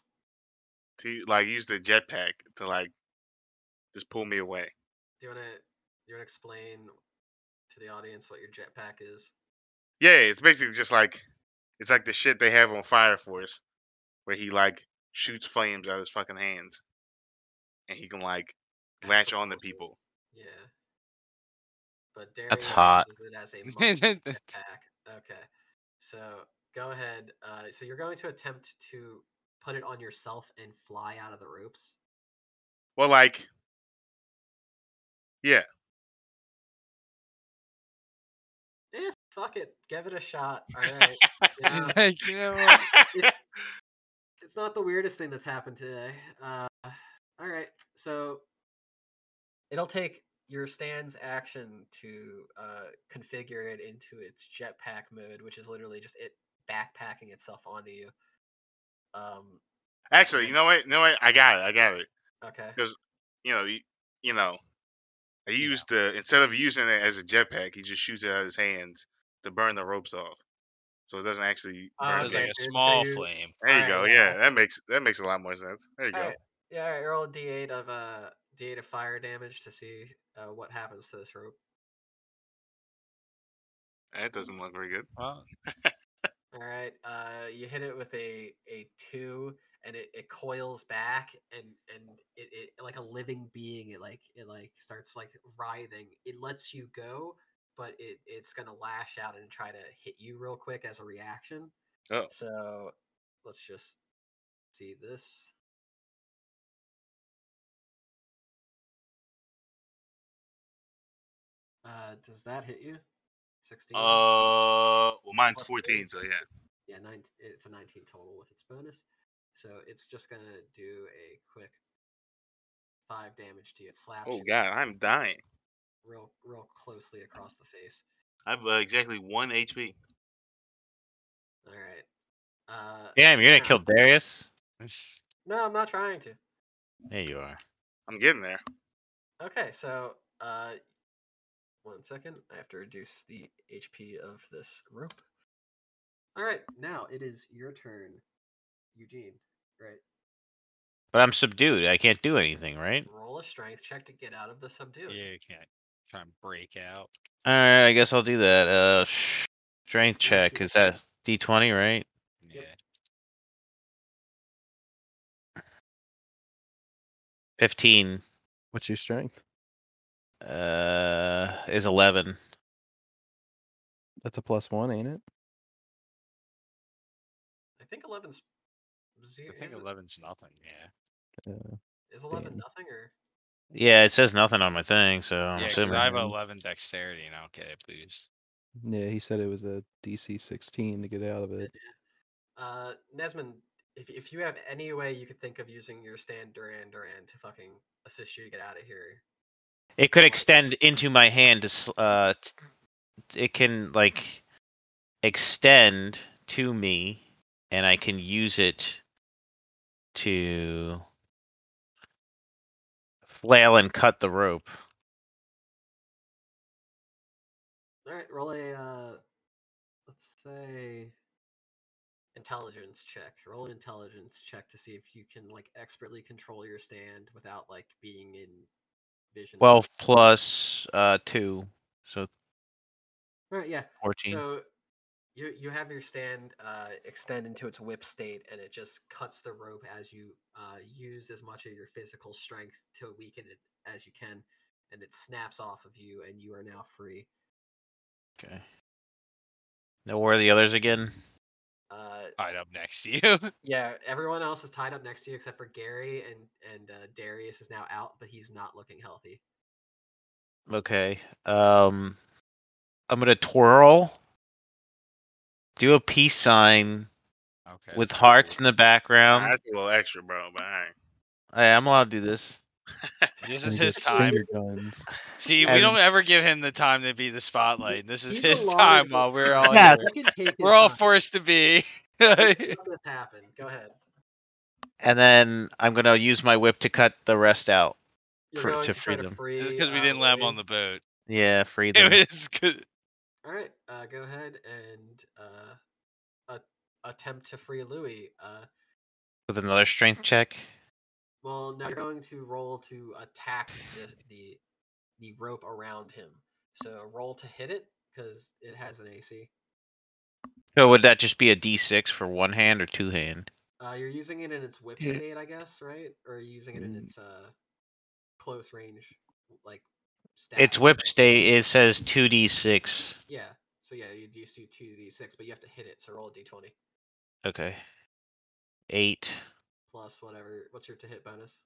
Speaker 3: to like use the jetpack to like just pull me away?
Speaker 2: Do you want to do you want to explain to the audience what your jetpack is?
Speaker 3: Yeah, it's basically just like it's like the shit they have on Fire Force, where he like shoots flames out of his fucking hands, and he can like
Speaker 2: That's
Speaker 3: latch
Speaker 2: the
Speaker 3: on to
Speaker 2: bullshit.
Speaker 3: people.
Speaker 2: Yeah. But Darius
Speaker 5: hot.
Speaker 2: uses it as a monkey attack. Okay. So go ahead. Uh, so you're going to attempt to put it on yourself and fly out of the ropes.
Speaker 3: Well, like yeah,
Speaker 2: Eh, fuck it. Give it a shot. All right. You know,
Speaker 4: He's (laughs) like, you know
Speaker 2: Oh,
Speaker 3: (laughs)
Speaker 4: what?
Speaker 2: it's, it's not the weirdest thing that's happened today. Uh, all right, so it'll take your stand's action to uh, configure it into its jetpack mode, which is literally just it backpacking itself onto you. Um,
Speaker 3: actually, you know what? You know what? I got it. I got it.
Speaker 2: okay.
Speaker 3: You know, you, you know, I used the instead of using it as a jetpack, he just shoots it out of his hands to burn the ropes off, so it doesn't actually.
Speaker 2: Oh,
Speaker 3: Burn
Speaker 4: It was
Speaker 2: okay, so
Speaker 3: them.
Speaker 4: like a
Speaker 2: you're just gonna
Speaker 4: small
Speaker 2: use-
Speaker 4: flame.
Speaker 3: There you
Speaker 2: Alright, yeah.
Speaker 3: go. Yeah, that makes that makes a lot more sense. There you go.
Speaker 2: Alright, Yeah, all right, roll a d8 of uh, d8 of fire damage to see uh, what happens to this rope.
Speaker 3: That doesn't look very good.
Speaker 4: Well,
Speaker 2: All right. Uh, you hit it with a a two, and it, it coils back, and and it, it like a living being. It like it like starts like writhing. It lets you go, but it it's gonna lash out and try to hit you real quick as a reaction.
Speaker 3: Oh.
Speaker 2: So let's just see this. Uh, does that hit you? Sixteen.
Speaker 3: Uh, well, mine's
Speaker 2: Plus
Speaker 3: 14,
Speaker 2: three.
Speaker 3: so yeah.
Speaker 2: Yeah, nine, it's a 19 total with its bonus. So it's just going to do a quick five damage to you. It slaps
Speaker 3: Oh
Speaker 2: you
Speaker 3: god, I'm dying.
Speaker 2: real, real closely across the face.
Speaker 3: I've uh, exactly one HP.
Speaker 2: All right. Uh,
Speaker 5: Damn, you're gonna
Speaker 2: now-
Speaker 5: kill Darius?
Speaker 2: No, I'm not trying to.
Speaker 5: There you are.
Speaker 3: I'm getting there.
Speaker 2: Okay, so uh, one second. I have to reduce the HP of this rope. All right, now it is your turn, Eugene. Right.
Speaker 5: But I'm subdued. I can't do anything, right?
Speaker 2: Roll a strength check to get out of the subdue.
Speaker 4: (laughs) yeah, you can't try and break out.
Speaker 5: Alright, I guess I'll do that. Uh sh- strength check. Is that D twenty, right?
Speaker 4: Yeah.
Speaker 5: Fifteen
Speaker 1: What's your strength?
Speaker 5: uh, is eleven.
Speaker 1: That's a plus one, ain't it?
Speaker 2: I think 11's zero.
Speaker 4: I think
Speaker 2: is it-
Speaker 4: eleven's nothing. Yeah.
Speaker 1: Yeah.
Speaker 2: Is 11
Speaker 1: Damn.
Speaker 2: nothing or?
Speaker 5: Yeah, it says nothing on my thing, so I'm
Speaker 4: yeah, 'cause
Speaker 5: assuming.
Speaker 4: I have
Speaker 1: yeah.
Speaker 4: eleven dexterity and I don't get a boost.
Speaker 1: Yeah, he said it was a DC 16 to get out of it.
Speaker 2: Uh, Nesman, if, if you have any way you could think of using your stand Duran Duran to fucking assist you to get out of here,
Speaker 5: It could extend into my hand to. sl- Uh, t- t- it can like extend to me, and I can use it to flail and cut the rope.
Speaker 2: All right, roll a uh, let's say intelligence check. Roll an intelligence check to see if you can like expertly control your stand without like being in vision.
Speaker 5: Twelve plus uh two, so
Speaker 2: All right, yeah.
Speaker 5: fourteen.
Speaker 2: So you you have your stand uh, extend into its whip state, and it just cuts the rope as you uh, use as much of your physical strength to weaken it as you can, and it snaps off of you, and you are now free.
Speaker 5: okay. Now where are the others again?
Speaker 2: Uh,
Speaker 4: Tied up next to you. (laughs)
Speaker 2: Yeah, everyone else is tied up next to you except for Gary and and uh, Darius is now out, but he's not looking healthy.
Speaker 5: Okay. Um I'm gonna twirl. Do a peace sign
Speaker 4: okay.
Speaker 5: with hearts in the
Speaker 2: Um
Speaker 3: Nah,
Speaker 5: background.
Speaker 3: that's a little extra, bro. But all right.
Speaker 5: Hey, Oh, I'm allowed to do this.
Speaker 4: This
Speaker 1: And
Speaker 4: is
Speaker 1: he
Speaker 4: his
Speaker 1: goes,
Speaker 4: time.
Speaker 1: "Finger guns.
Speaker 4: See, we
Speaker 5: And-
Speaker 4: don't ever give him the time to be the spotlight. This is
Speaker 2: He's
Speaker 4: his
Speaker 2: allowed
Speaker 4: time
Speaker 2: his (laughs)
Speaker 4: while
Speaker 5: (laughs)
Speaker 4: we're
Speaker 2: time.
Speaker 4: all
Speaker 5: Yeah.
Speaker 4: here.
Speaker 2: He can take his
Speaker 4: We're all (laughs)
Speaker 2: time.
Speaker 4: forced to be.
Speaker 2: Let this happen. Go ahead.
Speaker 5: And then I'm gonna use my whip to cut the rest out.
Speaker 2: You're
Speaker 5: For-
Speaker 2: going
Speaker 5: to
Speaker 2: to, try to
Speaker 5: freedom.
Speaker 2: free.
Speaker 4: This is because we
Speaker 2: uh,
Speaker 4: didn't let him
Speaker 2: Lily.
Speaker 4: on the boat. (laughs)
Speaker 5: Yeah, free them.
Speaker 4: It was good.
Speaker 2: All right, uh, go ahead and uh, a- attempt to free Louis. Uh,
Speaker 5: With another strength check.
Speaker 2: well, now you're going to roll to attack this, the the rope around him. So roll to hit it because it has an AC.
Speaker 5: So would that just be a D six for one hand or two hand?
Speaker 2: Uh, you're using it in its whip
Speaker 5: Yeah.
Speaker 2: state, I guess, right? Or are you using it in
Speaker 5: Mm.
Speaker 2: its uh, close range, like stat?
Speaker 5: Its whip state it says two D six.
Speaker 2: Yeah. So yeah, you would used to two d six, but you have to hit it. So roll a d twenty
Speaker 5: Okay. Eight.
Speaker 2: plus whatever. What's your to hit bonus?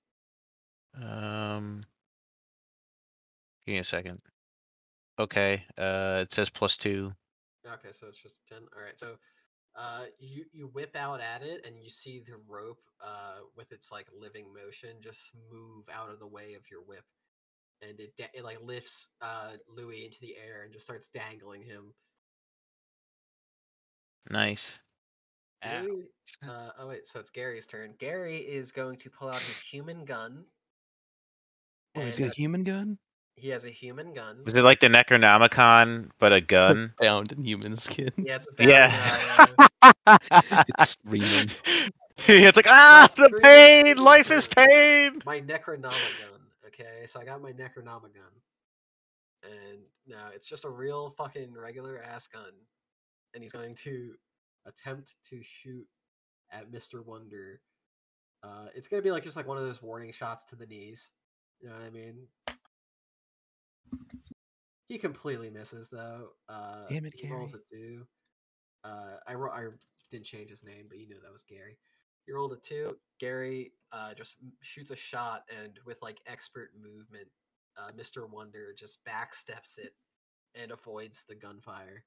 Speaker 5: Um, give me a second. Okay, uh, it says plus two.
Speaker 2: Okay, so it's just ten. All right, so uh, you you whip out at it, and you see the rope uh, with its like living motion just move out of the way of your whip, and it da- it like lifts uh, Louis into the air and just starts dangling him.
Speaker 5: Nice.
Speaker 4: Ow.
Speaker 2: Louis, uh, oh wait, so it's Gary's turn. Gary is going to pull out his human gun.
Speaker 1: Oh, he's
Speaker 2: and
Speaker 1: got a human gun?
Speaker 2: He has a human gun.
Speaker 5: Was it like the Necronomicon but a gun?
Speaker 1: Bound in human skin.
Speaker 2: Yeah, it's a bound,
Speaker 5: yeah. (laughs)
Speaker 2: (laughs) uh,
Speaker 1: (laughs)
Speaker 2: (laughs)
Speaker 1: It's screaming.
Speaker 5: it's like ah,
Speaker 2: Plus
Speaker 5: the
Speaker 2: three is
Speaker 5: pain.
Speaker 2: good,
Speaker 5: Life is
Speaker 2: bro."
Speaker 5: pain.
Speaker 2: my Necronomicon. Okay, so I got my Necronomicon, and now it's just a real fucking regular ass gun, and he's going to attempt to shoot at Mister Wonder. Uh, it's gonna be like just like one of those warning shots to the knees. You know what I mean? He completely misses though. Uh,
Speaker 1: Damn it,
Speaker 2: he rolls a
Speaker 1: Gary.
Speaker 2: two. Uh, I ro- I didn't change his name, but you knew that was Gary. He rolled a two. Gary uh, just m- shoots a shot, and with like expert movement, uh, Mister Wonder just backsteps it and avoids the gunfire.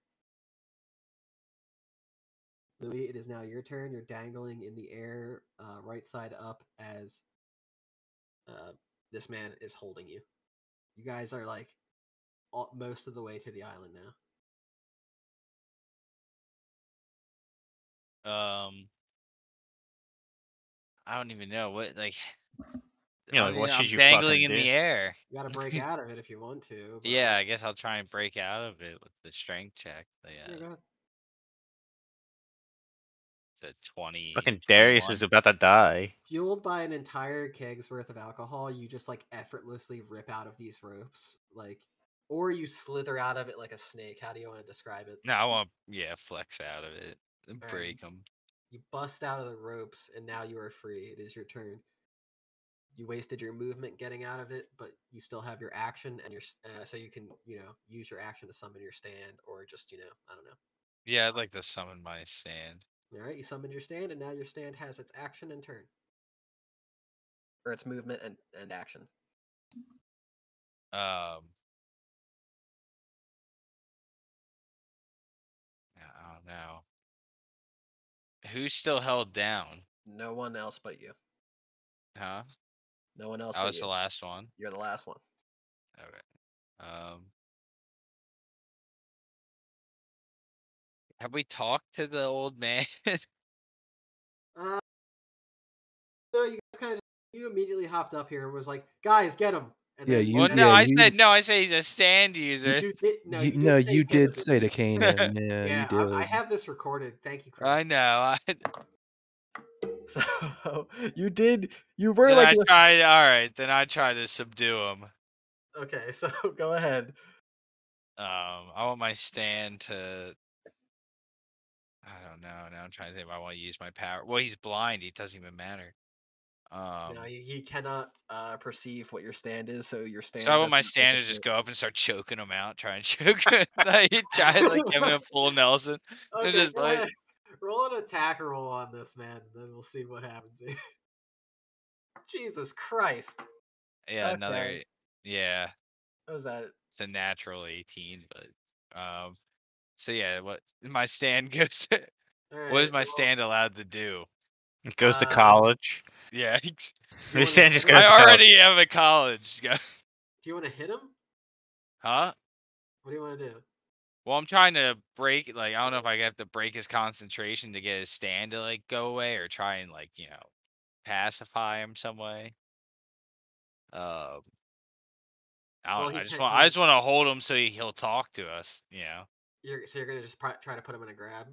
Speaker 2: Louis, it is now your turn. You're dangling in the air, uh, right side up, as uh, this man is holding you. You guys are like all, most of the way to the island now.
Speaker 4: Um, I don't even know what like.
Speaker 5: Yeah,
Speaker 4: I
Speaker 5: like,
Speaker 4: mean,
Speaker 5: what
Speaker 4: I'm
Speaker 5: should you fucking
Speaker 4: dangling in
Speaker 5: do?
Speaker 4: the air.
Speaker 2: You got to break out of it if you want to. but-
Speaker 4: Yeah, I guess I'll try and break out of it with the strength check. but
Speaker 2: Yeah, go
Speaker 4: Yeah,
Speaker 2: ahead.
Speaker 4: it's a twenty.
Speaker 5: Fucking Darius
Speaker 4: 21.
Speaker 5: is about to die.
Speaker 2: Fueled by an entire keg's worth of alcohol, you just like effortlessly rip out of these ropes, like, or you slither out of it like a snake. How do you want to describe it?
Speaker 4: No, I want yeah flex out of it and
Speaker 2: Alright.
Speaker 4: break them.
Speaker 2: You bust out of the ropes, and now you are free. It is your turn. you wasted your movement getting out of it, but you still have your action and your s- uh, so you can you know use your action to summon your stand or just you know I don't know.
Speaker 4: Yeah, I'd like to summon my sand.
Speaker 2: All right, you summoned your stand, and now your stand has its action and turn, or its movement and and action.
Speaker 4: Um. Oh no. Who's still held down?
Speaker 2: No one else but you.
Speaker 4: Huh?
Speaker 2: No one else.
Speaker 4: I
Speaker 2: but
Speaker 4: was
Speaker 2: you.
Speaker 4: the last one.
Speaker 2: You're the last one.
Speaker 4: Okay. Um. Have we talked to the old man? (laughs)
Speaker 2: Uh, so you guys kind of you immediately hopped up here and was like, "Guys, get him!" And
Speaker 1: Yeah, You-
Speaker 4: well, no.
Speaker 1: yeah,
Speaker 4: I
Speaker 1: you-
Speaker 4: said no. I said he's a stand user.
Speaker 2: You did,
Speaker 1: No,
Speaker 2: no,
Speaker 1: you,
Speaker 2: you,
Speaker 1: no,
Speaker 2: did say
Speaker 1: you
Speaker 2: hit him.
Speaker 1: did say to Kane. Yeah,
Speaker 2: (laughs)
Speaker 1: yeah,
Speaker 2: Yeah,
Speaker 1: you did.
Speaker 2: I, I have this recorded. Thank you, Chris.
Speaker 4: I know. I,
Speaker 2: (laughs)
Speaker 1: (laughs)
Speaker 2: So you did. You were
Speaker 4: then
Speaker 2: like,
Speaker 4: I
Speaker 2: look-
Speaker 4: tried. All right. Then I tried to subdue him.
Speaker 2: okay. So (laughs) go ahead.
Speaker 4: Um, I want my stand to. I don't know. Now I'm trying to think. If I want to use my power. Well, he's blind. It doesn't even matter. Um,
Speaker 2: no, he, he cannot uh, perceive what your stand is, so your stand.
Speaker 4: so I want
Speaker 2: does
Speaker 4: my
Speaker 2: not
Speaker 4: stand to
Speaker 2: register.
Speaker 4: just go up and start choking him out, try and (laughs) choke him. like, try and like give
Speaker 2: (laughs)
Speaker 4: him a full Nelson.
Speaker 2: Okay,
Speaker 4: just
Speaker 2: go
Speaker 4: like-
Speaker 2: ahead. (laughs) roll an attack roll on this man, and then we'll see what happens here. (laughs) Jesus Christ!
Speaker 4: Yeah, another.
Speaker 2: Okay.
Speaker 4: Yeah,
Speaker 2: What was that?
Speaker 4: it's a natural 18, but um, so yeah, what my stand (laughs) goes. what
Speaker 2: Alright,
Speaker 4: is my
Speaker 2: well,
Speaker 4: stand allowed to do?
Speaker 5: It goes to
Speaker 3: Ah,
Speaker 2: Uh,
Speaker 5: college.
Speaker 4: Yeah, (laughs)
Speaker 2: do you
Speaker 5: Your
Speaker 2: wanna-
Speaker 5: stand just
Speaker 2: do you
Speaker 5: goes to
Speaker 4: I
Speaker 2: wanna-
Speaker 5: college.
Speaker 4: already am a college (laughs) guy.
Speaker 2: Do you want to hit him?
Speaker 4: Huh?
Speaker 2: What do you want to do?
Speaker 4: Well, I'm trying to break. Like, I don't know if I have to break his concentration to get his stand to like go away, or try and like you know pacify him some way. Um, I
Speaker 2: Well,
Speaker 4: don't.
Speaker 2: he
Speaker 4: know, I just
Speaker 2: can't
Speaker 4: want.
Speaker 2: really-
Speaker 4: I just want to hold him so he, he'll talk to us. You know.
Speaker 2: You're, so you're gonna just pri- try to put him in a grab.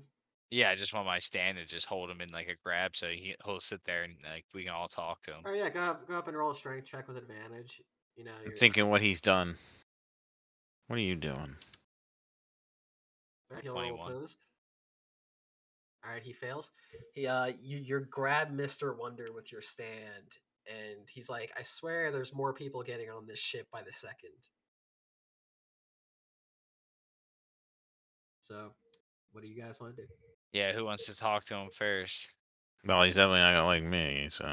Speaker 4: Yeah, I just want my stand to just hold him in like a grab, so he he'll sit there and like we can all talk to him.
Speaker 2: All right, Oh, yeah, go up, go up and roll a strength check with advantage. You know,
Speaker 5: I'm
Speaker 2: you're,
Speaker 5: thinking what he's done. What are you doing?
Speaker 2: all right, he'll roll
Speaker 4: 21.
Speaker 2: opposed. All right, he fails. He, uh, you, you grab Mister Wonder with your stand, and he's like, "I swear, there's more people getting on this ship by the second. So, what do you guys want to do?
Speaker 4: Yeah, who wants to talk to him first?
Speaker 5: Well, he's definitely not gonna like me. So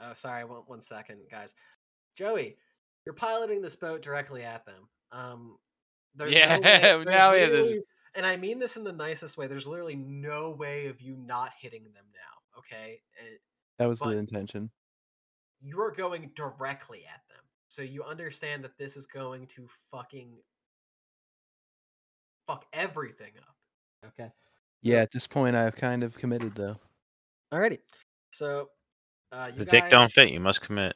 Speaker 2: Oh, sorry, one, one second, guys. Joey, you're piloting this boat directly at them. Um, there's
Speaker 4: Yeah,
Speaker 2: no way,
Speaker 4: now
Speaker 2: now
Speaker 4: we have this-
Speaker 2: and I mean this in the nicest way. There's literally no way of you not hitting them now. Okay, And
Speaker 1: that was
Speaker 2: but-
Speaker 1: the intention.
Speaker 2: you are going directly at them, so you understand that this is going to fucking fuck everything up. Okay.
Speaker 1: Yeah, at this point, I've kind of committed though.
Speaker 2: Alrighty. So, uh, you
Speaker 5: the
Speaker 2: guys,
Speaker 5: dick don't fit. You must commit.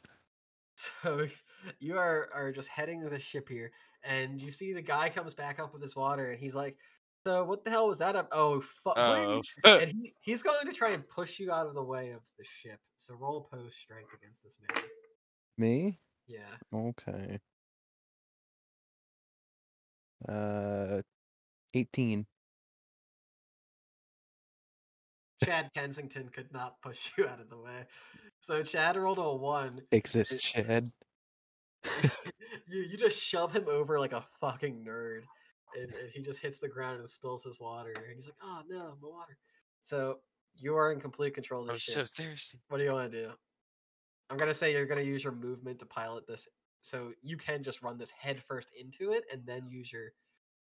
Speaker 2: So (laughs) you are are just heading to the ship here, and you see the guy comes back up with his water, and he's like, "So what the hell was that up? Oh, fu- what is
Speaker 4: Oh, (laughs)
Speaker 2: And he, he's going to try and push you out of the way of the ship. So roll post strength against this man.
Speaker 1: Me?
Speaker 2: Yeah,
Speaker 1: Okay. Uh, eighteen.
Speaker 2: Chad Kensington could not push (laughs) you out of the way. So Chad rolled a one.
Speaker 1: Take this,
Speaker 2: It-
Speaker 1: Chad.
Speaker 2: (laughs) you you just shove him over like a fucking nerd, and, and he just hits the ground and spills his water, and he's like, "Oh no, my water." So you are in complete control of the
Speaker 4: I'm
Speaker 2: ship.
Speaker 4: Oh, so thirsty.
Speaker 2: What do you want to do? I'm gonna say you're gonna use your movement to pilot this, so you can just run this head first into it, and then use your,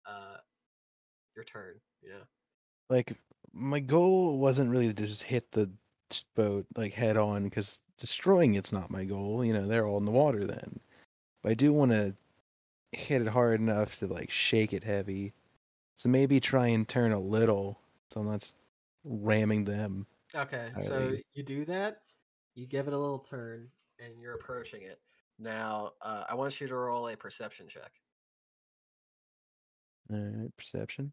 Speaker 2: uh, your turn. You know.
Speaker 1: Like my goal wasn't really to just hit the s- boat like head on because destroying it's not my goal. You know, they're all in the water then. But I do want to hit it hard enough to like shake it heavy. So maybe try and turn a little, so I'm not s- ramming them.
Speaker 2: Okay, so
Speaker 1: Entirely.
Speaker 2: you do that, you give it a little turn, and you're approaching it. Now, uh, I want you to roll a perception check.
Speaker 1: All right, perception.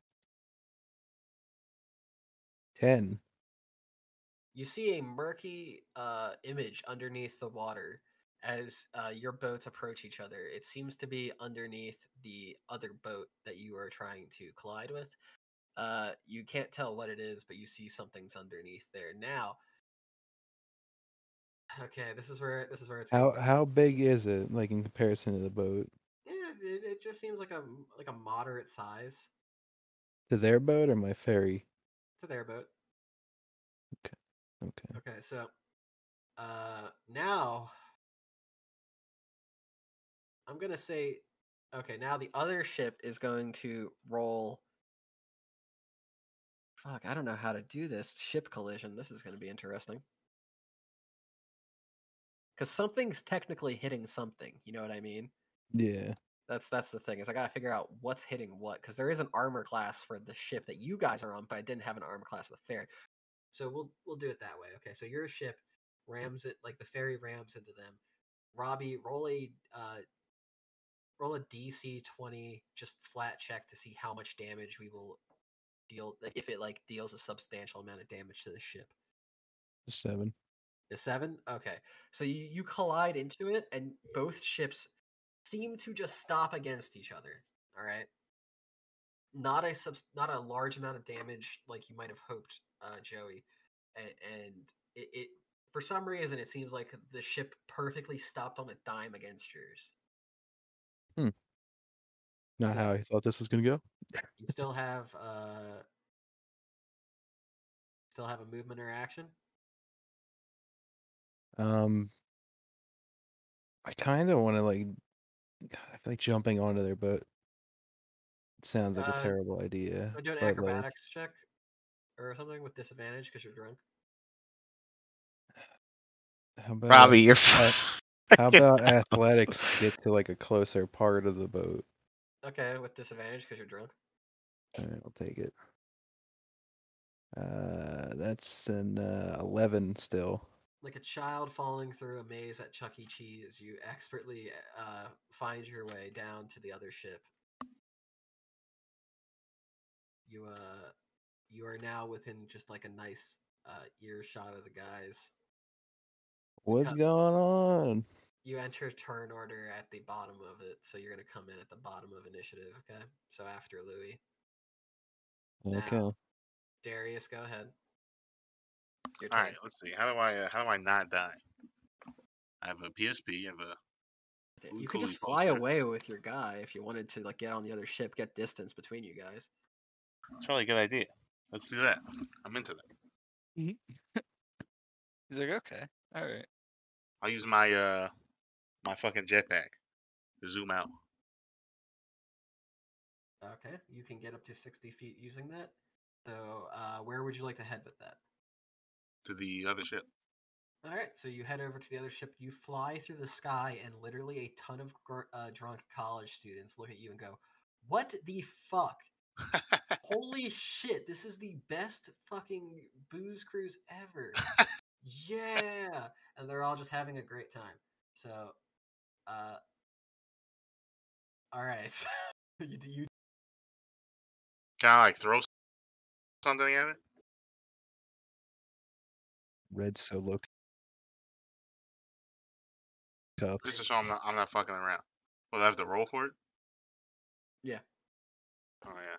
Speaker 1: Ten.
Speaker 2: you see a murky uh, image underneath the water as uh, your boats approach each other. It seems to be underneath the other boat that you are trying to collide with. Uh, you can't tell what it is, but you see something's underneath there. Now, Okay, this is where this is where it's
Speaker 1: How
Speaker 2: going.
Speaker 1: how big is it, like in comparison to the boat?
Speaker 2: Yeah, it, it just seems like a like a moderate size
Speaker 1: To their boat or my ferry?
Speaker 2: to their boat.
Speaker 1: Okay.
Speaker 2: Okay, so uh now I'm gonna say okay, now the other ship is going to roll Fuck, I don't know how to do this. Ship collision. This is gonna be interesting. Cause something's technically hitting something, you know what I mean?
Speaker 1: Yeah.
Speaker 2: That's that's the thing, is I gotta figure out what's hitting what, because there is an armor class for the ship that you guys are on, but I didn't have an armor class with Ferry. So we'll we'll do it that way. Okay, so your ship rams it like the ferry rams into them. Robbie, roll a uh, roll a DC twenty just flat check to see how much damage we will deal like, if it like deals a substantial amount of damage to the ship.
Speaker 1: Seven.
Speaker 2: The seven? Okay. So you, you collide into it and both ships seem to just stop against each other. Alright. Not a subs- not a large amount of damage like you might have hoped, uh, Joey. And, and it, it for some reason it seems like the ship perfectly stopped on a dime against yours.
Speaker 1: Not
Speaker 2: So-
Speaker 1: how I thought this was gonna go.
Speaker 2: You still have uh still have a movement or action?
Speaker 1: Um, I kind of want to like. God, I feel like jumping onto their boat. sounds like
Speaker 2: Uh,
Speaker 1: a terrible idea.
Speaker 2: Wanna Do an
Speaker 1: but, like,
Speaker 2: acrobatics check or something with disadvantage because you're drunk.
Speaker 1: how about
Speaker 5: Robbie, you're.
Speaker 1: How about athletics to get to like a closer part of the boat?
Speaker 2: Okay, with disadvantage because you're drunk.
Speaker 1: All right, I'll take it. Uh, that's an uh, eleven still.
Speaker 2: Like a child falling through a maze at Chuck E. Cheese, you expertly uh, find your way down to the other ship. You uh, you are now within just like a nice uh, earshot of the guys.
Speaker 1: What's
Speaker 2: Because-
Speaker 1: going on?
Speaker 2: You enter turn order at the bottom of it, so you're gonna come in at the bottom of initiative. Okay, so after Louis,
Speaker 1: Okay.
Speaker 2: Now. Darius, go ahead. Your
Speaker 3: All
Speaker 2: turn.
Speaker 3: right, let's see. How do I uh, how do I not die? I have a PSP. I have a
Speaker 2: Yeah,
Speaker 3: Ooh,
Speaker 2: You could
Speaker 3: cool,
Speaker 2: just
Speaker 3: cool,
Speaker 2: fly
Speaker 3: sir.
Speaker 2: away with your guy if you wanted to, like get on the other ship, get distance between you guys.
Speaker 3: it's probably a good idea. Let's do that. I'm into that.
Speaker 4: He's like, okay, all right.
Speaker 3: I'll use my uh my fucking jetpack to zoom out.
Speaker 2: Okay, you can get up to sixty feet using that. So, uh, where would you like to head with that?
Speaker 3: to the other ship. (laughs)
Speaker 2: All right, so you head over to the other ship. You fly through the sky, and literally a ton of gr- uh, drunk college students look at you and go, "What the fuck? Holy shit! This is the best fucking booze cruise ever! yeah!" And they're all just having a great time. So, uh, all right, (laughs) so you, d- you
Speaker 3: Can I like throw something at it?
Speaker 1: Red solo
Speaker 3: Just to
Speaker 1: cups.
Speaker 3: show I'm not I'm not fucking around. Well, I have to roll for it.
Speaker 2: Yeah.
Speaker 3: Oh yeah.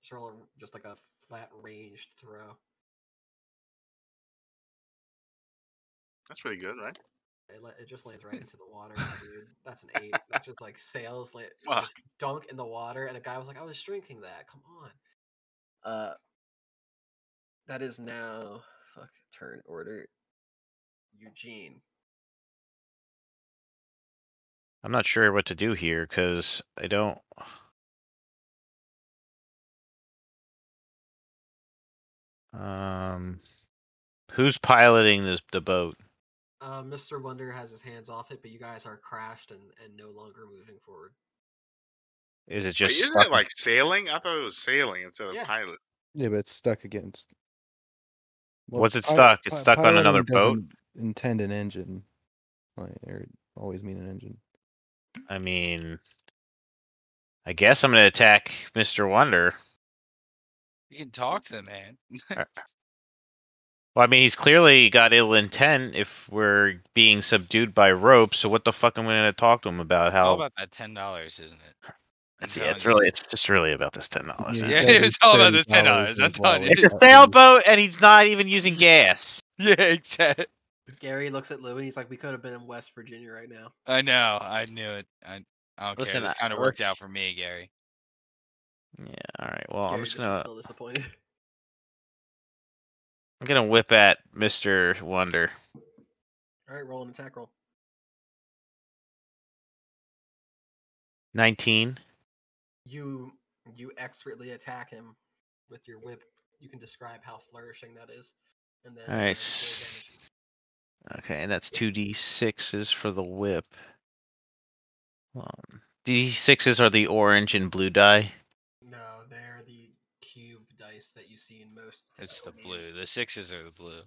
Speaker 2: just roll a- just like a flat ranged throw.
Speaker 3: That's pretty good, right?
Speaker 2: It, la- it just lands right into the water,
Speaker 5: (laughs)
Speaker 2: dude. That's an eight. That's just like sails, like
Speaker 3: Fuck.
Speaker 2: just dunk in the water. And a guy was like, "I was drinking that. Come on." Uh, that is now fuck turn order. Eugene,
Speaker 5: I'm not sure what to do here because I don't. Um, who's piloting this the boat?
Speaker 2: uh, Mister Wonder has his hands off it, but you guys are crashed and and no longer moving forward.
Speaker 5: Is it
Speaker 3: Wait,
Speaker 5: just
Speaker 3: isn't
Speaker 5: stuck-
Speaker 3: it like sailing? I thought it was sailing instead of
Speaker 2: Yeah.
Speaker 3: pilot.
Speaker 1: Yeah, but it's stuck against.
Speaker 5: What's it
Speaker 1: pi-
Speaker 5: stuck? It's
Speaker 1: pi-
Speaker 5: stuck on another
Speaker 1: piloting
Speaker 5: boat?
Speaker 1: doesn't Intend an engine. Like, or always mean an engine.
Speaker 5: I mean, I guess I'm gonna attack Mister Wonder.
Speaker 4: You can talk to the man.
Speaker 5: Well, I mean, he's clearly got ill intent if we're being subdued by ropes. So what the fuck am I gonna talk to him about?
Speaker 4: All
Speaker 5: How?
Speaker 4: about that ten dollars, isn't it? I'm
Speaker 5: yeah,
Speaker 4: telling
Speaker 5: it's
Speaker 4: (laughs)
Speaker 5: really, it's just really about this ten dollars.
Speaker 1: Yeah,
Speaker 4: you.
Speaker 1: really-
Speaker 5: (laughs)
Speaker 4: Yeah,
Speaker 1: It's gotta
Speaker 4: it was
Speaker 1: be $10
Speaker 4: all about this ten dollars.
Speaker 1: as
Speaker 4: I'm
Speaker 1: well, (laughs)
Speaker 4: telling
Speaker 1: isn't
Speaker 4: you.
Speaker 5: It's a
Speaker 1: Yeah.
Speaker 5: sailboat, and he's not even using gas.
Speaker 4: Yeah, exactly.
Speaker 2: Gary looks at Louie. He's like, "We could have been in West Virginia right now."
Speaker 4: I know. I knew it. I, I don't
Speaker 5: Listen,
Speaker 4: care. This
Speaker 5: I-
Speaker 4: kind of worked out
Speaker 5: let's-
Speaker 4: for me, Gary. Mm-hmm.
Speaker 5: Yeah. All right. Well,
Speaker 2: Gary
Speaker 5: Oh, I'm just
Speaker 2: just is
Speaker 5: gonna
Speaker 2: still disappointed. (laughs)
Speaker 5: I'm gonna whip at Mister Wonder.
Speaker 2: All right, roll an attack roll.
Speaker 5: Nineteen.
Speaker 2: You you expertly attack him with your whip. You can describe how flourishing that is, and then
Speaker 5: All
Speaker 2: uh, roll
Speaker 5: right. s-
Speaker 2: damage.
Speaker 5: Okay, and that's two d sixes for the whip. Um, d sixes are the orange and blue die.
Speaker 2: No, they're the cube dice that you see in most.
Speaker 4: It's the
Speaker 2: tactical
Speaker 4: blue.
Speaker 2: games.
Speaker 4: The sixes are the blue.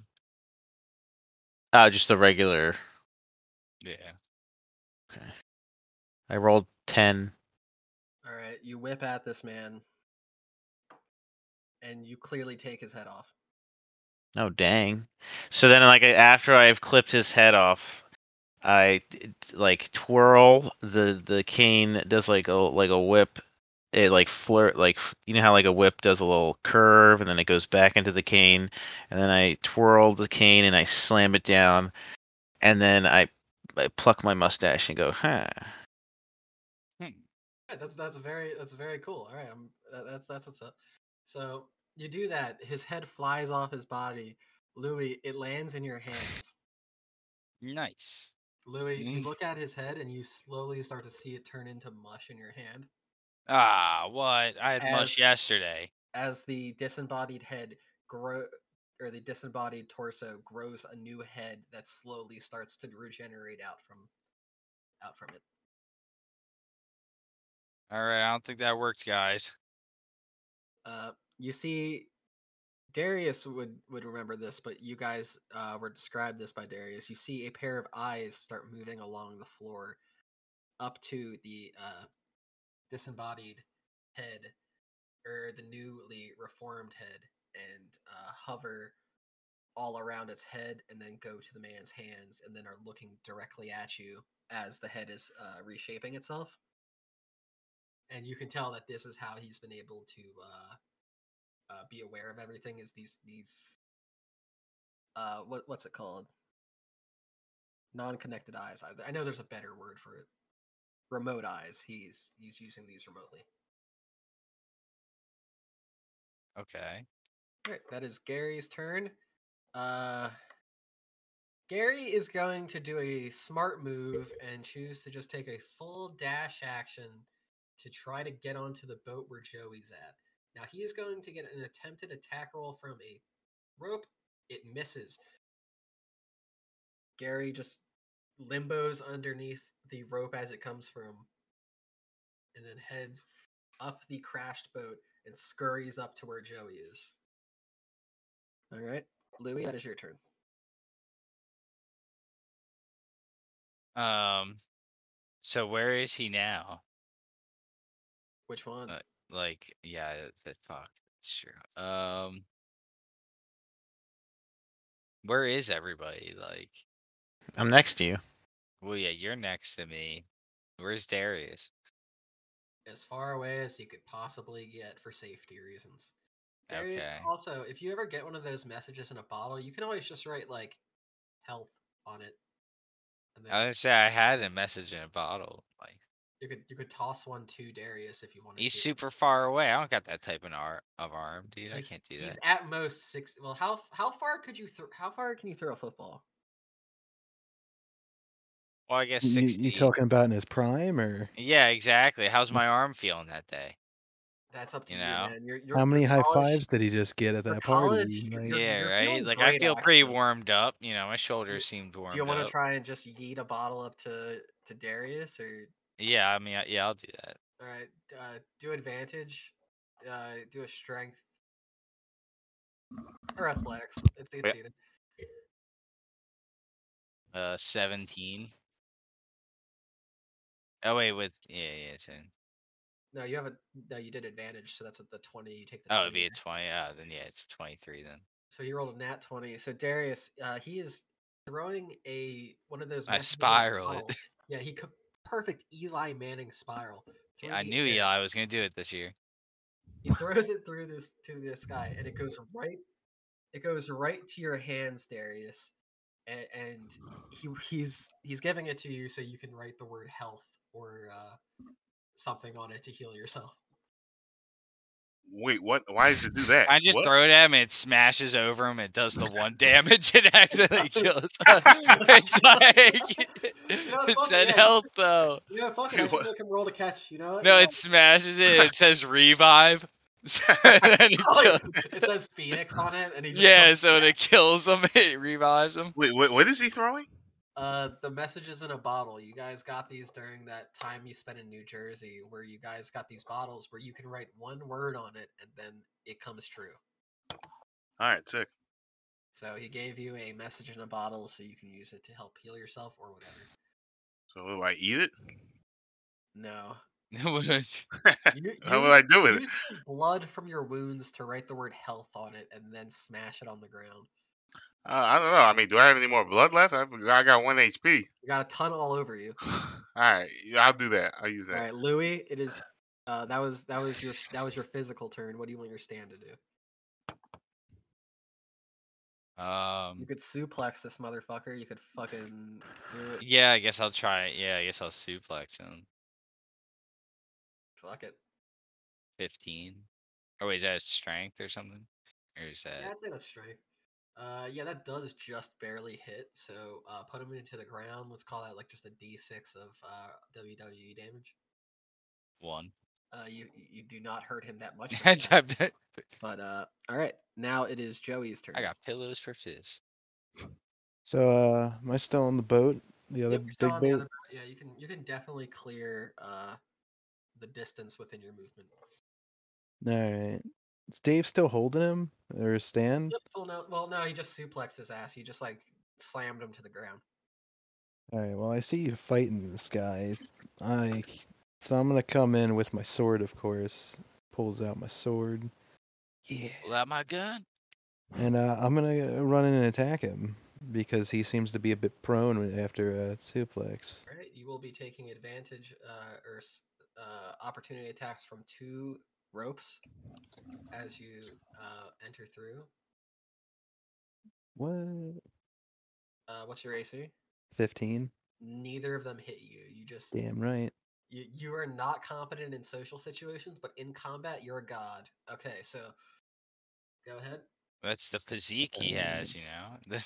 Speaker 5: Oh, just the regular.
Speaker 4: Yeah.
Speaker 5: Okay. I rolled ten.
Speaker 2: All right, you whip at this man, and you clearly take his head off.
Speaker 5: Oh dang! So then, like I- after I've clipped his head off, I t- t- like twirl the the cane that does like a like a whip. It like flirt like f- you know how like a whip does a little curve and then it goes back into the cane, and then I twirl the cane and I slam it down, and then I I pluck my mustache and go, huh?
Speaker 2: Yeah, that's that's very that's very cool. All right, I'm, that- that's that's what's up. So you do that. His head flies off his body. Louis, it lands in your hands.
Speaker 4: Nice.
Speaker 2: Louis, you
Speaker 4: Mm.
Speaker 2: look at his head and you slowly start to see it turn into mush in your hand
Speaker 4: Ah, what? I had
Speaker 2: As-
Speaker 4: mush yesterday.
Speaker 2: as the disembodied head grow or the disembodied torso grows a new head that slowly starts to regenerate out from out from it.
Speaker 4: All right. I don't think that worked, guys.
Speaker 2: Uh, you see, Darius would would remember this, but you guys uh, were described this by Darius. You see a pair of eyes start moving along the floor, up to the uh, disembodied head, or the newly reformed head, and uh, hover all around its head, and then go to the man's hands, and then are looking directly at you as the head is uh, reshaping itself. And you can tell that this is how he's been able to uh, uh, be aware of everything is these these uh what what's it called non-connected eyes I, I know there's a better word for it remote eyes he's he's using these remotely
Speaker 4: Okay.
Speaker 2: all right that is gary's turn uh gary is going to do a smart move and choose to just take a full dash action to try to get onto the boat where joey's at now he is going to get an attempted attack roll from a rope. It misses. Gary just limbos underneath the rope as it comes from, and then heads up the crashed boat and scurries up to where Joey is. All right, Louis, that is your turn.
Speaker 4: Um. So where is he now?
Speaker 2: Which one?
Speaker 4: Uh, Like, yeah. That, that, fuck. That's true. Um. Where is everybody? Like,
Speaker 5: I'm next to you.
Speaker 4: well, yeah, you're next to me. Where's Darius?
Speaker 2: as far away as you could possibly get for safety reasons. There is
Speaker 4: Okay.
Speaker 2: also, if you ever get one of those messages in a bottle, you can always just write like health on it. And
Speaker 4: I was gonna say I had a message in a bottle. Like,
Speaker 2: You could you could toss one to Darius if you wanted.
Speaker 4: he's
Speaker 2: to.
Speaker 4: super far away. I don't got that type of, ar- of arm, dude.
Speaker 2: He's-
Speaker 4: I can't do
Speaker 2: He's
Speaker 4: that.
Speaker 2: at most six. Well, how f- how far could you throw? How far can you throw a football?
Speaker 4: Well, I guess
Speaker 1: You,
Speaker 4: sixty.
Speaker 1: you talking about in his prime, or
Speaker 4: Yeah, exactly. How's my arm feeling that day?
Speaker 2: That's up to
Speaker 4: You
Speaker 2: you,
Speaker 4: know,
Speaker 2: man. You're, you're,
Speaker 1: how many
Speaker 2: you're
Speaker 1: high
Speaker 2: college-
Speaker 1: fives did he just get at
Speaker 2: for
Speaker 1: that
Speaker 2: college,
Speaker 1: party?
Speaker 2: you're-
Speaker 1: Like,
Speaker 2: you're-
Speaker 4: yeah,
Speaker 2: feeling
Speaker 4: right. Like I
Speaker 2: great,
Speaker 4: feel pretty
Speaker 2: actually.
Speaker 4: warmed up. You know, my shoulders seemed warmed
Speaker 2: Do you want
Speaker 4: up.
Speaker 2: to try and just yeet a bottle up to to Darius, or
Speaker 4: Yeah, I mean, I, yeah, I'll do that.
Speaker 2: all right, uh, do advantage, uh, do a strength or athletics? It's
Speaker 4: Oh,
Speaker 2: it's either.
Speaker 4: Uh, seventeen. Oh wait, with yeah, yeah, ten.
Speaker 2: No, you have a no. You did advantage, so that's at the twenty. You take the. 20
Speaker 4: Oh, it'd be a
Speaker 2: there.
Speaker 4: twenty. Oh, then yeah, it's twenty-three then.
Speaker 2: So you rolled a nat twenty. So Darius, uh, he is throwing a one of those.
Speaker 4: I
Speaker 2: messages in a
Speaker 4: spiral (laughs) it.
Speaker 2: bottle. Yeah, he co- perfect Eli Manning spiral.
Speaker 4: Yeah,
Speaker 2: through
Speaker 4: I
Speaker 2: the
Speaker 4: knew
Speaker 2: air.
Speaker 4: Eli was gonna do it this year.
Speaker 2: He throws it through this to the sky, and it goes right. It goes right to your hands, Darius, and, and he he's he's giving it to you so you can write the word health or uh, something on it to heal yourself.
Speaker 3: Wait, what? Why does it do that?
Speaker 4: I just
Speaker 3: What?
Speaker 4: throw it at him, and it smashes over him, it does the one damage, and accidentally kills (laughs) him. It's like, it
Speaker 2: fuck
Speaker 4: said
Speaker 2: yeah.
Speaker 4: health, though.
Speaker 2: You know, fuck it,
Speaker 4: (laughs)
Speaker 2: I
Speaker 3: Wait,
Speaker 2: should
Speaker 3: what?
Speaker 2: make him roll to catch. You know, what?
Speaker 4: No,
Speaker 2: Yeah.
Speaker 4: it smashes it, and it says revive. (laughs) and then it
Speaker 2: (laughs) Oh,
Speaker 4: (laughs) kills-
Speaker 2: it- it says Phoenix on it, and he just
Speaker 4: yeah,
Speaker 2: comes
Speaker 4: so when
Speaker 2: back.
Speaker 4: it kills him, (laughs) it revives him. (laughs)
Speaker 3: Wait, what, what is he throwing?
Speaker 2: Uh, the messages in a bottle. You guys got these during that time you spent in New Jersey, where you guys got these bottles where you can write one word on it, and then it comes true.
Speaker 3: All right, sick.
Speaker 2: So he gave you a message in a bottle, so you can use it to help heal yourself or whatever.
Speaker 3: So will I eat it? (laughs)
Speaker 2: No,
Speaker 4: (laughs)
Speaker 2: You-
Speaker 3: How
Speaker 2: you
Speaker 3: will I
Speaker 2: used-
Speaker 3: do with
Speaker 2: you
Speaker 3: it?
Speaker 2: used Blood from your wounds to write the word health on it, and then smash it on the ground.
Speaker 3: Uh, I don't know. I mean, do I have any more blood left? I, I got one HP.
Speaker 2: You got a ton all over you.
Speaker 3: (laughs) All right, I'll do that. I'll use
Speaker 2: All
Speaker 3: that.
Speaker 2: right, Louis. It
Speaker 3: (sighs)
Speaker 2: is. Uh, that was that was your s- that was your physical turn. What do you want your stand to do? You
Speaker 3: Mm.
Speaker 4: um,
Speaker 2: could suplex this motherfucker. You could fucking do it.
Speaker 4: yeah, I guess I'll try it. Yeah, I guess I'll suplex him.
Speaker 2: Fuck it.
Speaker 4: 15. Oh, wait, is that his strength or something? Or is that.
Speaker 2: Yeah, I'd say that's strength. Uh, yeah, that does just barely hit. So uh, put him into the ground. Let's call that like just a D6 of uh, WWE damage.
Speaker 4: one. (laughs)
Speaker 2: Uh, you you do not hurt him that much.
Speaker 4: I
Speaker 2: right now.
Speaker 4: got
Speaker 2: But uh, all right, now it is Joey's turn.
Speaker 4: pillows for fizz.
Speaker 1: So, uh, am I still on the boat? The other
Speaker 2: Yep, you're still
Speaker 1: big
Speaker 2: on the
Speaker 1: boat?
Speaker 2: other boat. yeah, you can you can definitely clear uh, the distance within your movement.
Speaker 1: Alright. Is Dave still holding him? Or is Stan?
Speaker 2: Yep. Well, no, well, no, he just suplexed his ass. He just like slammed him to the ground.
Speaker 1: Alright, well, I see you fighting this guy. I. So I'm gonna come in with my sword, of course. Pulls out my sword. Yeah.
Speaker 4: Pull out my gun.
Speaker 1: And uh, I'm gonna run in and attack him because he seems to be a bit prone after a suplex.
Speaker 2: All right, you will be taking advantage uh, or s- uh, opportunity attacks from two ropes as you uh, enter through.
Speaker 1: What?
Speaker 2: Uh, what's your AC?
Speaker 1: Fifteen.
Speaker 2: Neither of them hit you. You just
Speaker 1: Damn right.
Speaker 2: you, you are not competent in social situations, but in combat, you're a god. Okay, so go ahead.
Speaker 4: That's the physique he has, you know.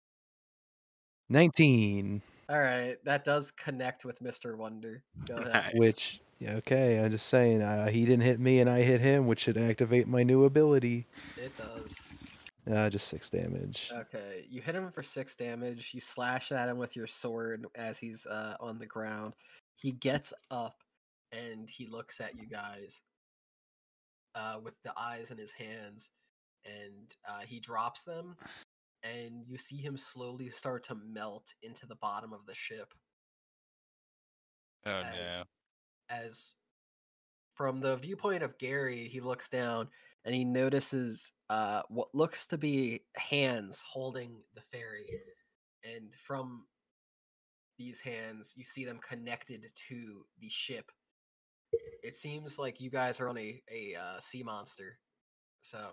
Speaker 4: (laughs)
Speaker 1: Nineteen.
Speaker 2: All right, that does connect with Mister Wonder. Go
Speaker 1: (laughs)
Speaker 2: ahead.
Speaker 3: Nice.
Speaker 1: Which yeah, okay, I'm just saying uh, he didn't hit me and I hit him, which should activate my new ability.
Speaker 2: it does.
Speaker 1: Uh, just six damage.
Speaker 2: Okay, you hit him for six damage. You slash at him with your sword as he's uh, on the ground. He gets up and he looks at you guys uh, with the eyes in his hands, and uh, he drops them. And you see him slowly start to melt into the bottom of the ship.
Speaker 4: oh
Speaker 2: as as from the viewpoint of Gary, he looks down and he notices uh, what looks to be hands holding the fairy, and from these hands, you see them connected to the ship. It seems like you guys are on a a uh, sea monster. So
Speaker 4: no.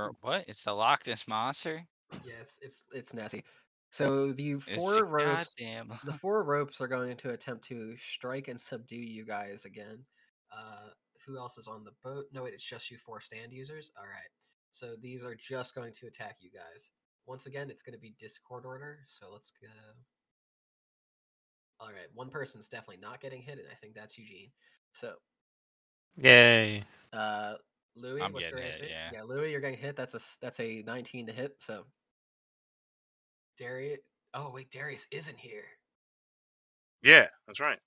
Speaker 4: Or what? It's the Loch Ness monster.
Speaker 2: yes, it's it's nasty. So the
Speaker 4: It's
Speaker 2: four ropes
Speaker 4: goddamn. (laughs)
Speaker 2: the four ropes are going to attempt to strike and subdue you guys again. Uh, who else is on the boat? No, wait, it's just you four stand users. All right. So these are just going to attack you guys. Once again, it's going to be Discord order. So let's go. All right. One person's definitely not getting hit, and I think that's Eugene. So,
Speaker 5: Yay.
Speaker 2: uh, Louis,
Speaker 4: I'm
Speaker 2: what's
Speaker 4: getting
Speaker 2: your
Speaker 4: hit,
Speaker 2: AC?
Speaker 4: yeah.
Speaker 2: yeah, Louis, you're getting hit. That's a s- that's a 19 to hit. So, Darius. Oh wait, Darius isn't here.
Speaker 3: Yeah, that's right.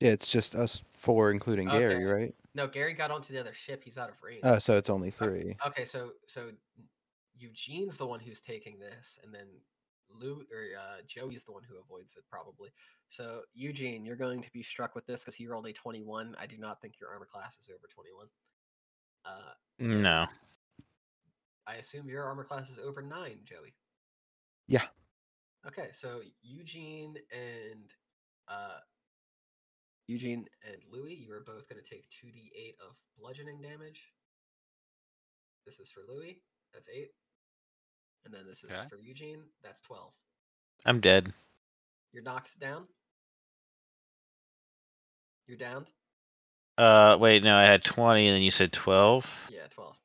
Speaker 1: Yeah, it's just us four, including Gary,
Speaker 2: Okay.
Speaker 1: right?
Speaker 2: No, Gary got onto the other ship. He's out of range.
Speaker 1: Oh, so it's only three.
Speaker 2: Okay, so so Eugene's the one who's taking this, and then Lou or uh, Joey's the one who avoids it probably. So Eugene, you're going to be struck with this because he rolled a 21. I do not think your armor class is over 21. Uh,
Speaker 5: No.
Speaker 2: I assume your armor class is over nine, Joey.
Speaker 1: Yeah.
Speaker 2: Okay, so Eugene and uh, Eugene and Louis, you are both going to take 2d8 of bludgeoning damage. This is for Louis. That's eight. And then this is
Speaker 4: Okay.
Speaker 2: for Eugene. That's twelve.
Speaker 5: I'm dead.
Speaker 2: You're knocked down. You're downed.
Speaker 5: Uh, wait, no, I had 20, and then you said 12.
Speaker 2: Yeah, twelve.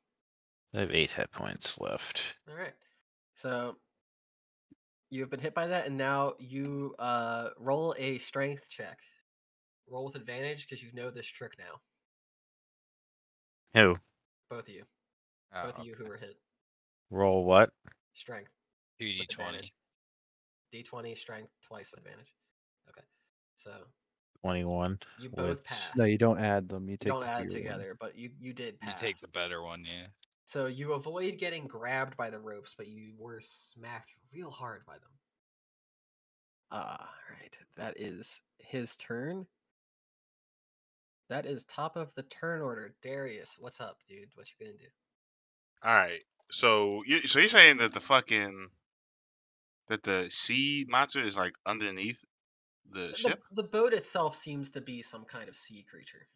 Speaker 5: I have eight hit points left.
Speaker 2: All right. So you have been hit by that, and now you uh, roll a strength check. Roll with advantage because you know this trick now.
Speaker 5: Who?
Speaker 2: Both of you,
Speaker 4: Oh,
Speaker 2: both of you who were hit.
Speaker 5: Roll what?
Speaker 2: Strength
Speaker 4: two D
Speaker 2: with
Speaker 4: twenty.
Speaker 2: advantage. D twenty strength twice with advantage. Okay. So
Speaker 5: 21.
Speaker 2: you both
Speaker 5: Which-
Speaker 2: pass.
Speaker 1: No, you don't add them. You
Speaker 2: You
Speaker 1: take
Speaker 2: don't
Speaker 1: the
Speaker 2: add it
Speaker 1: fewer one.
Speaker 2: together, but you you did
Speaker 4: You
Speaker 2: pass.
Speaker 4: take the better one, yeah.
Speaker 2: So you avoid getting grabbed by the ropes, but you were smacked real hard by them. Ah, right. That is his turn. That is top of the turn order. Darius, what's up, dude? What you gonna do?
Speaker 3: All right. So you so you're saying that the fucking that the sea monster is like underneath the
Speaker 2: The,
Speaker 3: ship?
Speaker 2: the boat itself seems to be some kind of sea creature.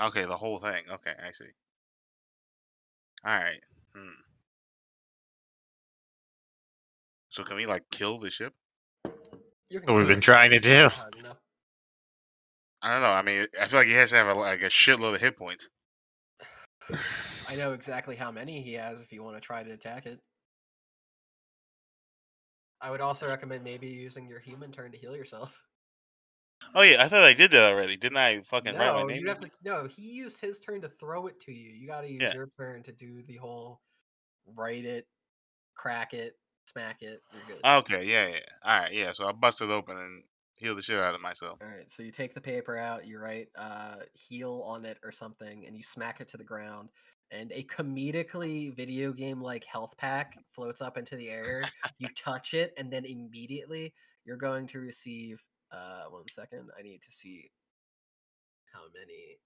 Speaker 3: Okay, the whole thing. Okay, I see. All right. Hmm. So can we like kill the ship?
Speaker 2: You can
Speaker 5: What we've
Speaker 2: kill
Speaker 5: been
Speaker 2: it,
Speaker 5: trying to
Speaker 2: if you
Speaker 5: do.
Speaker 2: get hard enough.
Speaker 3: I don't know. I mean, I feel like he has to have a, like a shitload of hit points.
Speaker 2: I know exactly how many he has if you want to try to attack it. I would also recommend maybe using your human turn to heal yourself.
Speaker 3: Oh yeah, I thought I did that already. Didn't I fucking
Speaker 2: no,
Speaker 3: write my name?
Speaker 2: you have
Speaker 3: in?
Speaker 2: to. No, he used his turn to throw it to you. You got to use
Speaker 3: Yeah.
Speaker 2: your turn to do the whole write it, crack it, smack it. You're good.
Speaker 3: Okay. Yeah. Yeah. All right. Yeah. So I busted open and healed the shit out of myself.
Speaker 2: All right, so you take the paper out, you write uh, "heal" on it or something, and you smack it to the ground. And a comedically video game like health pack floats up into the air. you touch it, and then immediately you're going to receive. Uh, one second, I need to see how many.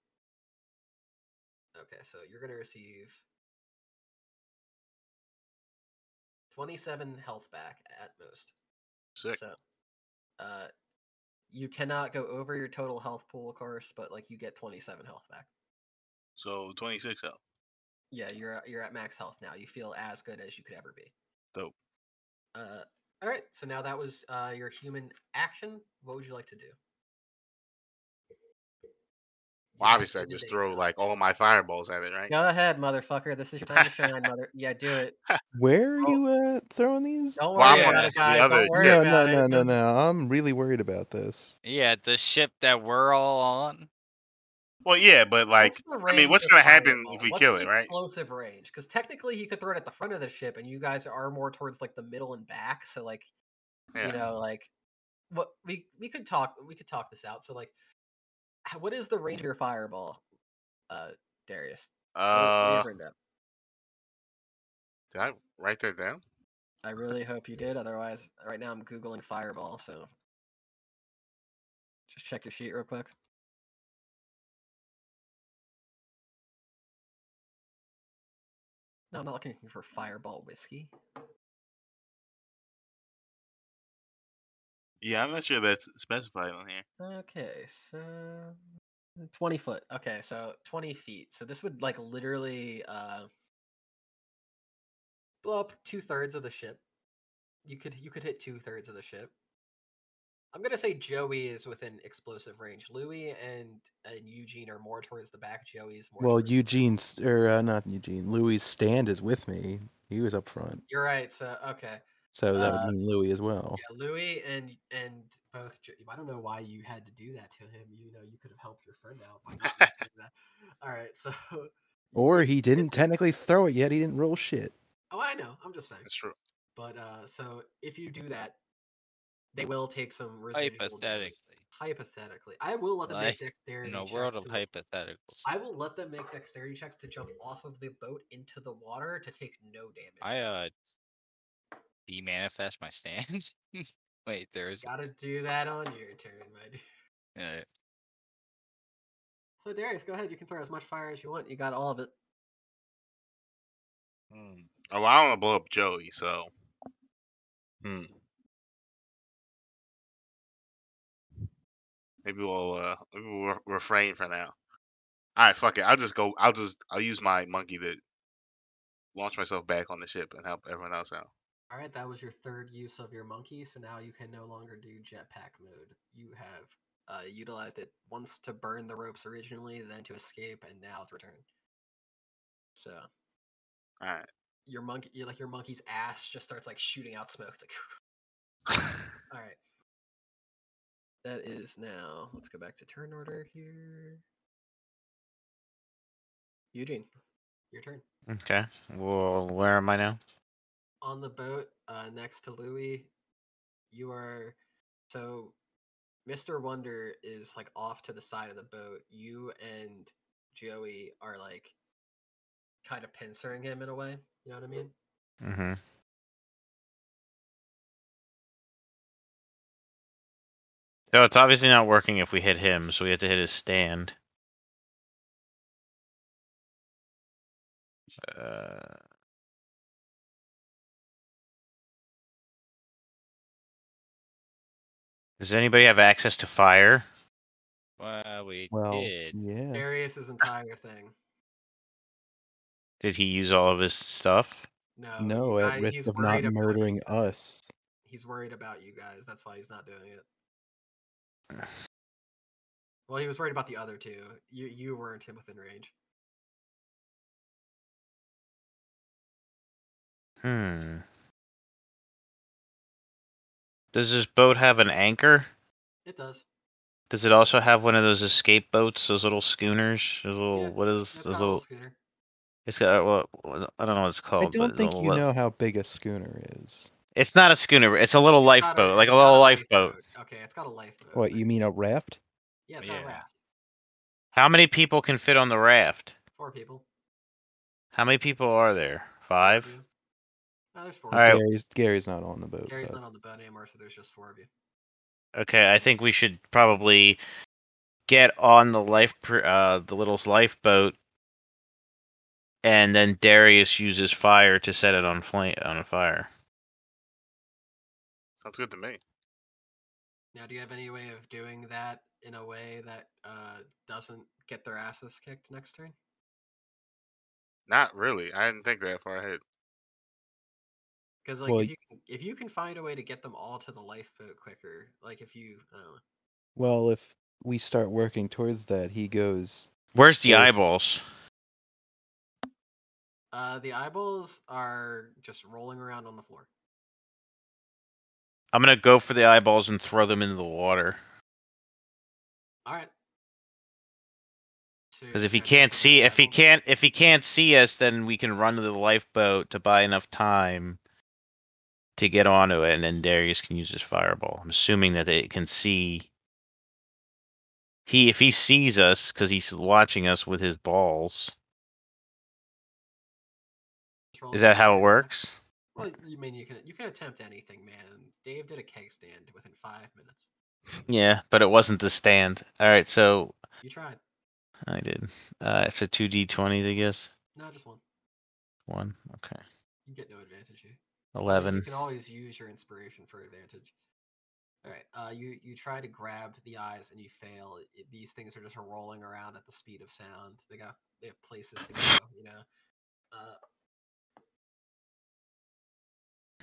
Speaker 2: Okay, so you're going to receive 27 health back at most.
Speaker 3: Sick.
Speaker 2: So, uh, you cannot go over your total health pool, of course, but like you get 27 health back.
Speaker 3: So 26 health.
Speaker 2: Yeah, you're at- you're at max health now. You feel as good as you could ever be.
Speaker 3: Dope.
Speaker 2: Uh, all right. So now that was uh, your human action. What would you like to do? You
Speaker 3: Well,
Speaker 2: have
Speaker 3: obviously, I
Speaker 2: 30
Speaker 3: just
Speaker 2: days
Speaker 3: throw
Speaker 2: now.
Speaker 3: like all my fireballs at it, right?
Speaker 2: Go ahead, motherfucker. This is your time to shine, mother. Yeah, do
Speaker 3: (laughs)
Speaker 2: it.
Speaker 1: Where are
Speaker 3: Oh.
Speaker 1: you uh, throwing these?
Speaker 2: Don't
Speaker 3: Well,
Speaker 2: worry
Speaker 3: I'm on
Speaker 2: about it,
Speaker 3: the
Speaker 2: guys.
Speaker 3: other
Speaker 2: Don't worry
Speaker 1: no,
Speaker 3: ship.
Speaker 1: no,
Speaker 2: about
Speaker 1: no,
Speaker 2: it.
Speaker 1: no,
Speaker 2: 'cause-
Speaker 1: no. I'm really worried about this.
Speaker 4: Yeah, the ship that we're all on.
Speaker 3: Well, yeah, but like,
Speaker 2: What's the
Speaker 3: I mean,
Speaker 2: range
Speaker 3: what's
Speaker 2: of
Speaker 3: gonna happen
Speaker 2: fireball?
Speaker 3: if we
Speaker 2: What's
Speaker 3: kill
Speaker 2: the
Speaker 3: it, right?
Speaker 2: Explosive range, because technically he could throw it at the front of the ship, and you guys are more towards like the middle and back. So like,
Speaker 3: Yeah.
Speaker 2: you know, like, what we we could talk we could talk this out. So like, h- what is the range of your fireball, uh, Darius? What- what do you
Speaker 3: Uh,
Speaker 2: have written down?
Speaker 3: did I write that down?
Speaker 2: I really hope you did. Otherwise, right now I'm googling fireball. So just check your sheet real quick. No, I'm not looking for fireball whiskey.
Speaker 3: Yeah, I'm not sure that's specified on here.
Speaker 2: Okay, so twenty foot. Okay, so twenty feet. So this would like literally uh blow up two thirds of the ship. You could you could hit two thirds of the ship. I'm gonna say Joey is within explosive range. Louis and and Eugene are more towards the back. Joey's more.
Speaker 1: Well,
Speaker 2: towards the front.
Speaker 1: Eugene's or uh, not Eugene. Louis' stand is with me. He was up front,
Speaker 2: You're right. So okay,
Speaker 1: so that
Speaker 2: Uh,
Speaker 1: would mean Louis as well.
Speaker 2: yeah, Louis and and both. Jo- I don't know why you had to do that to him. You know, you could have helped your friend out. By not doing that. All right, (laughs) so. you
Speaker 1: Or
Speaker 2: could
Speaker 1: he
Speaker 2: hit
Speaker 1: didn't
Speaker 2: them.
Speaker 1: technically throw it yet. He didn't roll shit.
Speaker 2: Oh, I know. I'm just saying.
Speaker 3: That's true.
Speaker 2: But uh, so if you do that, they will take some residual
Speaker 4: Hypothetically.
Speaker 2: damage. Hypothetically, I will let them
Speaker 4: Like,
Speaker 2: make dexterity
Speaker 4: In a
Speaker 2: checks.
Speaker 4: world of
Speaker 2: to-
Speaker 4: hypotheticals.
Speaker 2: I will let them make dexterity checks to jump off of the boat into the water to take no damage.
Speaker 4: I uh demanifest my (laughs) stands. Wait, there's
Speaker 2: Gotta do that on your turn, my dude. (laughs)
Speaker 4: uh,
Speaker 2: So Darius, go ahead. You can throw as much fire as you want. You got all of it.
Speaker 3: Hmm. Oh, well, I don't want to blow up Joey, so. Hmm. Maybe we'll uh maybe we'll re- refrain for now. All right, fuck it. I'll just go. I'll just I'll use my monkey to launch myself back on the ship and help everyone else out. (laughs)
Speaker 2: All right, that was your third use of your monkey, so now you can no longer do jetpack mode. You have uh, utilized it once to burn the ropes originally, then to escape, and now to return. So
Speaker 3: All right.
Speaker 2: your monkey, you like your monkey's ass, just starts like shooting out smoke. It's like, (laughs) all right. That is now. Let's go back to turn order here. Eugene, your turn.
Speaker 5: Okay. Well, where am I now?
Speaker 2: on the boat uh, next to Louis, you are so Mr. Wonder is like off to the side of the boat. You and Joey are like kind of pincering him in a way. You know what I mean?
Speaker 5: Mm-hmm. So it's obviously not working if we hit him, so we have to hit his stand. Uh, does anybody have access to fire?
Speaker 4: Well, we
Speaker 1: Well,
Speaker 4: did.
Speaker 1: yeah.
Speaker 2: Darius's entire thing.
Speaker 5: Did he use all of his stuff?
Speaker 2: No,
Speaker 1: No,
Speaker 2: you
Speaker 1: at
Speaker 2: guy-
Speaker 1: risk
Speaker 2: he's
Speaker 1: of
Speaker 2: worried
Speaker 1: not
Speaker 2: about you
Speaker 1: murdering
Speaker 2: guys.
Speaker 1: us.
Speaker 2: He's worried about you guys. That's why he's not doing it. Well, he was worried about the other two. You you weren't him within range.
Speaker 5: Hmm. Does this boat have an anchor?
Speaker 2: It does.
Speaker 5: Does it also have one of those escape boats, those little schooners, those little
Speaker 2: Yeah,
Speaker 5: what is
Speaker 2: That's
Speaker 5: those
Speaker 2: not a little
Speaker 5: little?
Speaker 2: schooner.
Speaker 5: It's got well, well, I don't know what it's called.
Speaker 1: I
Speaker 5: but
Speaker 1: don't
Speaker 5: the
Speaker 1: think
Speaker 5: little
Speaker 1: you
Speaker 5: li-
Speaker 1: know how big a schooner is.
Speaker 5: It's not a schooner. It's a little
Speaker 2: It's got
Speaker 5: lifeboat, like
Speaker 2: it's
Speaker 5: a
Speaker 2: got
Speaker 5: little lifeboat.
Speaker 2: Okay, it's got a lifeboat.
Speaker 1: What, you mean a raft?
Speaker 2: Yeah, it's got
Speaker 5: Yeah.
Speaker 2: a raft.
Speaker 5: How many people can fit on the raft?
Speaker 2: Four people.
Speaker 5: How many people are there?
Speaker 2: Four of
Speaker 5: Five.
Speaker 2: you. No, there's four.
Speaker 5: All right.
Speaker 1: Gary's, Gary's not on the boat.
Speaker 2: Gary's
Speaker 1: though.
Speaker 2: not on the boat anymore, so there's just four of you.
Speaker 5: Okay, I think we should probably get on the life, pr- uh, the little lifeboat, and then Darius uses fire to set it on flame on fire.
Speaker 3: Sounds good to me.
Speaker 2: Now, do you have any way of doing that in a way that uh, doesn't get their asses kicked next turn?
Speaker 3: Not really. I didn't think that far ahead.
Speaker 2: Because like
Speaker 1: Well,
Speaker 2: if
Speaker 1: y-
Speaker 2: you can- if you can find a way to get them all to the lifeboat quicker, like if you I don't know.
Speaker 1: Well, if we start working towards that, he goes.
Speaker 5: Where's the
Speaker 1: Or-
Speaker 5: eyeballs?
Speaker 2: Uh, the eyeballs are just rolling around on the floor.
Speaker 5: I'm gonna go for the eyeballs and throw them into the water.
Speaker 2: All right. So you're
Speaker 5: Because
Speaker 2: just
Speaker 5: if he
Speaker 2: gonna take
Speaker 5: can't
Speaker 2: them out
Speaker 5: see,
Speaker 2: of
Speaker 5: if he
Speaker 2: battle?
Speaker 5: can't, if he can't see us, then we can run to the lifeboat to buy enough time to get onto it, and then Darius can use his fireball. I'm assuming that it can see. He, if he sees us, because he's watching us with his balls.
Speaker 2: Just roll
Speaker 5: Is that
Speaker 2: against
Speaker 5: how
Speaker 2: your
Speaker 5: it
Speaker 2: attack.
Speaker 5: works?
Speaker 2: Well, you mean you can you can attempt anything, man. Dave did a keg stand within five minutes.
Speaker 5: Yeah, but it wasn't the stand. All right, so
Speaker 2: You tried.
Speaker 5: I did. Uh, so two d20s, I guess.
Speaker 2: No, just one.
Speaker 5: One. Okay.
Speaker 2: You get no advantage here. I mean,
Speaker 5: Eleven.
Speaker 2: you can always use your inspiration for advantage. All right. Uh, you you try to grab the eyes and you fail. It- these things are just rolling around at the speed of sound. They got they have places to go. You know. Uh,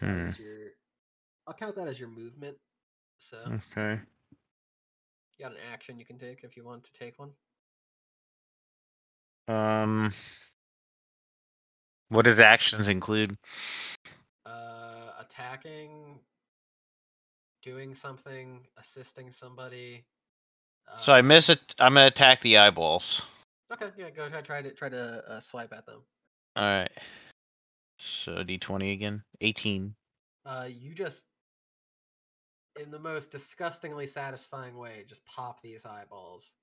Speaker 2: that
Speaker 5: Hmm.
Speaker 2: was your, I'll count that as your movement. So
Speaker 5: Okay.
Speaker 2: you got an action you can take if you want to take one.
Speaker 5: Um. What did actions include?
Speaker 2: Uh, attacking, doing something, assisting somebody. Uh,
Speaker 5: So I miss it. I'm gonna attack the eyeballs.
Speaker 2: um, Okay, yeah, go try, try to try to uh, swipe at them.
Speaker 5: All right. So d20 again. 18.
Speaker 2: Uh, you just, in the most disgustingly satisfying way, just pop these eyeballs.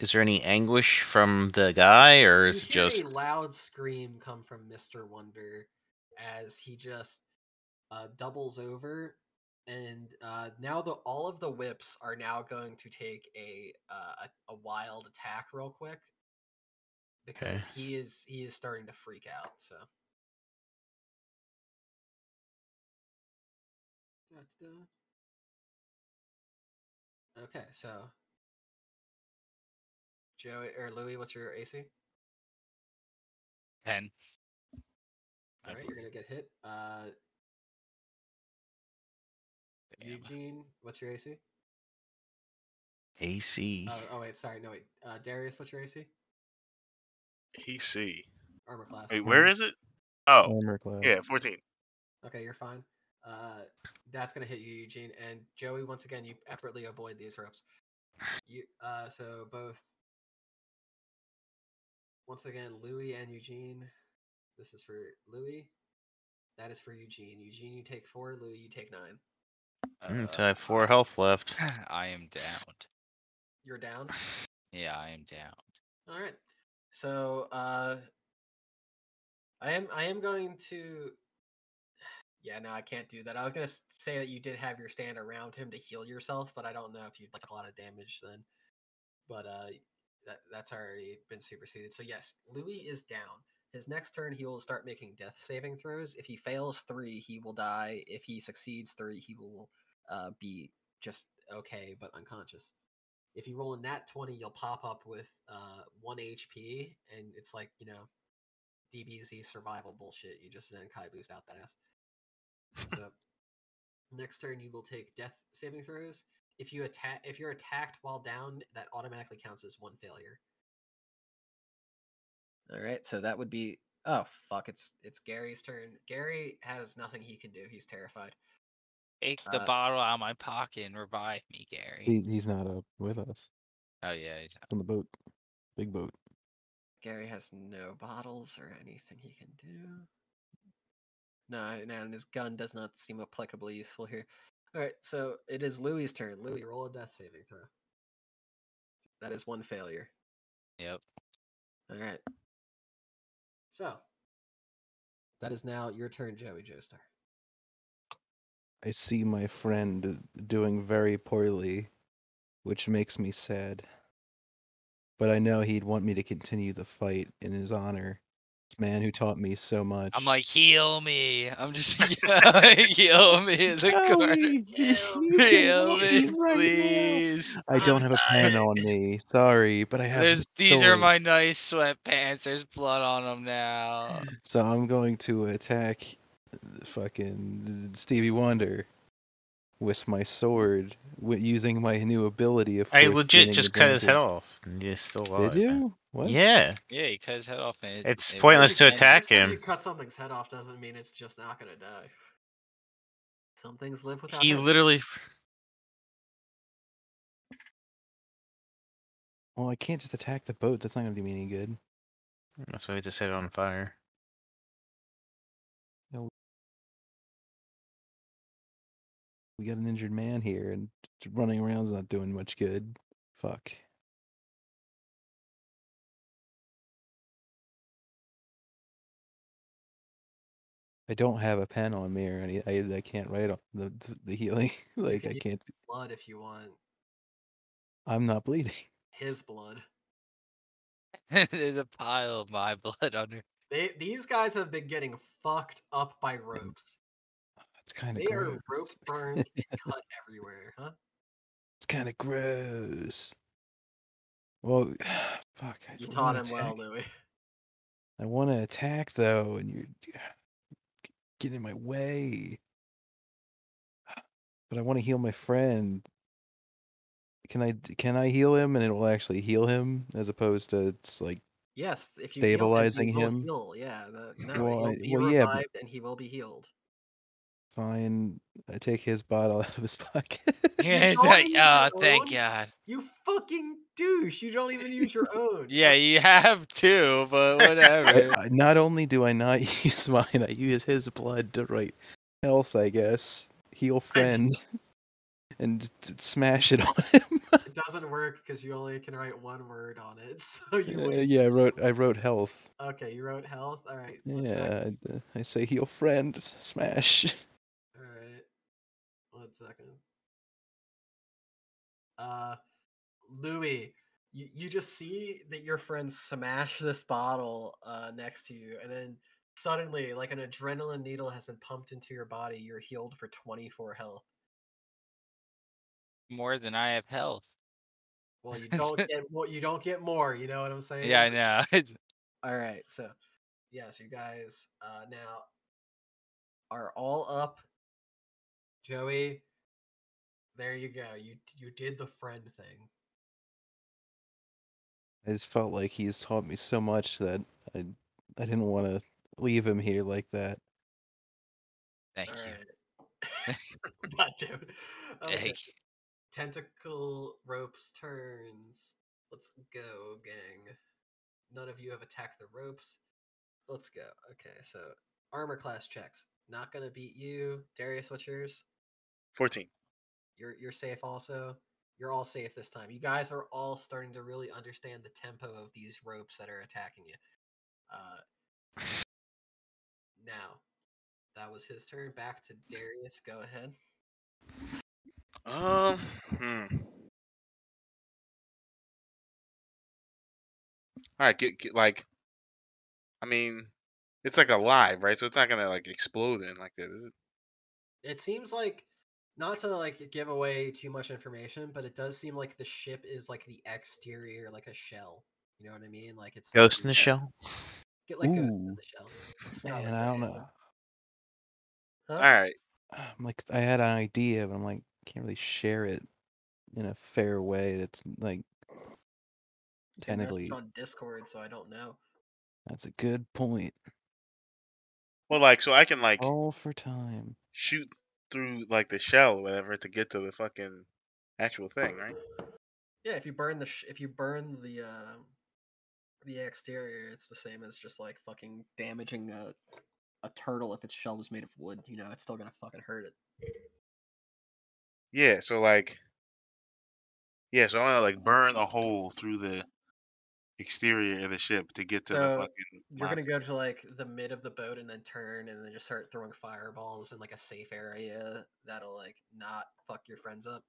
Speaker 5: Is there any anguish from the guy, or
Speaker 2: You
Speaker 5: is it
Speaker 2: hear
Speaker 5: just
Speaker 2: a loud scream come from Mister Wonder as he just uh, doubles over, and uh, now the all of the whips are now going to take a uh, a, a wild attack real quick because he is he is starting to freak out. So. That's done. Okay, so Joey or Louis, what's your AC?
Speaker 4: Ten.
Speaker 2: All right, you're gonna get hit. Uh,
Speaker 4: Damn.
Speaker 2: Eugene, what's your AC?
Speaker 5: AC.
Speaker 2: Uh, oh wait, sorry, no wait. Uh, Darius, what's your AC?
Speaker 3: AC.
Speaker 2: Armor class.
Speaker 3: Wait, where is it? Oh,
Speaker 1: Armor class.
Speaker 3: yeah, 14.
Speaker 2: Okay, you're fine. Uh, that's gonna hit you, Eugene and Joey. Once again, you effortlessly avoid these ropes. You uh, so both. Once again, Louis and Eugene. This is for Louis. That is for Eugene. Eugene, you take four. Louis, you take nine.
Speaker 5: Mm,
Speaker 4: Uh,
Speaker 5: till I have four health left.
Speaker 4: (laughs)
Speaker 5: (laughs)
Speaker 4: I am downed.
Speaker 2: You're down.
Speaker 4: Yeah, I am down.
Speaker 2: All right. So uh, I am I am going to. (sighs) Yeah, no, I can't do that. I was gonna s- say that you did have your stand around him to heal yourself, but I don't know if you took a lot of damage then. But uh, that that's already been superseded. So yes, Louis is down. His next turn, he will start making death saving throws. If he fails three, he will die. If he succeeds three, he will uh, be just okay but unconscious if you roll a nat 20 you'll pop up with uh, 1 hp and it's like you know dbz survival bullshit you just zenkai boost out that ass so next turn you will take death saving throws if you attack if you're attacked while down that automatically counts as one failure all right so that would be oh fuck it's it's gary's turn gary has nothing he can do he's terrified
Speaker 4: Take the
Speaker 2: Uh,
Speaker 4: bottle out of my pocket and revive me, Gary.
Speaker 1: He, he's not up with us
Speaker 4: oh yeah, he's
Speaker 1: on the boat. Big boat.
Speaker 2: Gary has no bottles or anything he can do. No, no, and his gun does not seem applicably useful here. All right, so it is Louis's turn. Louis, roll a death saving throw. That is one failure.
Speaker 4: yep.
Speaker 2: All right. So that is now your turn, Joey (laughs) Joestar.
Speaker 1: I see my friend doing very poorly, which makes me sad. But I know he'd want me to continue the fight in his honor. This man who taught me so much.
Speaker 4: I'm like, (laughs) heal me. I'm just (laughs) heal me in the (laughs) corner. Heal me, please.
Speaker 1: I don't have a plan on me. Sorry, but I have
Speaker 4: There's,
Speaker 1: this
Speaker 4: these are
Speaker 1: sword.
Speaker 4: my nice sweatpants. There's blood on them now.
Speaker 1: So I'm going to attack uh, fucking Stevie Wonder with my sword, wi- using my new ability of.
Speaker 5: I
Speaker 1: course,
Speaker 5: legit
Speaker 1: gaining
Speaker 5: just cut his head
Speaker 1: advantage.
Speaker 5: off. And he's still alive.
Speaker 1: Did you? What?
Speaker 5: Yeah.
Speaker 4: Yeah, he cut his head off. And it-
Speaker 5: It's
Speaker 4: it
Speaker 5: pointless
Speaker 4: worked.
Speaker 5: to
Speaker 4: And
Speaker 5: attack
Speaker 2: Just 'cause You
Speaker 5: him.
Speaker 2: cut something's head off doesn't mean it's just not going to die. Some things live without.
Speaker 5: He
Speaker 2: heads.
Speaker 5: literally.
Speaker 1: Well, I can't just attack the boat. That's not gonna do me any good.
Speaker 5: That's why we just set it on fire.
Speaker 1: We got an injured man here, and t- running around's not doing much good. Fuck. I don't have a pen on me or any. I, I can't write on the the- the healing. (laughs) like
Speaker 2: (laughs) can
Speaker 1: I
Speaker 2: use
Speaker 1: can't.
Speaker 2: blood if you want
Speaker 1: I'm not bleeding. (laughs)
Speaker 2: his blood.
Speaker 4: (laughs) There's a pile of my (laughs) blood under.
Speaker 2: They, these guys have been getting fucked up by ropes.
Speaker 1: It's kind of
Speaker 2: They are
Speaker 1: gross.
Speaker 2: rope
Speaker 1: (laughs)
Speaker 2: burned and cut everywhere, huh?
Speaker 1: It's kind of gross. Well, (sighs) fuck. I
Speaker 2: You
Speaker 1: don't
Speaker 2: taught
Speaker 1: wanna
Speaker 2: him well,
Speaker 1: attack.
Speaker 2: Louis. (laughs)
Speaker 1: I want to attack though, and you're g- getting in my way. But I want to heal my friend. Can I d- can I heal him, and it will actually heal him as opposed to it's like
Speaker 2: Yes, if you heal
Speaker 1: Stabilizing him?
Speaker 2: him, he will heal. Yeah, the, no,
Speaker 1: Well,
Speaker 2: he'll
Speaker 1: I-
Speaker 2: be
Speaker 1: well, yeah, but-
Speaker 2: revived and he will be healed.
Speaker 1: fine. I take his bottle (laughs) out of his pocket.
Speaker 4: Yeah, it's
Speaker 2: don't
Speaker 4: like,
Speaker 2: use your
Speaker 4: oh, thank
Speaker 2: own? (laughs)
Speaker 4: God.
Speaker 2: You fucking douche! You don't even use your own.
Speaker 4: Yeah, you have two, but
Speaker 1: I,
Speaker 4: whatever.
Speaker 1: I- not only do I not (laughs) use mine, I use his blood to write health, I guess, heal friend, and t- t- smash it on him.
Speaker 2: It doesn't work because you only can write one word on it. (laughs)
Speaker 1: (laughs)
Speaker 2: So you
Speaker 1: Uh,
Speaker 2: waste.
Speaker 1: yeah, I wrote I wrote health.
Speaker 2: Okay, you wrote health. All right. one sec.
Speaker 1: Yeah, I, uh, I say heal friend, s- smash. (laughs)
Speaker 2: All right. One second. Uh, Louis, you, you just see that your friend smashed this bottle uh, next to you, and then suddenly, like an adrenaline needle has been pumped into your body, you're healed for 24 health.
Speaker 4: More than I have health.
Speaker 2: Well, you don't get more. You don't get more. You
Speaker 4: (laughs)
Speaker 2: know what I'm saying?
Speaker 4: Yeah, I know. It's-
Speaker 2: All right. So, yes, you guys. Uh, now are all up. Joey, there you go. You you did the friend thing.
Speaker 1: I just felt like he's taught me so much that I I didn't want to leave him here like that. (sighs)
Speaker 4: Thank you. (laughs)
Speaker 2: Alright. (laughs) Got you. Okay.
Speaker 4: Thank you.
Speaker 2: Tentacle ropes turns. Let's go, gang. None of you have attacked the ropes. Let's go. Okay, so armor class checks. Not gonna beat you, Darius. What's yours?
Speaker 3: 14.
Speaker 2: You're you're safe. Also, you're all safe this time. You guys are all starting to really understand the tempo of these ropes that are attacking you. Uh, now, that was his turn. Back to Darius. Go ahead.
Speaker 3: Um, hmm. All right, get, get like, I mean, it's like alive, right? So it's not gonna like explode in like that, is it?
Speaker 2: It seems like not to like give away too much information, but it does seem like the ship is like the exterior, like a shell. You know what I mean? Like it's
Speaker 5: Ghost in
Speaker 2: like-
Speaker 5: the Shell.
Speaker 2: Get like ghost in
Speaker 1: Ooh.
Speaker 2: the shell. It's not
Speaker 1: Man,
Speaker 2: like
Speaker 1: I don't
Speaker 2: that, it's
Speaker 1: know.
Speaker 2: a- Huh?
Speaker 3: All right.
Speaker 1: I'm like I had an idea, but I'm like can't really share it in a fair way. That's like
Speaker 2: It's a message
Speaker 1: technically
Speaker 2: on Discord, so I don't know.
Speaker 1: that's a good point.
Speaker 3: Well, like, so I can like
Speaker 2: Oh.
Speaker 1: All for time.
Speaker 3: shoot through like the shell or whatever to get to the fucking actual thing, right?
Speaker 2: Yeah, if you burn the sh- if you burn the uh, the exterior, it's the same as just like fucking damaging a a turtle if its shell was made of wood. You know, it's still gonna fucking hurt it.
Speaker 3: Yeah. So like, yeah. So I want to like burn a hole through the exterior of the ship to get to the
Speaker 2: So,
Speaker 3: fucking.
Speaker 2: You're gonna
Speaker 3: monster.
Speaker 2: go to like the mid of the boat and then turn and then just start throwing fireballs in like a safe area that'll like not fuck your friends up.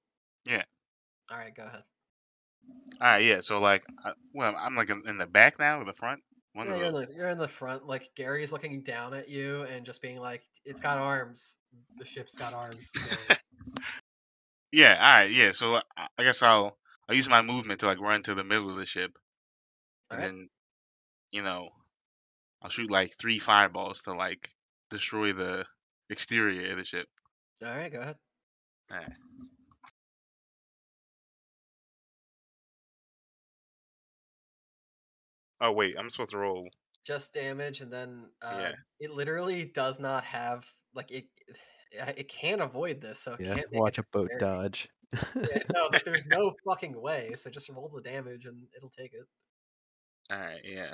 Speaker 3: Yeah.
Speaker 2: All right, go ahead.
Speaker 3: All right. Yeah. So like, I, well, I'm like in in the back now or the front. One
Speaker 2: Yeah,
Speaker 3: of
Speaker 2: you're in,
Speaker 3: those.
Speaker 2: the, you're in the front. Like Gary's looking down at you and just being like, "It's got arms. The ship's got arms." Darius."
Speaker 3: Yeah. All right. Yeah. So like, I I guess I'll I'll use my movement to like run to the middle of the ship
Speaker 2: All
Speaker 3: (laughs) and
Speaker 2: right.
Speaker 3: then you know I'll shoot like three fireballs to like destroy the exterior of the ship.
Speaker 2: All right, go ahead.
Speaker 3: All right. Oh wait, I'm supposed to roll.
Speaker 2: Just damage, and then uh,
Speaker 3: Yeah.
Speaker 2: it literally does not have like it. uh, It can't avoid this, so it
Speaker 1: Yeah,
Speaker 2: can't make
Speaker 1: watch
Speaker 2: it
Speaker 1: a boat
Speaker 2: very-
Speaker 1: dodge. (laughs)
Speaker 2: Yeah, no, like, there's no fucking way. So just roll the damage, and it'll take it.
Speaker 3: All right, yeah.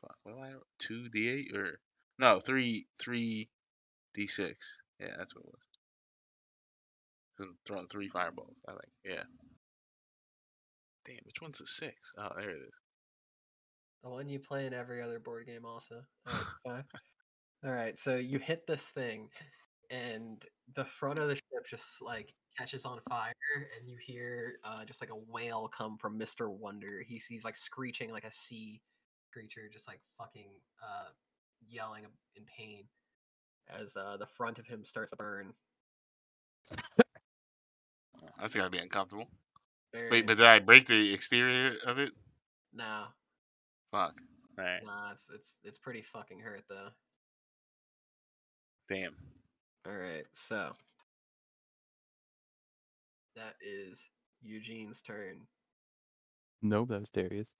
Speaker 3: Fuck, what am I? Two D eight or no three three D six. Yeah, that's what it was. 'Cause I'm throwing three fireballs. I think. Yeah. Damn, which one's the six? Oh, there it is.
Speaker 2: The one you play in every other board game, also.
Speaker 3: (laughs)
Speaker 2: All right, All right so you hit this thing, and the front of the ship just like catches on fire, and you hear uh, just like a wail come from Mister Wonder. He sees like screeching like a sea creature, just like fucking uh, yelling in pain as uh, the front of him starts to burn.
Speaker 3: Oh, That's gotta be uncomfortable.
Speaker 2: Very-
Speaker 3: Wait, but did I break the exterior of it?
Speaker 2: no,
Speaker 3: Fuck. All right.
Speaker 2: nah, it's it's it's pretty fucking hurt though.
Speaker 3: Damn.
Speaker 2: All right, so that is Eugene's turn.
Speaker 1: nope, that was Darius.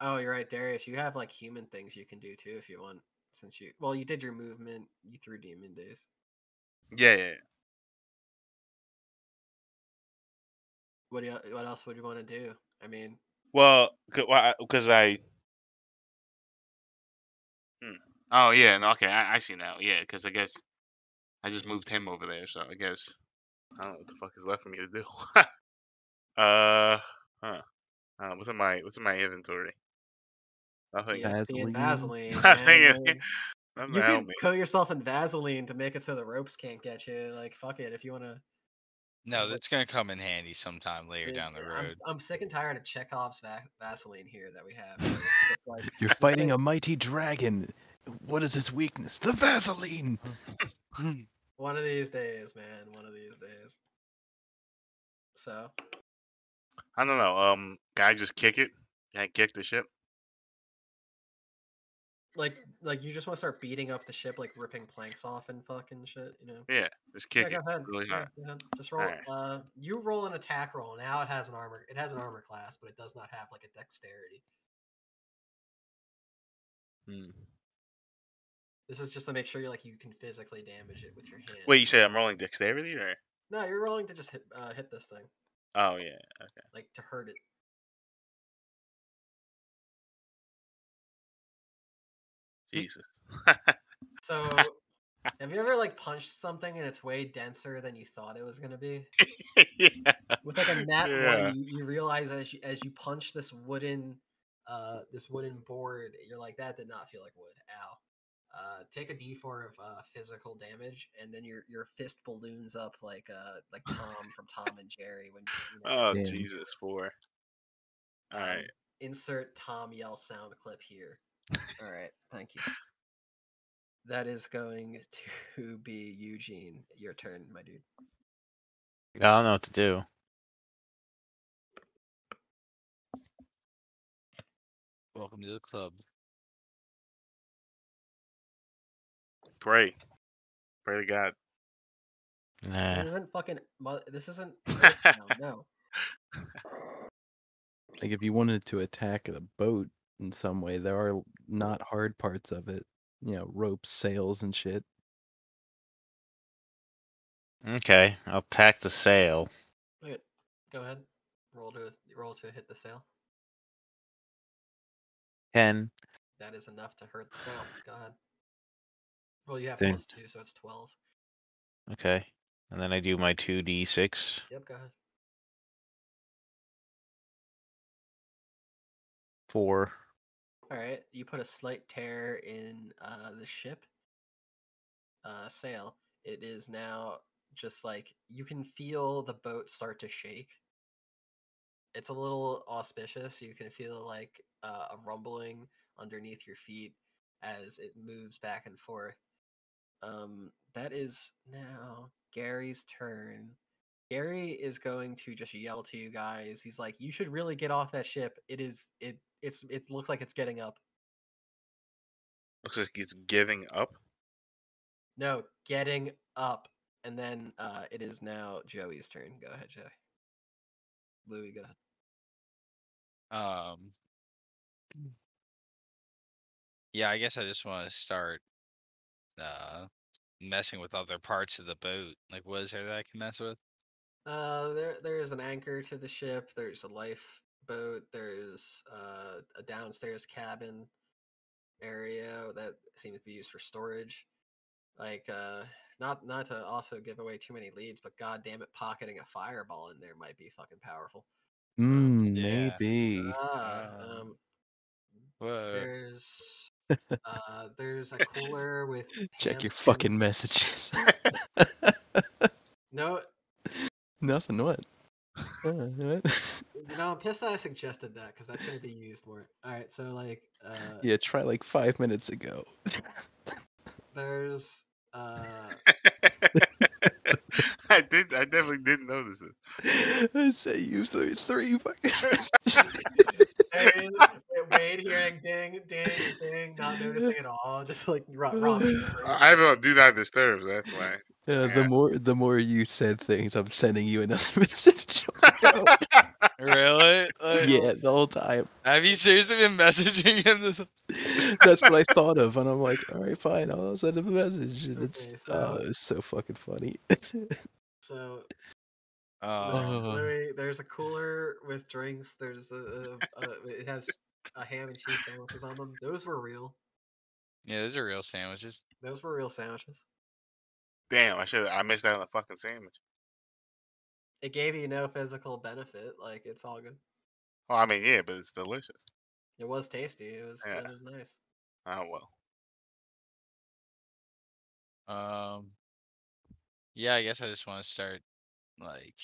Speaker 2: Oh, you're right, Darius. You have like human things you can do too if you want. Since you well, you did your movement. You threw demon days.
Speaker 3: Yeah. yeah.
Speaker 2: What do you, what else would you want to do? I mean,
Speaker 3: Well, because I. Hmm. Oh yeah. No. Okay. I, I see now. Yeah. Because I guess I just moved him over there, so I guess I don't know what the fuck is left for me to do. (laughs) uh. Huh. Uh, what's in my What's in my inventory? Nothing.
Speaker 1: Yeah.
Speaker 2: ESP and
Speaker 1: Vaseline.
Speaker 4: (laughs)
Speaker 2: Vaseline. man,
Speaker 3: Nothing.
Speaker 2: like,
Speaker 3: Nothing
Speaker 2: you
Speaker 3: to help
Speaker 2: can
Speaker 3: me.
Speaker 2: coat yourself in Vaseline to make it so the ropes can't get you. Like fuck it, if you want to.
Speaker 4: No,
Speaker 2: like-
Speaker 4: that's gonna come in handy sometime later
Speaker 2: Yeah,
Speaker 4: down the
Speaker 2: I'm,
Speaker 4: road.
Speaker 2: I'm sick and tired of Chekhov's va- Vaseline here that we have. (laughs) It's just like-
Speaker 1: You're
Speaker 2: just
Speaker 1: fighting
Speaker 2: like-
Speaker 1: a mighty dragon. What is its weakness? The Vaseline.
Speaker 2: one of these days, man. One of these days. So
Speaker 3: I don't know. Um. Can I just kick it? Can I kick the ship?
Speaker 2: like like you just want to start beating up the ship, like ripping planks off and fucking shit. You know.
Speaker 3: (laughs) Yeah, just kick
Speaker 2: yeah,
Speaker 3: it
Speaker 2: go ahead.
Speaker 3: really
Speaker 2: Yeah,
Speaker 3: hard.
Speaker 2: go ahead. Just roll.
Speaker 3: Alright.
Speaker 2: Uh, you roll an attack roll. Now it has an armor. It has an armor class, but it does not have like a dexterity.
Speaker 1: Hmm.
Speaker 2: This is just to make sure you like you can physically damage it with your hand.
Speaker 3: Wait, you say I'm rolling dexterity or?
Speaker 2: No, you're rolling to just hit uh, hit this thing,
Speaker 3: Oh yeah.
Speaker 2: like to hurt it.
Speaker 3: Jesus. (laughs)
Speaker 2: So, have you ever like punched something and it's way denser than you thought it was gonna be?
Speaker 3: yeah.
Speaker 2: With
Speaker 3: (laughs)
Speaker 2: like a nat
Speaker 3: Yeah.
Speaker 2: one, you, you realize as you as you punch this wooden, uh, this wooden board, you're like that did not feel like wood. Ow. Uh, take a d4 of uh, physical damage, and then your your fist balloons up like uh like Tom from Tom and Jerry when you know,
Speaker 3: Oh
Speaker 1: Damn.
Speaker 3: Jesus, four. All
Speaker 2: um,
Speaker 3: right.
Speaker 2: Insert Tom yell sound clip
Speaker 3: (laughs)
Speaker 2: here. All right. Thank you. That is going to be Eugene. Your turn, my dude.
Speaker 5: I don't know what to do.
Speaker 4: Welcome to the club.
Speaker 3: Pray. Pray to God. Eh.
Speaker 5: Nah.
Speaker 2: This isn't fucking. mo- This
Speaker 3: (laughs)
Speaker 2: isn't. Earthbound, no.
Speaker 1: Like if you wanted to attack the boat in some way, there are not hard parts of it. You know, ropes, sails, and shit.
Speaker 5: Okay, I'll attack the sail.
Speaker 2: Okay, Go ahead. Roll to roll to hit the sail.
Speaker 5: Ten.
Speaker 2: That is enough to hurt the sail. Go ahead. Well, you have
Speaker 5: Then-
Speaker 2: plus two, so it's twelve.
Speaker 5: Okay. And then I do my two D six.
Speaker 2: Yep. Go ahead.
Speaker 5: Four.
Speaker 2: All right, you put a slight tear in uh, the ship uh, sail. It is now just like you can feel the boat start to shake. It's a little auspicious. You can feel like uh, a rumbling underneath your feet as it moves back and forth. Um, that is now Gary's turn. Gary is going to just yell to you guys. He's like, "You should really get off that ship. It is it it's it looks like it's getting up.
Speaker 3: Looks like he's giving up. (laughs)
Speaker 2: No, getting up." And then uh it is now Joey's turn. Go ahead, Joey. Louis, go ahead.
Speaker 4: Um. Yeah, I guess I just want to start uh messing with other parts of the boat. Like, what is there that I can mess with?
Speaker 2: Uh, there there is an anchor to the ship. There's a lifeboat. There's uh, a downstairs cabin area that seems to be used for storage. Like, uh, not not to also give away too many leads, but goddamn it, pocketing a fireball in there might be fucking powerful.
Speaker 1: Mm, Uh,
Speaker 4: yeah.
Speaker 2: (laughs)
Speaker 1: Maybe.
Speaker 2: Ah,
Speaker 4: Um,
Speaker 2: um,
Speaker 4: Whoa.
Speaker 1: (laughs)
Speaker 2: there's uh, there's a cooler with
Speaker 1: Check your
Speaker 2: hamster-
Speaker 1: fucking messages. (laughs)
Speaker 2: No,
Speaker 1: Nothing. What? Uh, what? (laughs)
Speaker 2: you know, I'm pissed that I suggested that because that's gonna be used more. All right, so like, uh,
Speaker 1: yeah, try like five minutes ago. (laughs)
Speaker 2: there's uh.
Speaker 3: I did. I definitely didn't notice it.
Speaker 1: I say you so three fucking. (laughs)
Speaker 2: Wade, Wade hearing ding, ding, ding, not noticing at all, just like ro- robbing. the room.
Speaker 3: I I don't do not disturb. That's why.
Speaker 1: Uh, the
Speaker 3: Yeah.
Speaker 1: more the more you said things, I'm sending you another (laughs) message.
Speaker 4: (laughs) Really? Like,
Speaker 1: yeah, the whole time.
Speaker 4: Have (laughs) you seriously been messaging him this?
Speaker 1: (laughs) That's what I thought of, and I'm like, all right, fine, I'll send him a message. And it's
Speaker 2: Okay,
Speaker 1: oh,
Speaker 2: so-
Speaker 1: it's so fucking funny.
Speaker 2: So
Speaker 3: Uh.
Speaker 4: Oh,
Speaker 1: Oh.
Speaker 2: Louis, there's a cooler with drinks. There's a, a, a it has a ham and cheese sandwiches on them. Those were real.
Speaker 4: yeah, those are real sandwiches.
Speaker 2: Those were real sandwiches.
Speaker 3: Damn, I should. I missed out on the fucking sandwich.
Speaker 2: It gave you no physical benefit. Like it's all good.
Speaker 3: Oh, I mean, yeah, but it's delicious.
Speaker 2: It was tasty. It was
Speaker 3: Yeah.
Speaker 2: it was nice.
Speaker 3: Oh well. (laughs)
Speaker 4: Um, yeah, I guess I just want to start like,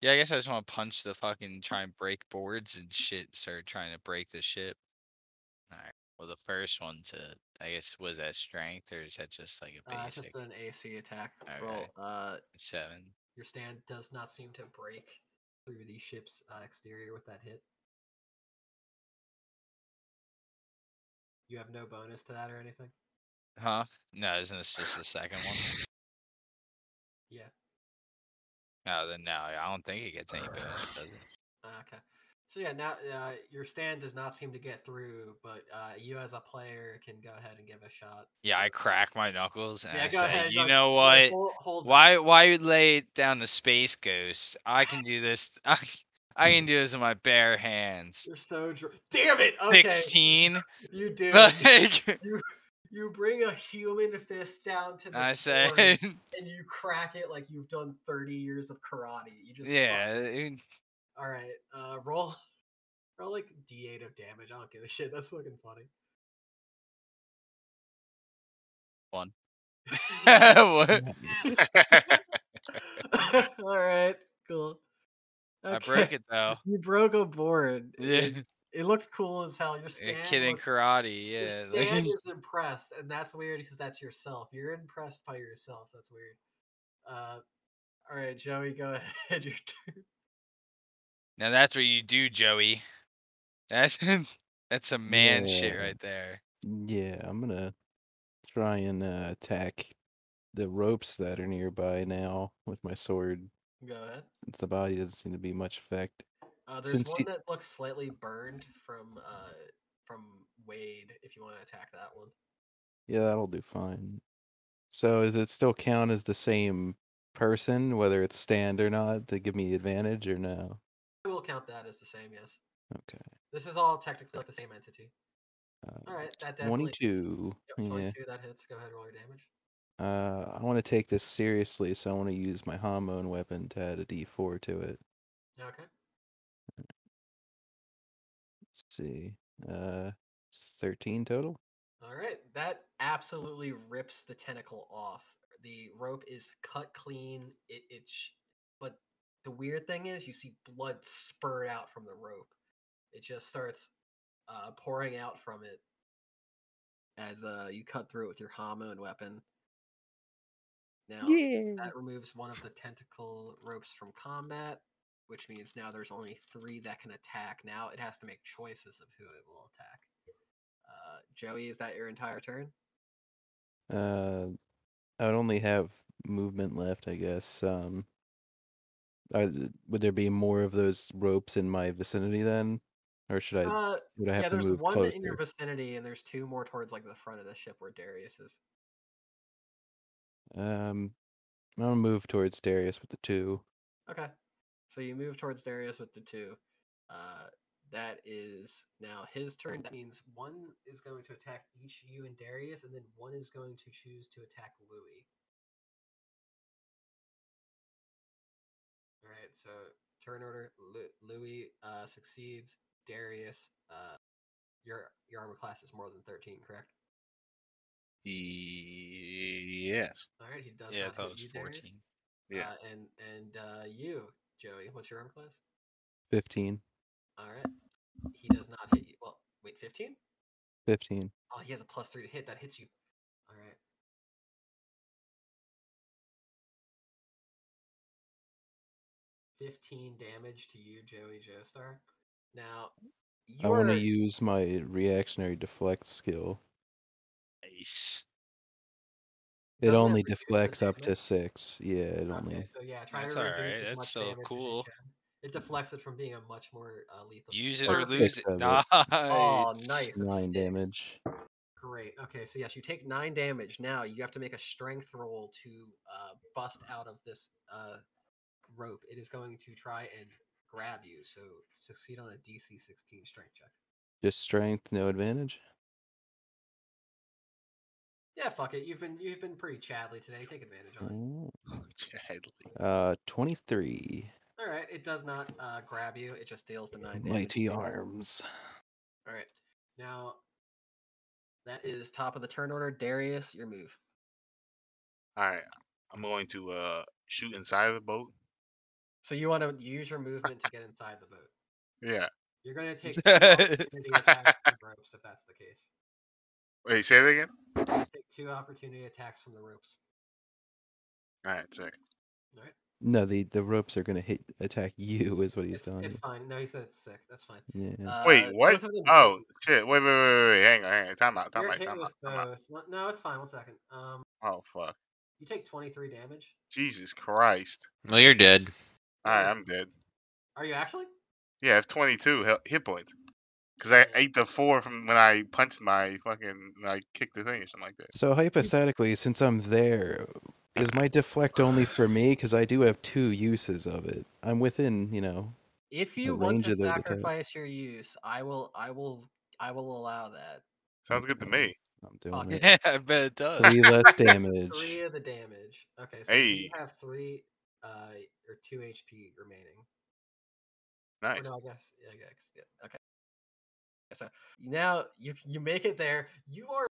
Speaker 4: yeah, I guess I just want to punch the fucking
Speaker 2: Mm.
Speaker 4: try and break boards and shit. Start trying to break the ship. All right. Well, the first one to I guess was that strength or is that just like a
Speaker 2: Uh, it's
Speaker 4: basic
Speaker 2: just an AC attack roll.
Speaker 4: Okay.
Speaker 2: Uh,
Speaker 4: seven?
Speaker 2: your stand does not seem to break through the ship's uh, exterior with that hit. You have no bonus to that or anything.
Speaker 4: Huh? No, isn't this just the second one?
Speaker 2: Yeah.
Speaker 4: No, Oh, then no, I don't think it gets any bonus, does it?
Speaker 2: Uh, okay. So yeah, now uh, your stand does not seem to get through, but uh, you as a player can go ahead and give a shot.
Speaker 4: Yeah, I crack my knuckles and
Speaker 2: Yeah,
Speaker 4: I
Speaker 2: go
Speaker 4: say,
Speaker 2: ahead.
Speaker 4: you
Speaker 2: go-
Speaker 4: know
Speaker 2: go-
Speaker 4: what?
Speaker 2: Hold, hold
Speaker 4: Why why lay it down the space ghost? I can do this. (laughs) I, c- I can do this with my bare hands.
Speaker 2: You're so dr- damn it. Okay,
Speaker 4: Sixteen. (laughs)
Speaker 2: you do. (laughs)
Speaker 4: Like
Speaker 2: you bring a human fist down to the
Speaker 4: I
Speaker 2: sword
Speaker 4: say, (laughs)
Speaker 2: and you crack it like you've done thirty years of karate. You just
Speaker 4: yeah. (laughs) it-
Speaker 2: All right, uh, roll, (laughs) roll like d8 of damage. I don't give a shit. That's fucking funny. (laughs)
Speaker 4: One. (laughs) What?
Speaker 2: All right, cool.
Speaker 4: I broke
Speaker 2: Okay,
Speaker 4: it though.
Speaker 2: (laughs)
Speaker 4: (laughs)
Speaker 2: You broke a board.
Speaker 4: Yeah.
Speaker 2: It, it looked cool as hell. Your
Speaker 4: Yeah,
Speaker 2: stand,
Speaker 4: Kid in
Speaker 2: looked-
Speaker 4: karate.
Speaker 2: your
Speaker 4: Yeah. like- (laughs)
Speaker 2: stand is impressed, and that's weird because that's yourself. You're impressed by yourself. That's weird. Uh, all right, Joey, go (laughs) ahead. Your turn.
Speaker 4: Now that's what you do, Joey. That's (laughs) that's some man shit
Speaker 1: Yeah.
Speaker 4: right there.
Speaker 1: Mm, Yeah, I'm gonna try and uh, attack the ropes that are nearby now with my sword.
Speaker 2: Go ahead.
Speaker 1: Since the body doesn't seem to be much effect.
Speaker 2: Uh, there's
Speaker 1: Since
Speaker 2: one
Speaker 1: he-
Speaker 2: that looks slightly burned from uh, from Wade. If you want to attack that one.
Speaker 1: Yeah, that'll do fine. So, is it still count as the same person, whether it's stand or not, to give me advantage or no?
Speaker 2: I will count that as the same, yes.
Speaker 1: Okay.
Speaker 2: This is all technically like the same entity.
Speaker 1: Uh,
Speaker 2: All right, that definitely hits.
Speaker 1: 22.
Speaker 2: Yep,
Speaker 1: yeah.
Speaker 2: 22, that hits. Go ahead, roll your damage.
Speaker 1: Uh, I want to take this seriously, so I want to use my hormone weapon to add a d4 to it.
Speaker 2: Yeah, okay.
Speaker 1: Let's see. Uh, 13 total?
Speaker 2: All right, that absolutely rips the tentacle off. The rope is cut clean. It, it sh- but the weird thing is, you see blood spurt out from the rope. It just starts uh, pouring out from it as uh, you cut through it with your hormone weapon. Now that removes one of the tentacle ropes from combat, which means now there's only three that can attack. Now it has to make choices of who it will attack. Uh, Joey, is that your entire turn?
Speaker 1: Uh, I would only have movement left, I guess. Um, are, th- would there be more of those ropes in my vicinity then? Or should I,
Speaker 2: Uh,
Speaker 1: would I have
Speaker 2: yeah,
Speaker 1: to
Speaker 2: there's
Speaker 1: move
Speaker 2: one
Speaker 1: closer?
Speaker 2: in your vicinity, and there's two more towards like the front of the ship where Darius is.
Speaker 1: Um, I'm gonna move towards Darius with the two.
Speaker 2: Okay, so you move towards Darius with the two. Uh, that is now his turn. That means one is going to attack each you and Darius, and then one is going to choose to attack Louis. All right, so turn order. Lu- Louis uh, succeeds. Darius, uh, your your armor class is more than thirteen, correct?
Speaker 3: yes.
Speaker 2: All right, he does.
Speaker 4: Yeah, I
Speaker 2: not
Speaker 4: thought
Speaker 2: hit
Speaker 4: it was
Speaker 2: you, Darius.
Speaker 4: fourteen.
Speaker 3: Yeah.
Speaker 2: Uh, and and uh, you, Joey, what's your arm class?
Speaker 1: 15.
Speaker 2: All right. He does not hit you. Well, wait, fifteen?
Speaker 1: 15.
Speaker 2: Oh, he has a plus three to hit. That hits you. All right. Fifteen damage to you, Joey Joestar. Now,
Speaker 1: I want
Speaker 2: you're-
Speaker 1: to use my reactionary deflect skill.
Speaker 4: Nice.
Speaker 1: It
Speaker 2: Doesn't that
Speaker 1: only
Speaker 2: reduce the
Speaker 1: deflects up to
Speaker 2: damage?
Speaker 1: six. Yeah, it
Speaker 2: Okay,
Speaker 1: only.
Speaker 2: so yeah, try
Speaker 4: That's
Speaker 2: to reduce
Speaker 4: alright,
Speaker 2: as
Speaker 4: that's
Speaker 2: much
Speaker 4: still
Speaker 2: damage
Speaker 4: cool.
Speaker 2: as you can. It deflects it from being a much more uh, lethal.
Speaker 4: Use it or
Speaker 2: Perfect.
Speaker 4: lose it. (laughs)
Speaker 1: Perfect
Speaker 4: Nice.
Speaker 1: of
Speaker 2: Oh, nice. That
Speaker 1: Nine
Speaker 2: sticks.
Speaker 1: damage.
Speaker 2: Great. Okay, so yes, you take nine damage. Now you have to make a strength roll to uh, bust out of this uh, rope. It is going to try and grab you, so succeed on a DC 16 strength check.
Speaker 1: Just strength, no advantage.
Speaker 2: Yeah, fuck it. You've been you've been pretty chadly today. Take advantage on it.
Speaker 1: Alright.
Speaker 3: Chadley.
Speaker 1: Uh, 23.
Speaker 2: All right, it does not uh, grab you. It just deals the nine damage.
Speaker 1: Mighty
Speaker 2: to you.
Speaker 1: arms.
Speaker 2: All right, now that is top of the turn order. Darius, your move.
Speaker 3: All right. I'm going to uh shoot inside of the boat.
Speaker 2: So you want to use your movement to get inside the boat.
Speaker 3: Yeah.
Speaker 2: You're going to take two opportunity attacks from ropes if that's the case.
Speaker 3: Wait, say that again.
Speaker 2: Take two opportunity attacks from the ropes.
Speaker 3: All right, sick.
Speaker 2: All right.
Speaker 1: No, the the ropes are gonna hit attack you is what he's
Speaker 2: It's,
Speaker 1: doing.
Speaker 2: it's fine. No, he said it's sick. That's fine.
Speaker 1: Yeah.
Speaker 2: Uh,
Speaker 3: Wait, what?
Speaker 2: both of them-
Speaker 3: Oh, shit. Wait, wait, wait, wait, wait. Hang on, hang on. Time out, time
Speaker 2: You're
Speaker 3: out,
Speaker 2: hit
Speaker 3: time out,
Speaker 2: with
Speaker 3: time out.
Speaker 2: both. One- No, it's fine. One second. Um,
Speaker 3: Oh, fuck.
Speaker 2: you take 23 damage.
Speaker 3: Jesus Christ.
Speaker 5: Well, you're dead.
Speaker 3: Alright, I'm dead.
Speaker 2: Are you actually?
Speaker 3: Yeah, I have 22 hel- hit points. Because I ate the four from when I punched my fucking, when I kicked the thing or something like that.
Speaker 1: So hypothetically, since I'm there, is my deflect only for me? Because I do have two uses of it. I'm within, you know.
Speaker 2: If you
Speaker 1: The
Speaker 2: want
Speaker 1: range
Speaker 2: to
Speaker 1: of those attacks.
Speaker 2: sacrifice your use, I will. I will. I will allow that.
Speaker 3: Sounds good to me.
Speaker 1: I'm doing
Speaker 4: (laughs)
Speaker 1: it.
Speaker 2: Okay.
Speaker 4: I bet it
Speaker 2: (laughs)
Speaker 4: does.
Speaker 1: Three less
Speaker 2: That's
Speaker 1: damage.
Speaker 2: Three of the damage. Okay, so you
Speaker 3: Hey.
Speaker 2: have three uh, or two HP remaining. Or
Speaker 3: Nice.
Speaker 2: no, I guess. Yeah, I guess. Yeah. Okay. So now you you make it there. You are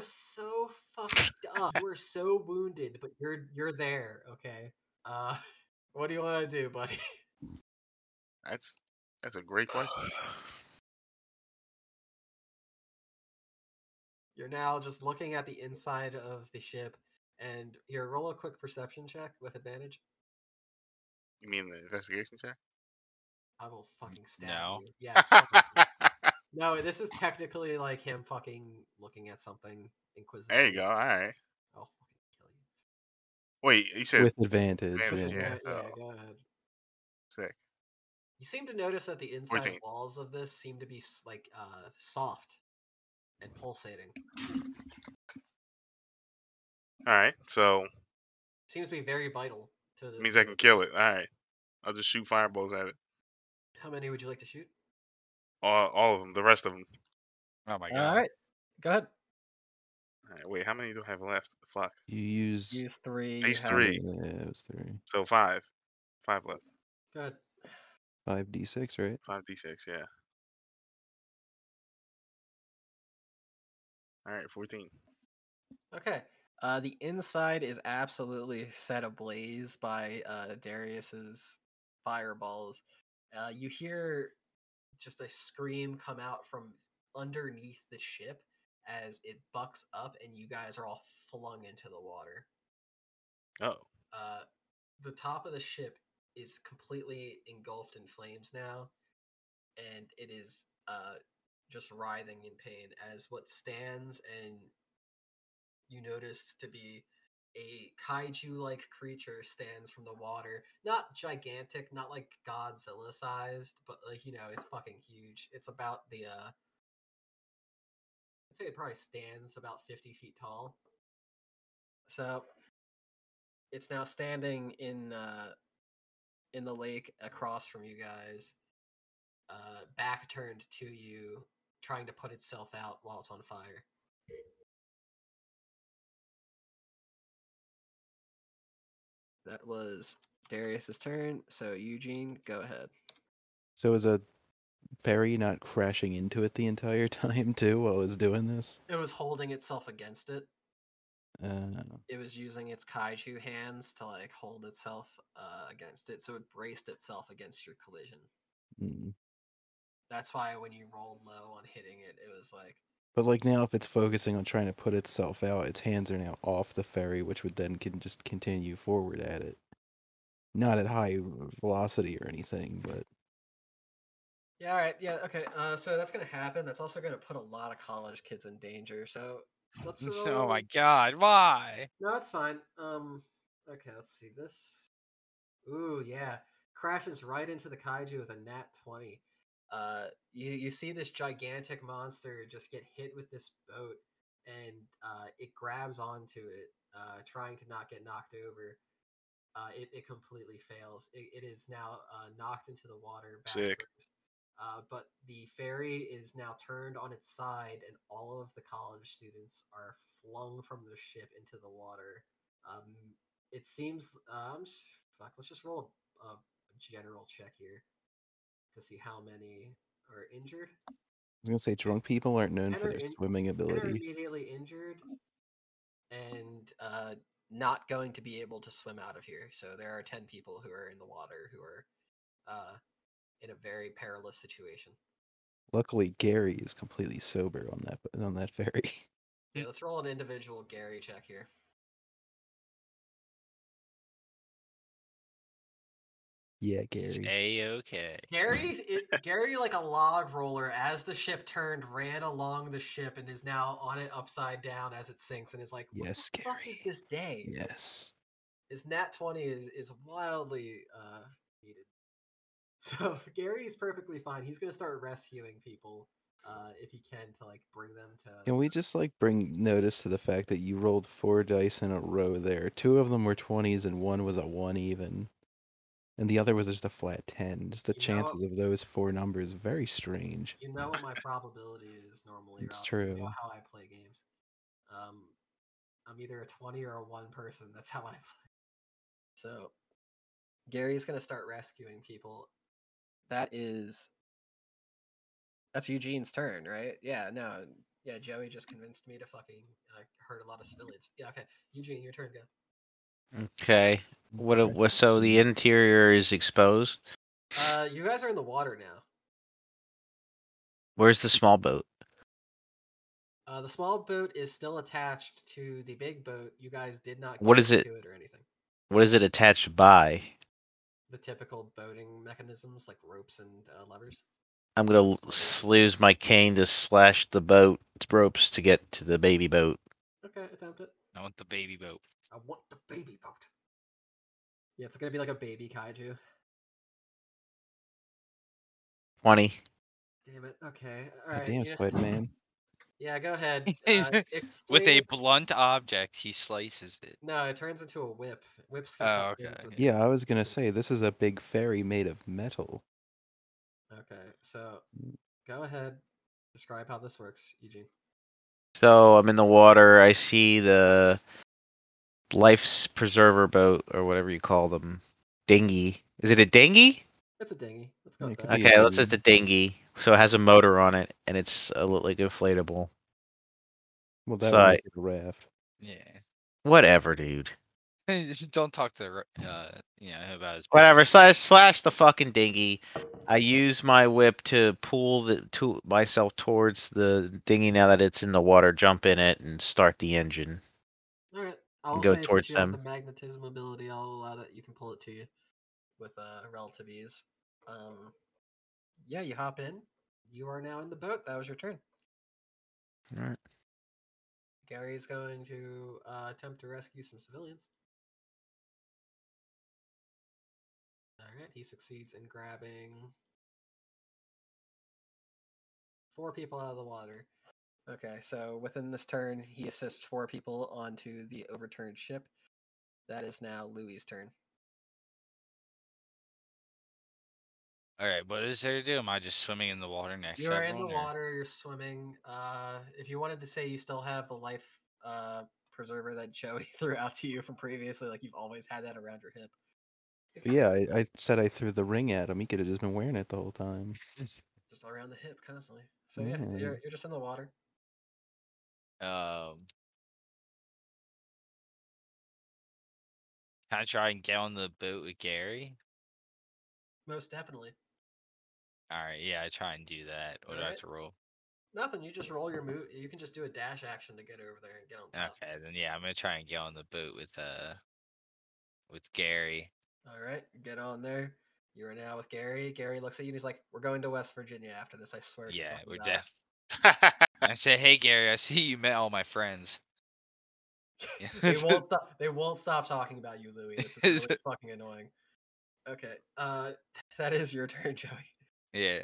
Speaker 2: so fucked up. you are so wounded, but you're you're there. Okay. Uh, (laughs) what do you want to do, buddy? (laughs)
Speaker 3: That's that's a great question.
Speaker 5: (sighs)
Speaker 2: You're now just looking at the inside of the ship, and here, roll a quick perception check with advantage.
Speaker 3: You mean the investigation check?
Speaker 2: I will fucking stab
Speaker 4: No.
Speaker 3: (laughs)
Speaker 2: you. Yes. fucking- no, this is technically like him fucking looking at something inquisitive.
Speaker 3: there you go. All right.
Speaker 2: I'll fucking kill you.
Speaker 3: Wait, you said
Speaker 1: With advantage.
Speaker 3: advantage,
Speaker 1: yeah.
Speaker 3: yeah.
Speaker 2: Go- yeah,
Speaker 3: so-
Speaker 2: go ahead.
Speaker 3: sick.
Speaker 2: You seem to notice that the inside
Speaker 3: 14.
Speaker 2: walls of this seem to be s- like uh, soft and pulsating.
Speaker 3: All right. So
Speaker 2: Seems to be very vital to the.
Speaker 3: means I can kill it. All right. I'll just shoot fireballs at it.
Speaker 2: How many would you like to shoot?
Speaker 3: All, all of them. The rest of them.
Speaker 4: Oh my god.
Speaker 2: right, go ahead.
Speaker 3: All right, wait, how many do I have left? Fuck.
Speaker 1: You use.
Speaker 2: Use three.
Speaker 3: Use have- three.
Speaker 1: Yeah, it was three.
Speaker 3: So five. Five left.
Speaker 2: Good.
Speaker 1: Five d six, right?
Speaker 3: Five d six. Yeah. All right, fourteen.
Speaker 2: Okay. Uh, the inside is absolutely set ablaze by uh, Darius's fireballs. Uh, you hear just a scream come out from underneath the ship as it bucks up, and you guys are all flung into the water.
Speaker 3: Oh, (laughs)
Speaker 2: Uh, the top of the ship is completely engulfed in flames now, and it is uh, just writhing in pain as what stands and you notice to be a kaiju like creature stands from the water. Not gigantic, not like Godzilla sized, but like, you know, it's fucking huge. It's about the, uh, I'd say it probably stands about 50 feet tall. So it's now standing in uh in the lake across from you guys uh back turned to you trying to put itself out while it's on fire that was darius's turn so eugene go ahead
Speaker 1: So is a ferry not crashing into it the entire (laughs) time too while it's doing this?
Speaker 2: it was holding itself against it
Speaker 1: Uh,
Speaker 2: it was using its kaiju hands to like hold itself uh, against it so it braced itself against your collision
Speaker 1: mm.
Speaker 2: that's why when you rolled low on hitting it it was like
Speaker 1: But like now, if it's focusing on trying to put itself out, its hands are now off the ferry, which would then can just continue forward at it, not at high velocity or anything. But
Speaker 2: Yeah, all right. Yeah, okay. Uh, so that's going to happen. That's also going to put a lot of college kids in danger. So let's roll.
Speaker 4: (laughs) Oh
Speaker 2: (laughs)
Speaker 4: my god. Why?
Speaker 2: No, it's fine. Um, okay, let's see this. Ooh, yeah. Crashes right into the kaiju with a nat 20. Uh, you, you see this gigantic monster just get hit with this boat, and uh, it grabs onto it, uh, trying to not get knocked over. Uh, it, it completely fails. It, it is now uh, knocked into the water. Back
Speaker 3: Sick.
Speaker 2: first. Uh, but the ferry is now turned on its side, and all of the college students are flung from the ship into the water. Um, it seems. Uh, I'm just, fuck. Let's just roll a, a general check here to see how many are injured.
Speaker 1: I was gonna say drunk people aren't known for
Speaker 2: Enter
Speaker 1: their
Speaker 2: in-
Speaker 1: swimming
Speaker 2: They're
Speaker 1: ability.
Speaker 2: immediately injured and uh, not going to be able to swim out of here. So there are ten people who are in the water who are uh, in a very perilous situation.
Speaker 1: Luckily, Gary is completely sober on that on that ferry.
Speaker 2: Okay, let's roll an individual Gary check here.
Speaker 1: (laughs) Yeah,
Speaker 4: It's
Speaker 1: Gary.
Speaker 4: a okay.
Speaker 2: Gary, it, Gary, like a log roller, as the ship turned, ran along the ship and is now on it upside down as it sinks, and is like, "What
Speaker 1: Yes,
Speaker 2: the fuck is
Speaker 1: Gary.
Speaker 2: this day?"
Speaker 1: Yes.
Speaker 2: His nat twenty is is wildly uh, needed. (laughs) So Gary is perfectly fine. He's gonna start rescuing people uh, if he can to like bring them to.
Speaker 1: Can we just like bring notice to the fact that you rolled four dice in a row there? Two of them were 20s and one was a 1 even. And the other was just a flat 10. Just the
Speaker 2: You know what-
Speaker 1: chances of those four numbers very strange.
Speaker 2: You know what my probability is normally.
Speaker 1: It's
Speaker 2: Rob. You know
Speaker 1: true.
Speaker 2: how I play games. Um, I'm either a 20 or a one person. That's how I play. So Gary's gonna start rescuing people. That is. That's Eugene's turn, right? Yeah. No. Yeah. Joey just convinced me to fucking uh, hurt a lot of civilians. Yeah. Okay. Eugene, your turn. Go.
Speaker 5: Okay. What? a-
Speaker 1: Okay.
Speaker 5: what? So the interior is exposed.
Speaker 2: Uh, you guys are in the water now.
Speaker 5: Where's the small boat?
Speaker 2: Uh, the small boat is still attached to the big boat. You guys did not.
Speaker 5: What
Speaker 2: get
Speaker 5: is it?
Speaker 2: to it or anything.
Speaker 5: What is it attached by?
Speaker 2: the typical boating mechanisms like ropes and uh, levers.
Speaker 5: I'm gonna l- sluice my cane to slash the boat ropes to get to the baby boat.
Speaker 2: Okay, attempt it.
Speaker 4: I want the baby boat.
Speaker 2: I want the baby boat. Yeah, it's gonna be like a baby kaiju.
Speaker 5: Twenty.
Speaker 2: Damn it. Okay. All
Speaker 1: God
Speaker 2: right.
Speaker 1: damn,
Speaker 2: yeah.
Speaker 1: Squid
Speaker 2: (laughs)
Speaker 1: Man.
Speaker 2: Yeah, go
Speaker 4: (laughs)
Speaker 2: ahead.
Speaker 4: He's-
Speaker 2: Uh,
Speaker 4: With a
Speaker 2: explain-
Speaker 4: blunt object, he slices it.
Speaker 2: No, it turns into a whip. Whips.
Speaker 4: Oh,
Speaker 2: cut things
Speaker 4: okay.
Speaker 2: with-
Speaker 1: Yeah, I was going to say, this is a big fairy made of metal.
Speaker 2: Okay, so go ahead. Describe how this works, Eugene.
Speaker 5: So I'm in the water. I see the life's preserver boat or whatever you call them. Dinghy. Is it a dinghy?
Speaker 2: It's a dinghy. Let's go.
Speaker 1: Yeah,
Speaker 2: with
Speaker 1: it could
Speaker 2: that.
Speaker 1: be a
Speaker 5: Okay, let's say
Speaker 1: dinghy.
Speaker 5: the dinghy. So it has a motor on it, and it's a little like inflatable.
Speaker 1: Well, that
Speaker 5: So
Speaker 1: would
Speaker 5: I-
Speaker 1: make it a raft.
Speaker 4: Yeah. (laughs)
Speaker 5: Whatever, dude.
Speaker 4: Don't talk to the r- uh, you know about his.
Speaker 5: Whatever. So I slash the fucking dinghy. I use my whip to pull the to myself towards the dinghy now that it's in the water. Jump in it and start the engine.
Speaker 2: All right. I'll
Speaker 5: go
Speaker 2: say
Speaker 5: towards
Speaker 2: since you have the
Speaker 5: them.
Speaker 2: magnetism ability, I'll allow that you can pull it to you with uh, relative ease. Um, yeah, you hop in. You are now in the boat. That was your turn.
Speaker 5: Alright.
Speaker 2: Gary's going to uh, attempt to rescue some civilians. All right, he succeeds in grabbing four people out of the water. Okay, so within this turn, he assists four people onto the overturned ship. That is now Louis' turn.
Speaker 4: All right, what is there to do? Am I just swimming in the water next? to
Speaker 2: You're in the
Speaker 4: everyone, or-
Speaker 2: water. You're swimming. Uh, if you wanted to say you still have the life uh, preserver that Joey (laughs) threw out to you from previously, like you've always had that around your hip.
Speaker 1: But yeah, I, I said I threw the ring at him. He could have just been wearing it the whole time.
Speaker 2: just around the hip constantly. So yeah,
Speaker 1: Yeah.
Speaker 2: you're, you're just in the water.
Speaker 4: Um, can I try and get on the boat with Gary?
Speaker 2: Most definitely.
Speaker 4: All right, yeah, I try and do that. Oh, What do I have
Speaker 2: Alright.
Speaker 4: to roll?
Speaker 2: Nothing. You just roll your move. You can just do a dash action to get over there and get on top.
Speaker 4: Okay, then yeah, I'm gonna try and get on the boat with uh with Gary.
Speaker 2: All right, get on there. You are now with Gary. Gary looks at you and he's like, "We're going to West Virginia after this. I swear." to
Speaker 4: Yeah,
Speaker 2: fucking
Speaker 4: we're
Speaker 2: God."
Speaker 4: deaf. I say, hey Gary, I see you met all my friends. Yeah.
Speaker 2: (laughs) they won't stop. They won't stop talking about you, Louis. This is really fucking annoying. Okay, uh, (laughs) that is your turn, (laughs) Joey.
Speaker 4: (laughs) yeah.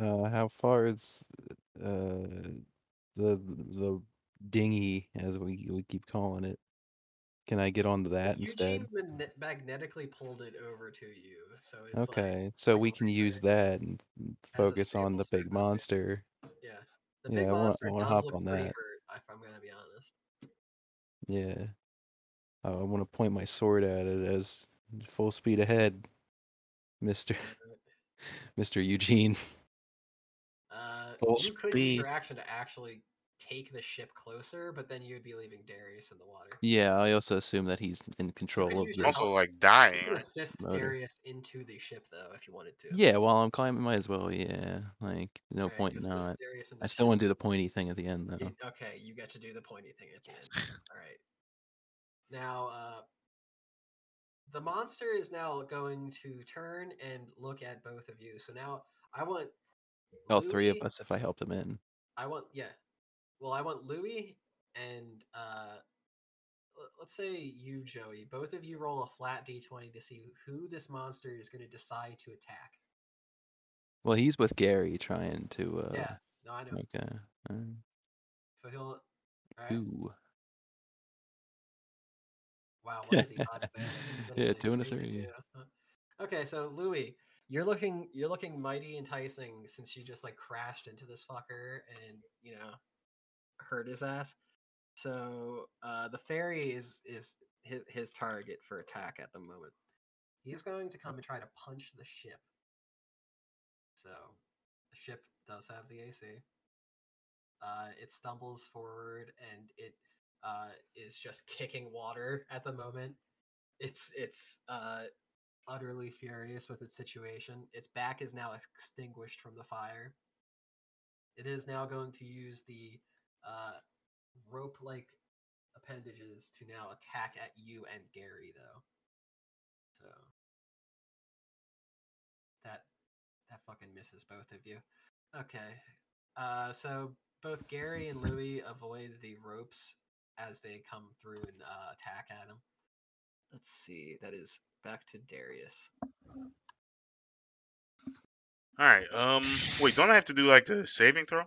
Speaker 1: Uh, how far is uh, the the dinghy, as we, we keep calling it? Can I get onto that instead?
Speaker 2: Eugene magne- magnetically pulled it over to you, so it's like-
Speaker 1: Okay, so
Speaker 2: like
Speaker 1: we
Speaker 2: over
Speaker 1: can use
Speaker 2: there.
Speaker 1: that and and focus on
Speaker 2: stable
Speaker 1: the
Speaker 2: surface.
Speaker 1: big monster.
Speaker 2: Yeah, the big
Speaker 1: Yeah, I wanna- I
Speaker 2: monster
Speaker 1: wanna
Speaker 2: does
Speaker 1: hop
Speaker 2: look
Speaker 1: on
Speaker 2: pretty
Speaker 1: that.
Speaker 2: hurt. If I'm gonna be honest.
Speaker 1: Yeah. Uh, I want to point my sword at it as full speed ahead, Mister (laughs) Mister Eugene.
Speaker 2: Uh,
Speaker 5: Full
Speaker 2: you could use your
Speaker 5: speed.
Speaker 2: action to actually take the ship closer, but then you'd be leaving Darius in the water.
Speaker 1: Yeah, I also assume that he's in control
Speaker 2: could
Speaker 1: of
Speaker 2: use
Speaker 1: the.
Speaker 2: your
Speaker 3: also
Speaker 2: help.
Speaker 3: like
Speaker 2: You
Speaker 3: dying.
Speaker 2: could
Speaker 3: Right?
Speaker 2: assist
Speaker 1: motor.
Speaker 2: Darius into the ship though, if you wanted to.
Speaker 1: Yeah, while I'm climbing, might as well. Yeah, like no
Speaker 2: Alright,
Speaker 1: point
Speaker 2: you
Speaker 1: in (laughs)
Speaker 2: assist
Speaker 1: not.
Speaker 2: Darius into
Speaker 1: I
Speaker 2: the
Speaker 1: still
Speaker 2: ship.
Speaker 1: want to do the pointy thing at the end though.
Speaker 2: You- okay, you get
Speaker 1: (laughs)
Speaker 2: to do the pointy thing at the end. All right. Now, uh, the monster is now going to turn and look at both of you. So now I want
Speaker 1: All three of
Speaker 2: Louis-
Speaker 1: us if I helped him in.
Speaker 2: I want yeah. Well, I want Louis and uh l- let's say you Joey, both of you roll a flat d20 to see who this monster is going to decide to attack.
Speaker 1: Well, he's with Gary trying to. Uh,
Speaker 2: yeah. No, I know.
Speaker 1: Okay. alright.
Speaker 2: So he'll all right.
Speaker 1: Ooh.
Speaker 2: Wow, what are
Speaker 1: (laughs)
Speaker 2: the odds there?
Speaker 1: Yeah,
Speaker 2: Literally,
Speaker 1: two and a three.
Speaker 2: to- huh. Okay, so Louis, you're looking you're looking mighty enticing since you just like crashed into this fucker and you know hurt his ass. So uh the fairy is is his, his target for attack at the moment. He's going to come and try to punch the ship. So the ship does have the AC. Uh, it stumbles forward and it uh, is just kicking water at the moment. It's it's uh, utterly furious with its situation. Its back is now extinguished from the fire. It is now going to use the uh, rope-like appendages to now attack at you and Gary, though. So that that fucking misses both of you. Okay, uh, so both Gary and Louis avoid the ropes as they come through and uh, attack at him. Let's see. That is back to Darius.
Speaker 3: All right. Um. Wait. Don't I have to do like the saving throw?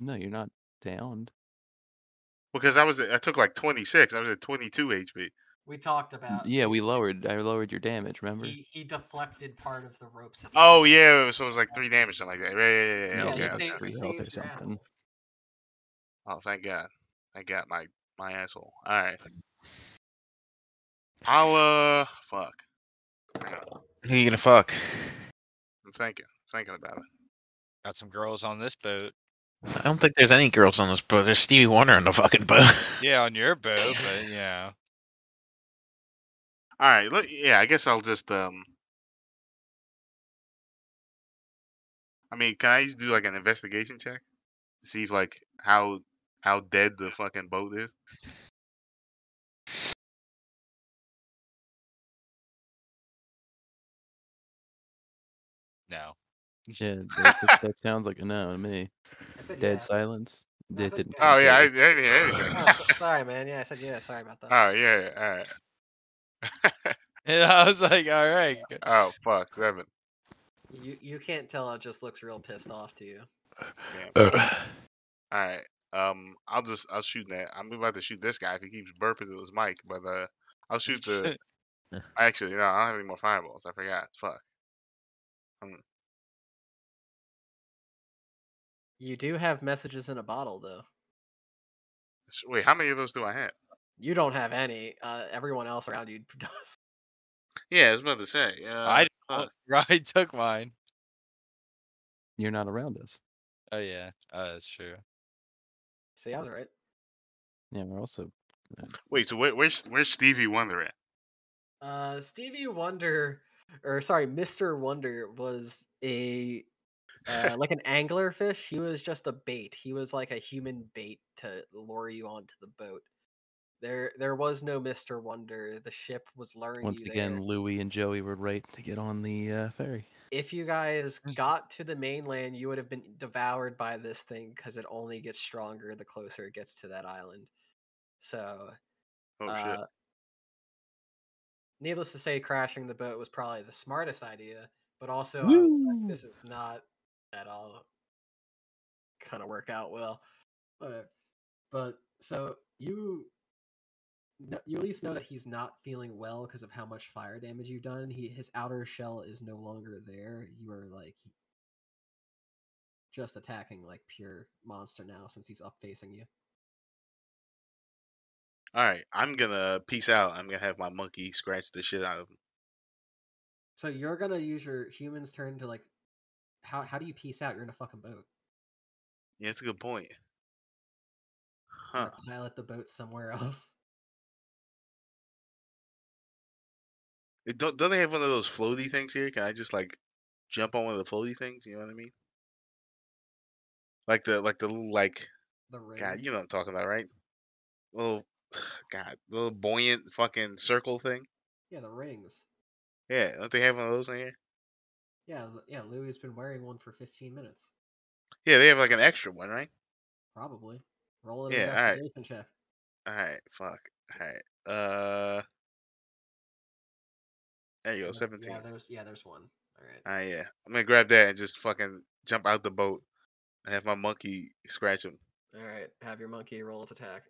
Speaker 1: No, you're not downed.
Speaker 3: Because I was at- I took like 26. I was at 22 HP.
Speaker 2: We talked about
Speaker 1: yeah, we lowered. I lowered your damage. Remember?
Speaker 2: he, (laughs) he deflected part of the ropes. attack.
Speaker 3: Oh yeah. So it was like three damage, something like that. Right, Yeah. Yeah. Yeah.
Speaker 1: Yeah,
Speaker 3: okay,
Speaker 2: you
Speaker 1: he's
Speaker 3: okay.
Speaker 2: saved-
Speaker 1: Three
Speaker 2: you
Speaker 1: health
Speaker 2: saved
Speaker 1: or
Speaker 2: your ass.
Speaker 1: something.
Speaker 3: Oh, thank God. I got my my asshole. All right. I'll uh fuck. Hang on.
Speaker 5: Who you gonna fuck?
Speaker 3: I'm thinking. Thinking about it.
Speaker 4: Got some girls on this boat.
Speaker 5: I don't think there's any girls on this boat. There's Stevie Wonder on the fucking boat.
Speaker 4: Yeah, on your boat, but yeah.
Speaker 3: All right. Look. Yeah. I guess I'll just um. I mean, can I do like an investigation check to see if like how how dead the fucking boat is?
Speaker 4: No. (laughs)
Speaker 1: Yeah, that, that- that sounds like a no to me.
Speaker 2: I said
Speaker 1: Dead
Speaker 2: yeah.
Speaker 1: silence.
Speaker 2: No, I
Speaker 1: It
Speaker 2: said
Speaker 1: didn't
Speaker 2: yeah.
Speaker 1: come
Speaker 3: Oh yeah. I, I,
Speaker 1: through.
Speaker 3: didn't hear anything.
Speaker 2: (laughs) Oh, so- sorry, man. Yeah, I said yeah. Sorry about that.
Speaker 3: (laughs) Oh yeah. All right.
Speaker 4: And I was like, all right. good."
Speaker 3: Oh fuck. Seven.
Speaker 2: You you can't tell. It just looks real pissed off to you.
Speaker 3: Damn.
Speaker 5: (laughs) Uh,
Speaker 3: All right. Um, I'll just I'll shoot that. I'm about to shoot this guy if he keeps burping with his mic, but uh, I'll
Speaker 4: (laughs)
Speaker 3: shoot the. Actually, no, I don't have any more fireballs. I forgot. Fuck.
Speaker 2: You do have messages in a bottle, though.
Speaker 3: Sh- Wait, how many of those do I have?
Speaker 2: You don't have any. Uh, everyone else around you (laughs) does.
Speaker 3: Yeah, I was about to say. Uh,
Speaker 4: I
Speaker 3: fuck.
Speaker 4: Ryan took mine.
Speaker 1: You're not around us.
Speaker 4: Oh yeah. Oh, that's true.
Speaker 2: See, I was right.
Speaker 1: Yeah, we're also.
Speaker 3: Wait, so where, where's where's Stevie Wonder at?
Speaker 2: Uh, Stevie Wonder, or sorry, Mister Wonder was a uh, like an angler fish. He was just a bait. He was like a human bait to lure you onto the boat. There, there was no Mister Wonder. The ship was luring
Speaker 1: Once
Speaker 2: you
Speaker 1: again,
Speaker 2: there.
Speaker 1: Louie and Joey were right to get on the uh, ferry.
Speaker 2: If you guys
Speaker 1: Mm.
Speaker 2: got to the mainland, you would have been devoured by this thing because it only gets stronger the closer it gets to that island. So
Speaker 3: Oh shit.
Speaker 2: Uh, needless to say, crashing the boat was probably the smartest idea, but also I was like,
Speaker 1: Woo!
Speaker 2: this is not at all kind of work out well. Whatever. But so you kn- you at least know that he's not feeling well because of how much fire damage you've done. He his outer shell is no longer there. You are like just attacking like pure monster now since he's up facing you.
Speaker 3: All right, I'm gonna peace out. I'm gonna have my monkey scratch the shit out of him.
Speaker 2: So you're gonna use your human's turn to like how how do you piece out? You're in a fucking boat.
Speaker 3: Yeah, that's a good point.
Speaker 2: Or
Speaker 3: Huh?
Speaker 2: pilot the boat somewhere (laughs) else.
Speaker 3: It- Don't don't they have one of those floaty things here? Can I just like jump on one of the floaty things? You know what I mean? Like the like the little like
Speaker 2: The ring.
Speaker 3: God, (sighs) you know what I'm talking about, right? Little God, little buoyant fucking circle thing.
Speaker 2: Yeah, the rings.
Speaker 3: Yeah, don't they have one of those in here?
Speaker 2: Yeah, Lu- yeah. Louis has been wearing one for 15 minutes,
Speaker 3: Yeah, they have like an extra one, right?
Speaker 2: probably. Roll an
Speaker 3: Yeah, all right.
Speaker 2: investigation check.
Speaker 3: All right, fuck. All right, uh, there you go,
Speaker 2: No,
Speaker 3: seventeen.
Speaker 2: Yeah, there's yeah, there's one. All right.
Speaker 3: Ah, yeah. I'm gonna grab that and just fucking jump out the boat and have my monkey scratch him.
Speaker 2: All right. Have your monkey roll its attack.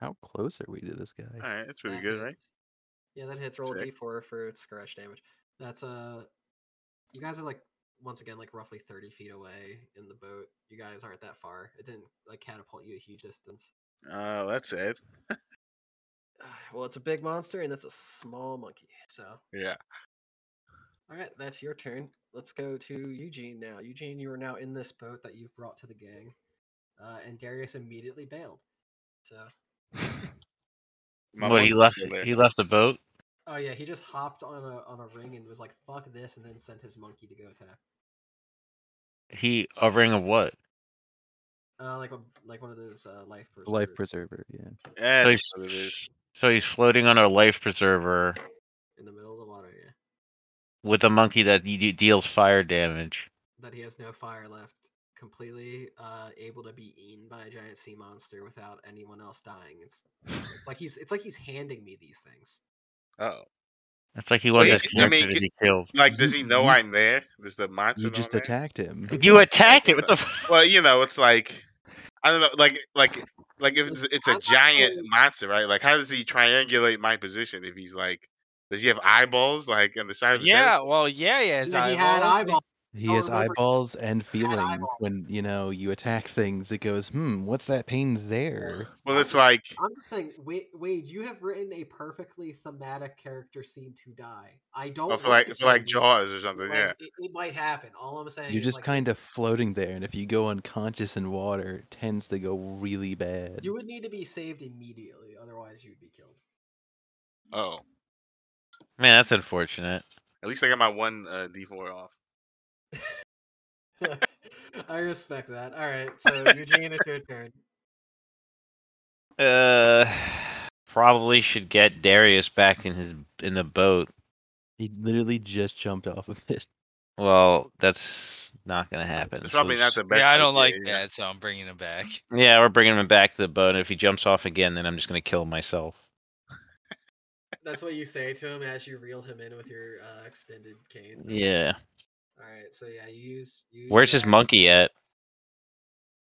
Speaker 1: How close are we to this guy?
Speaker 3: All right, that's pretty
Speaker 2: That
Speaker 3: good, right?
Speaker 2: hits. Yeah, that hits. Roll a
Speaker 3: Sick.
Speaker 2: d4 for its scratch damage. That's Uh, you guys are like once again like roughly 30 feet away in the boat. You guys aren't that far. It didn't like catapult you a huge distance.
Speaker 3: Oh, that's sad.
Speaker 2: (sighs) Well, it's a big monster and that's a small monkey. So,
Speaker 3: Yeah.
Speaker 2: all right, that's your turn. Let's go to Eugene now. Eugene, you are now in this boat that you've brought to the gang, uh, and Darius immediately bailed. So,
Speaker 3: My
Speaker 5: what he
Speaker 3: monkey's
Speaker 5: left?
Speaker 3: still there.
Speaker 5: He left the boat.
Speaker 2: oh yeah, he just hopped on a on a ring and was like, "Fuck this," and then sent his monkey to go attack.
Speaker 5: He a ring of what?
Speaker 2: Uh, like a, like one of those uh, life preservers.
Speaker 1: Life preserver, yeah.
Speaker 5: So
Speaker 3: That's
Speaker 5: he's,
Speaker 3: what it is.
Speaker 5: so he's floating on a life preserver
Speaker 2: in the middle of the water. Yeah,
Speaker 5: with a monkey that y- y- deals fire damage.
Speaker 2: that he has no fire left, completely uh, able to be eaten by a giant sea monster without anyone else dying. It's it's like he's it's like he's handing me these things.
Speaker 3: Oh,
Speaker 5: It's like he
Speaker 3: Well,
Speaker 5: wasn't
Speaker 3: yeah,
Speaker 5: as
Speaker 3: I mean,
Speaker 5: connected as
Speaker 3: get-
Speaker 5: he killed.
Speaker 3: like does he
Speaker 1: You-
Speaker 3: know
Speaker 1: you-
Speaker 3: I'm there? Does the monster
Speaker 1: You
Speaker 3: know
Speaker 1: just
Speaker 3: I'm there?
Speaker 1: attacked him.
Speaker 5: You attacked it. What the?
Speaker 3: Well, you know, it's like I don't know, like like like if it's, it's
Speaker 2: I'm
Speaker 3: a
Speaker 2: not
Speaker 3: giant
Speaker 2: saying-
Speaker 3: monster, right? Like, how does he triangulate my position if he's like? Does he have eyeballs like on the side of his head?
Speaker 4: Yeah, well, yeah, yeah. his
Speaker 2: Yeah, he had
Speaker 4: eyeballs,
Speaker 2: eyeballs.
Speaker 1: He
Speaker 2: Oh,
Speaker 1: has
Speaker 2: remember-
Speaker 1: eyeballs and feelings.
Speaker 2: eyeballs.
Speaker 1: When you know you attack things, it goes, "Hmm, what's that pain there?"
Speaker 3: Well, it's like
Speaker 2: I'm just saying, Wade, Wade, you have written a perfectly thematic character scene to die. I don't
Speaker 3: well,
Speaker 2: want
Speaker 3: for like
Speaker 2: to
Speaker 3: for
Speaker 2: kill
Speaker 3: like
Speaker 2: you,
Speaker 3: Jaws or
Speaker 2: but,
Speaker 3: something.
Speaker 2: like,
Speaker 3: Yeah,
Speaker 2: it, it might happen. All I'm saying
Speaker 1: You're
Speaker 2: is,
Speaker 1: just
Speaker 2: like,
Speaker 1: kind of floating there, and if you go unconscious in water, it tends to go really bad.
Speaker 2: you would need to be saved immediately, otherwise you'd be killed. (laughs)
Speaker 3: Oh,
Speaker 5: Man, that's unfortunate.
Speaker 3: at least I got my one uh, D4 off.
Speaker 2: I respect that. All right, so Eugene, it's your turn.
Speaker 5: Uh, (sighs) probably should get Darius back in his in the boat.
Speaker 1: He literally just jumped off of it. (laughs)
Speaker 5: Well, that's not gonna happen.
Speaker 3: It's
Speaker 5: so
Speaker 3: probably not
Speaker 5: s-
Speaker 3: the best.
Speaker 4: yeah, I don't
Speaker 3: idea,
Speaker 4: like
Speaker 3: yeah.
Speaker 4: that, so I'm bringing him back.
Speaker 5: Yeah, we're bringing him back to the boat. And if he jumps off again, then I'm just gonna kill myself.
Speaker 2: That's what you say to him as you reel him in with your uh, extended cane.
Speaker 5: Yeah.
Speaker 2: All right, so yeah, you use. You use
Speaker 5: Where's
Speaker 2: your
Speaker 5: his
Speaker 2: action-
Speaker 5: monkey at?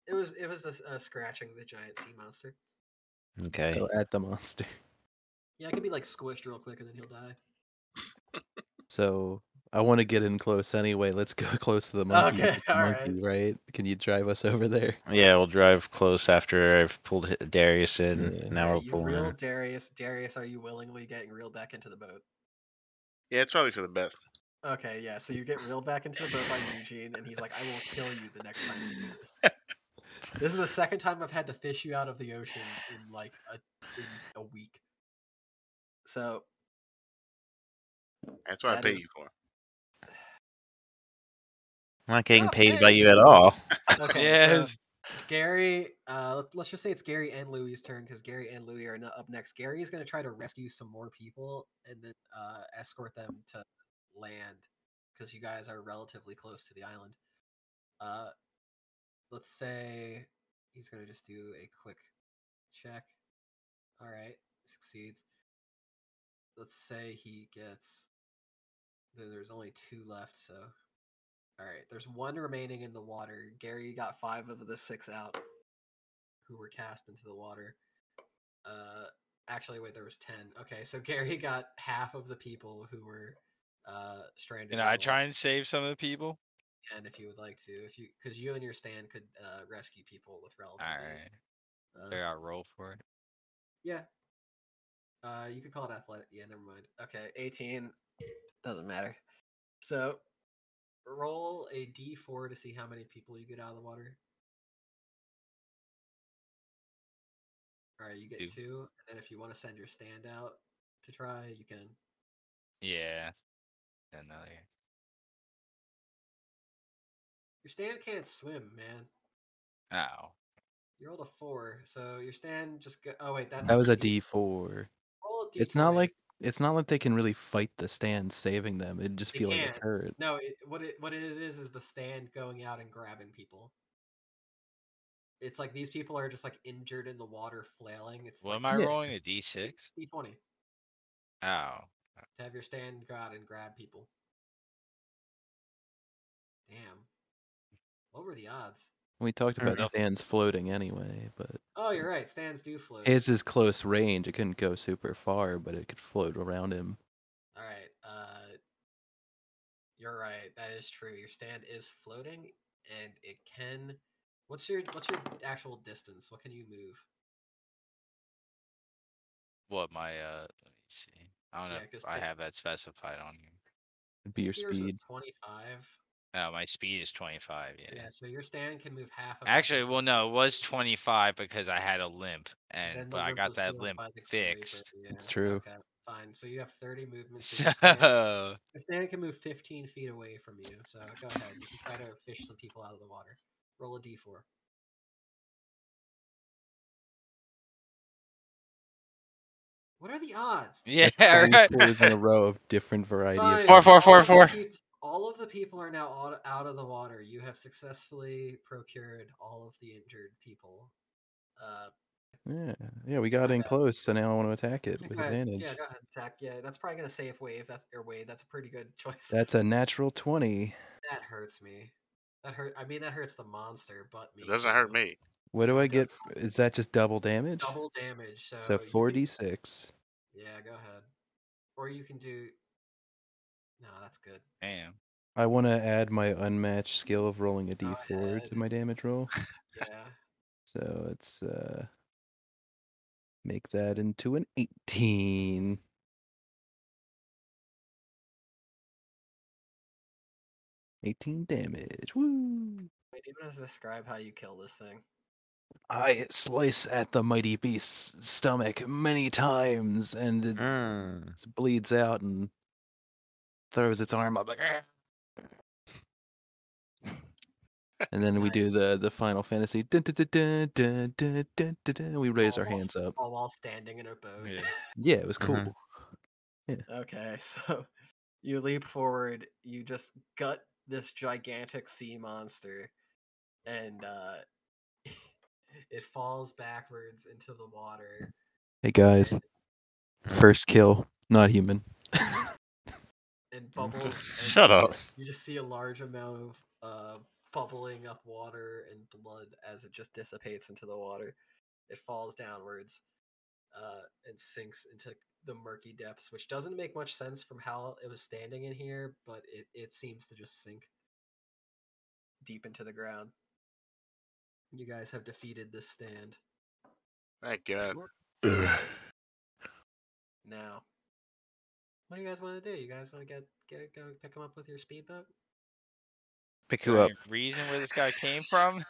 Speaker 2: It was it was a, s- a scratching the giant sea monster.
Speaker 5: Okay.
Speaker 1: So at the monster.
Speaker 2: Yeah, it could be like squished real quick and then he'll die.
Speaker 1: So I want to get in close anyway. Let's go (laughs) close to the monkey.
Speaker 2: Okay,
Speaker 1: with the
Speaker 2: (laughs) all
Speaker 1: monkey,
Speaker 2: right.
Speaker 1: right? Can you drive us over there?
Speaker 5: Yeah, we'll drive close after I've pulled hi- Darius in.
Speaker 1: Yeah.
Speaker 5: Now
Speaker 2: All
Speaker 5: we're
Speaker 2: right, you
Speaker 5: pulling.
Speaker 2: reel
Speaker 5: in.
Speaker 2: Darius. Darius, are you willingly getting reeled back into the boat?
Speaker 3: Yeah, it's probably for the best.
Speaker 2: Okay, yeah. So you get reeled back into the boat by Eugene, and he's like, "I will kill you the next time you do
Speaker 5: (laughs)
Speaker 2: this." This is the second time I've had to fish you out of the ocean in like a in a week. So
Speaker 3: That's what I
Speaker 2: That
Speaker 3: pay
Speaker 2: is-
Speaker 3: you for.
Speaker 5: I'm not getting
Speaker 2: Not
Speaker 5: paid by you at
Speaker 2: paid.
Speaker 5: all.
Speaker 4: (laughs)
Speaker 2: okay, so
Speaker 4: Yes.
Speaker 2: it's Gary. Uh, let's, let's just say it's Gary and Louie's turn because Gary and Louie are not up next. Gary is going to try to rescue some more people and then uh, escort them to land because you guys are relatively close to the island. Uh, let's say he's going to just do a quick check. All right, succeeds. Let's say he gets. there- There's only two left, so. All right, there's one remaining in the water. Gary got five of the six out who were cast into the water. Uh, actually, wait, there was ten. Okay, so Gary (laughs) got half of the people who were uh, stranded.
Speaker 4: Can
Speaker 2: in the
Speaker 4: I
Speaker 2: water.
Speaker 4: try and save some of the people?
Speaker 2: And if you would like to, if you because you and your stand could uh, rescue people with relative
Speaker 4: All
Speaker 2: ease.
Speaker 4: right.
Speaker 2: Uh,
Speaker 4: There I roll for it.
Speaker 2: Yeah. Uh, you could call it athletic. Yeah, never mind. Okay, eighteen doesn't matter. So, roll a d four to see how many people you get out of the water. All right, you get
Speaker 4: Two.
Speaker 2: two, and then if you want to send your stand out to try, you can.
Speaker 4: Yeah. Another.
Speaker 2: Your stand can't swim, man.
Speaker 4: Oh.
Speaker 2: You rolled a four, so your stand just go. Oh wait, that's
Speaker 1: That was a
Speaker 2: D.
Speaker 1: D4.
Speaker 2: don't.
Speaker 1: It's not
Speaker 2: decoy.
Speaker 1: like it's not like they can really fight the stand saving them. It just
Speaker 2: They
Speaker 1: feel like a
Speaker 2: can't.
Speaker 1: turret.
Speaker 2: no. It, what it what it is is the stand going out and grabbing people. It's like these people are just like injured in the water, flailing. It's
Speaker 4: What am I
Speaker 2: like (laughs)
Speaker 1: Yeah.
Speaker 4: rolling? A d6?
Speaker 2: D twenty
Speaker 4: Oh,
Speaker 2: to have your stand go out and grab people. Damn, what were the odds?
Speaker 1: We talked
Speaker 5: Fair
Speaker 1: about
Speaker 5: enough.
Speaker 1: stands floating anyway, but
Speaker 2: Oh, you're right. Stands do float.
Speaker 1: his is close range. It couldn't go super far, but it could float around him.
Speaker 2: All right. Uh, you're right. That is true. Your stand is floating, and it can. What's your What's your actual distance? What can you move?
Speaker 4: what my uh? Let me see. I don't
Speaker 2: Yeah,
Speaker 4: know. if
Speaker 2: 'cause
Speaker 4: I
Speaker 2: the-
Speaker 4: have that specified on here.
Speaker 1: It'd be your
Speaker 2: Yours is (laughs)
Speaker 1: speed.
Speaker 2: twenty five.
Speaker 4: No, my speed is 25. Yeah.
Speaker 2: Yeah. So your stand can move half of. that
Speaker 4: Actually, well,
Speaker 2: distance,
Speaker 4: no, it was 25 because I had a limp, and
Speaker 2: then the
Speaker 4: but I
Speaker 2: limp
Speaker 4: got
Speaker 2: was
Speaker 4: that
Speaker 2: healed
Speaker 4: limp
Speaker 2: by the clear, but
Speaker 4: fixed. (laughs)
Speaker 2: yeah,
Speaker 1: It's true.
Speaker 2: Okay, fine. So you have thirty movements. so your
Speaker 4: (laughs)
Speaker 2: stand-
Speaker 4: So
Speaker 2: your stand can move fifteen feet away from you. So go ahead. You can try to fish some people out of the water. Roll a d four. What are the odds?
Speaker 4: yeah,
Speaker 1: All these
Speaker 4: right.
Speaker 1: pools in a row of different variety of
Speaker 2: Fine.
Speaker 5: Four, four,
Speaker 2: All
Speaker 5: four,
Speaker 2: of the
Speaker 5: four.
Speaker 2: peop- All of the people are now out- out of the water. You have successfully procured all of the injured people. Uh,
Speaker 1: Yeah, yeah, we got in
Speaker 2: Okay.
Speaker 1: close, so now I want to attack it
Speaker 2: yeah,
Speaker 1: with
Speaker 2: go ahead.
Speaker 1: advantage.
Speaker 2: Yeah, go ahead. Attack. Yeah, that's probably gonna save wave. That's or wave. That's a pretty good (laughs) choice.
Speaker 1: That's a natural twenty.
Speaker 2: that hurts me. That hurt. I mean, that hurts the monster, but me.
Speaker 3: It doesn't
Speaker 2: too.
Speaker 3: hurt me.
Speaker 1: What do I
Speaker 2: Does
Speaker 1: get? f- Is that just double damage?
Speaker 2: Double damage. So
Speaker 1: so
Speaker 2: you can-
Speaker 1: forty six.
Speaker 2: Yeah, go ahead. Or you can do. No, that's good.
Speaker 3: (laughs)
Speaker 4: Damn.
Speaker 1: I want to add my unmatched skill of rolling a d4
Speaker 2: ahead.
Speaker 1: to my damage roll.
Speaker 2: Yeah.
Speaker 1: So let's uh, make that into an eighteen. Eighteen damage. Woo!
Speaker 2: Wait, do you want to describe how you kill this thing?
Speaker 1: I slice at the mighty beast's stomach many times, and it
Speaker 5: Mm.
Speaker 1: s- bleeds out and throws its arm up like. "Ah." and then we do
Speaker 2: Nice.
Speaker 1: the the Final Fantasy. dun, dun, dun, dun, dun, dun, dun, dun, We raise our
Speaker 2: All while-
Speaker 1: hands up.
Speaker 2: All while standing in a boat.
Speaker 4: Yeah.
Speaker 1: Yeah, it was cool.
Speaker 5: Mhm.
Speaker 2: Okay, (laughs) so you leap forward, you just gut this gigantic sea monster, and uh, (laughs) it falls backwards into the water.
Speaker 1: Hey guys,
Speaker 2: and-
Speaker 1: first kill, not human.
Speaker 5: (laughs)
Speaker 2: And bubbles. and
Speaker 5: Shut up.
Speaker 2: You just see a large amount of uh, bubbling up water and blood as it just dissipates into the water. It falls downwards uh, and sinks into the murky depths, which doesn't make much sense from how it was standing in here, but it, it seems to just sink deep into the ground. You guys have defeated this stand.
Speaker 3: Thank God.
Speaker 5: Mm.
Speaker 2: Now, what do you guys want to do? You guys want to get, get go pick them up with your speedboat?
Speaker 5: Pick
Speaker 4: Is
Speaker 5: who
Speaker 4: there
Speaker 5: up.
Speaker 4: any Reason where this guy came from?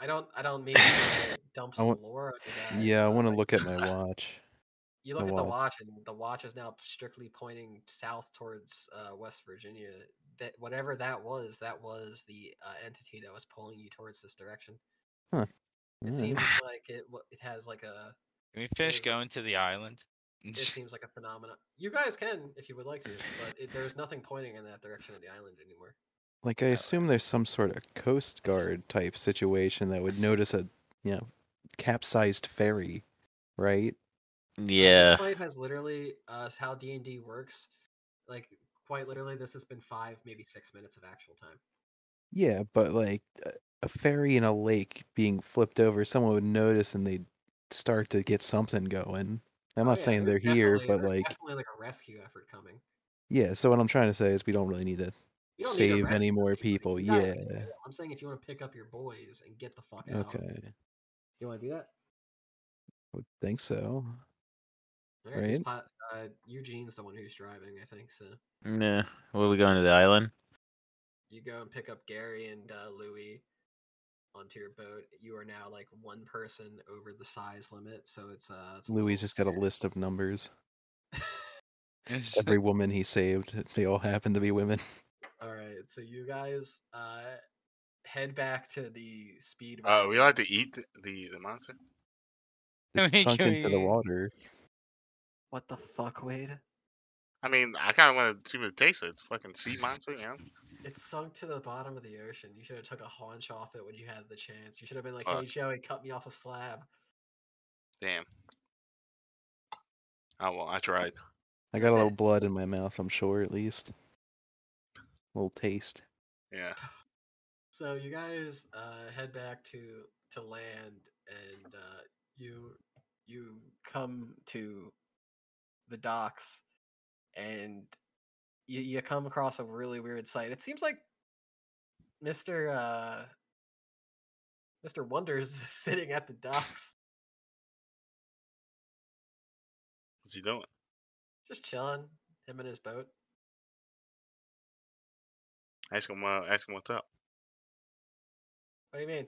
Speaker 2: I don't. I don't mean to dump
Speaker 1: (coughs) I
Speaker 2: some
Speaker 1: want-
Speaker 2: lore on you guys.
Speaker 1: Yeah, I
Speaker 2: but,
Speaker 1: want to
Speaker 2: like,
Speaker 1: look at my (laughs) watch.
Speaker 2: You look
Speaker 1: The
Speaker 2: at the
Speaker 1: watch.
Speaker 2: watch, and the watch is now strictly pointing south towards uh, West Virginia. That whatever that was, that was the uh, entity that was pulling you towards this direction. It
Speaker 1: Alright. (laughs)
Speaker 2: seems like it. wa- It has like a.
Speaker 4: Can we finish
Speaker 2: is it?
Speaker 4: going to the island?
Speaker 2: It
Speaker 4: (laughs)
Speaker 2: seems like a phenomenon. You guys can, if you would like to, but it, there's nothing pointing in that direction of the island anymore.
Speaker 1: Like I assume there's some sort of coast guard type situation that would notice a you know capsized ferry, right?
Speaker 2: This
Speaker 5: Yeah.
Speaker 2: fight has literally uh, s- how D and D works. Like quite literally, this has been five, maybe six minutes of actual time.
Speaker 1: Yeah, but like a- a ferry in a lake being flipped over, someone would notice and they'd start to get something going. I'm
Speaker 2: Oh,
Speaker 1: not
Speaker 2: yeah,
Speaker 1: saying they're
Speaker 2: there's
Speaker 1: here,
Speaker 2: definitely-
Speaker 1: but
Speaker 2: there's
Speaker 1: like
Speaker 2: definitely like a rescue effort coming.
Speaker 1: yeah, so what I'm trying to say is we don't really need to
Speaker 2: You don't need to
Speaker 1: save
Speaker 2: rescue
Speaker 1: any more
Speaker 2: people,
Speaker 1: people.
Speaker 2: you guys
Speaker 1: Yeah.
Speaker 2: can go. I'm saying if you want to pick up your boys and get the fuck out.
Speaker 1: Okay. I
Speaker 2: You want to do that?
Speaker 1: would think so.
Speaker 2: All right. just
Speaker 1: Right.
Speaker 2: pot- uh, Eugene's the one who's driving, I think. So
Speaker 5: Nah. Will we going to the island?
Speaker 2: you go and pick up Gary and uh, Louie onto your boat. You are now like one person over the size limit, so it's uh. It's a
Speaker 1: Louis
Speaker 2: little
Speaker 1: just got a
Speaker 2: scary.
Speaker 1: list of numbers.
Speaker 4: It's- (laughs)
Speaker 1: Every woman he saved, they all happen to be women.
Speaker 2: All right, so you guys uh head back to the speed.
Speaker 3: Uh,
Speaker 2: wagon.
Speaker 3: we like to eat the, the, the monster.
Speaker 4: I
Speaker 1: It
Speaker 4: mean,
Speaker 1: sunk
Speaker 4: can
Speaker 1: into the
Speaker 4: we-
Speaker 1: water.
Speaker 2: What the fuck, Wade?
Speaker 3: I mean, I kind of want to see what it tastes like. It's a fucking sea monster, you know?
Speaker 2: It sunk to the bottom of the ocean. You should have took a haunch off it when you had the chance. You should have been like, "Hey
Speaker 3: Fuck.
Speaker 2: Joey, cut me off a slab."
Speaker 3: Damn. Oh well, I tried.
Speaker 1: I got a little blood in my mouth, I'm sure, at least. little taste.
Speaker 3: Yeah.
Speaker 2: So you guys uh, head back to to land, and uh, you you come to the docks, and you you come across a really weird sight. It seems like Mister uh, Mister Wonders (laughs) is sitting at the docks,
Speaker 3: What's he doing?
Speaker 2: just chilling. Him and his boat.
Speaker 3: Ask him. Uh, ask him what's up.
Speaker 2: What do you mean?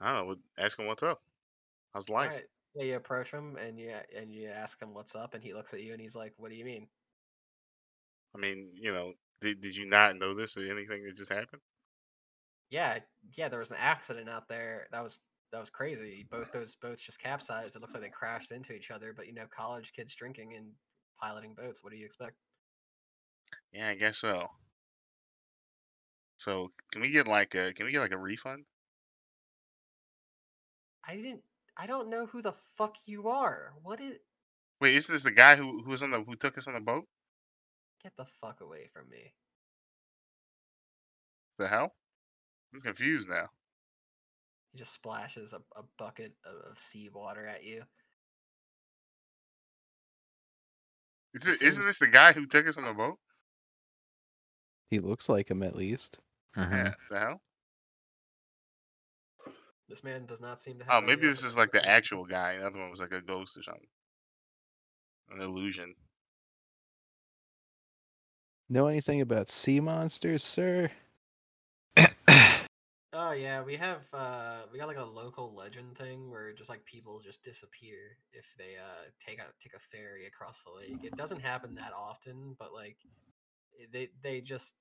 Speaker 3: I don't know. what- Ask him what's up. How's
Speaker 2: All
Speaker 3: life?
Speaker 2: right. Yeah, you approach him and you and you ask him what's up, and he looks at you and he's like, "What do you mean?"
Speaker 3: I mean, you know, did did you not notice anything that just happened?
Speaker 2: yeah yeah there was an accident out there that was that was crazy both those boats just capsized it looks like they crashed into each other but you know college kids drinking and piloting boats what do you expect
Speaker 3: Yeah, I guess so. So can we get like a can we get like a refund?
Speaker 2: i didn't i don't know who the fuck you are what is
Speaker 3: Wait, is this the guy who who was on the who took us on the boat?
Speaker 2: get the fuck away from me
Speaker 3: The hell? I'm confused now.
Speaker 2: he just splashes a, a bucket of, of seawater at you
Speaker 3: Is
Speaker 2: It
Speaker 3: it, isn't
Speaker 2: seems-
Speaker 3: this the guy who took us on the boat?
Speaker 1: He looks like him, at least.
Speaker 5: Mhm.
Speaker 2: Uh-huh.
Speaker 3: Yeah. The hell?
Speaker 2: this man does not seem to
Speaker 3: Oh,
Speaker 2: have any
Speaker 3: maybe this is like the
Speaker 2: recollection.
Speaker 3: actual guy. The other one was like a ghost or something, an illusion.
Speaker 1: Know anything about sea monsters, sir?
Speaker 2: Oh yeah, we have uh we got like a local legend thing where just like people just disappear if they uh take a take a ferry across the lake. It doesn't happen that often, but like i- they they just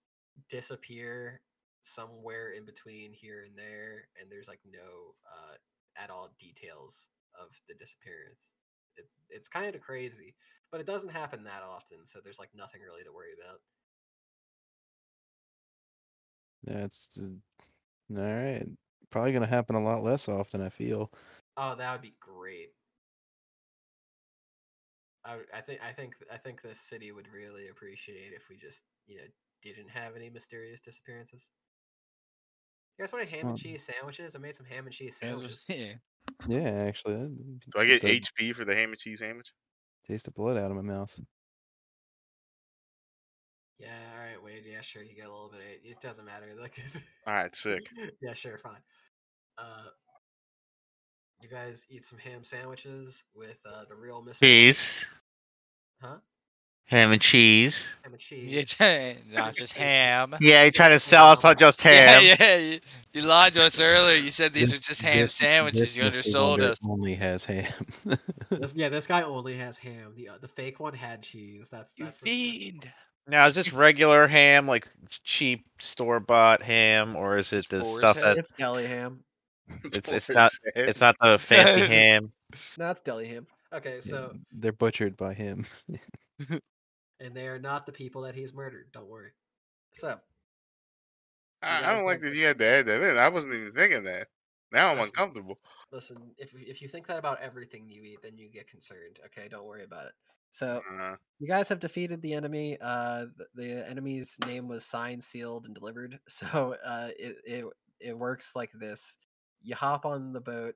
Speaker 2: disappear somewhere in between here and there and there's like no uh at all details of the disappearance. It's it's kind of crazy, but it doesn't happen that often, so there's like nothing really to worry about.
Speaker 1: That's all right. Probably gonna happen a lot less often. I feel.
Speaker 2: Oh, that would be great. I, would- I think I think I think the city would really appreciate if we just you know didn't have any mysterious disappearances. You guys want ham
Speaker 1: Um,
Speaker 2: and cheese sandwiches? I made some ham and cheese
Speaker 4: Yeah, I was
Speaker 2: sandwiches.
Speaker 4: just- yeah.
Speaker 1: Yeah, actually, that'd
Speaker 3: Do I get
Speaker 1: the
Speaker 3: HP for the ham and cheese sandwich?
Speaker 1: taste of blood out of my mouth.
Speaker 2: Yeah, all right, Wade. Yeah, sure. You get a little bit. Of, it It doesn't matter. (laughs) Like,
Speaker 3: All right, sick.
Speaker 2: (laughs) yeah, sure, fine. Uh, you guys eat some ham sandwiches with uh, the real Mr.
Speaker 5: (laughs) cheese,
Speaker 2: huh?
Speaker 5: ham and cheese.
Speaker 2: Ham and
Speaker 4: Yeah, (laughs)
Speaker 2: cheese.
Speaker 4: t-
Speaker 2: (laughs)
Speaker 4: not just ham.
Speaker 5: Yeah, you try to sell us on (laughs)
Speaker 4: (laughs)
Speaker 5: just
Speaker 4: Yeah,
Speaker 5: ham.
Speaker 4: yeah, you, you lied to us earlier. You said these
Speaker 1: This-
Speaker 4: are just ham
Speaker 1: this-
Speaker 4: sandwiches.
Speaker 1: this
Speaker 4: You
Speaker 1: Mr.
Speaker 4: undersold
Speaker 1: Wonder
Speaker 4: us.
Speaker 1: Only has ham. (laughs)
Speaker 2: This, yeah, this guy only has ham. The uh, the fake one had cheese. That's
Speaker 4: You
Speaker 2: that's what's different. (laughs)
Speaker 4: fiend.
Speaker 5: Now, is this regular ham, like cheap store bought ham, or is it this
Speaker 4: Boar's
Speaker 5: stuff
Speaker 4: head?
Speaker 5: that
Speaker 2: It's deli ham.
Speaker 3: (laughs)
Speaker 5: It's- it's
Speaker 3: Boris
Speaker 5: not-
Speaker 3: said.
Speaker 5: it's not the fancy (laughs) ham?
Speaker 2: No, it's deli ham. Okay, so
Speaker 1: They're butchered by him.
Speaker 2: and they are not the people that he's murdered. Don't worry. So
Speaker 3: I, I
Speaker 2: guys
Speaker 3: don't like
Speaker 2: have
Speaker 3: that
Speaker 2: the-
Speaker 3: you had to add that in. I wasn't even thinking that. Now I'm
Speaker 2: That's-
Speaker 3: uncomfortable.
Speaker 2: listen, if if you think that about everything you eat, then you get concerned. Okay, don't worry about it. So
Speaker 3: Uh,
Speaker 2: you guys have defeated the enemy. Uh, th- the enemy's name was signed, sealed, and delivered. (laughs) So uh, it it it works like this: you hop on the boat.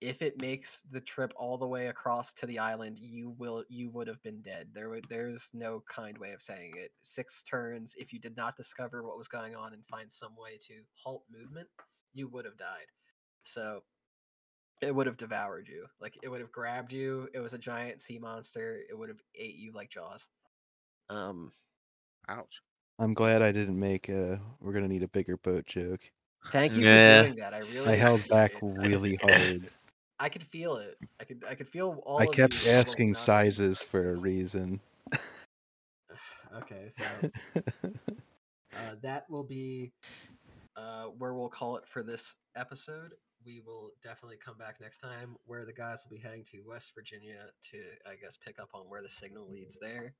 Speaker 2: If it makes the trip all the way across to the island, you will you would have been dead. There would there's no kind way of saying it. Six turns. If you did not discover what was going on and find some way to halt movement, you would have died. So it would have devoured you. Like it would have grabbed you. It was a giant sea monster. It would have ate you like Jaws. Um,
Speaker 3: ouch.
Speaker 1: I'm glad I didn't make a. We're gonna need a bigger boat joke.
Speaker 2: thank you
Speaker 5: Yeah.
Speaker 2: for doing that. I really
Speaker 1: I held
Speaker 2: (laughs)
Speaker 1: back
Speaker 2: appreciate it.
Speaker 1: really hard.
Speaker 2: I could feel it. I could I could feel all.
Speaker 1: I
Speaker 2: of
Speaker 1: kept
Speaker 2: you struggling
Speaker 1: asking
Speaker 2: not to-
Speaker 1: sizes for a reason.
Speaker 2: (sighs) Okay, so
Speaker 1: (laughs)
Speaker 2: uh, that will be uh, where we'll call it for this episode. we will definitely come back next time where the guys will be heading to West Virginia to, I guess, pick up on where the signal leads there.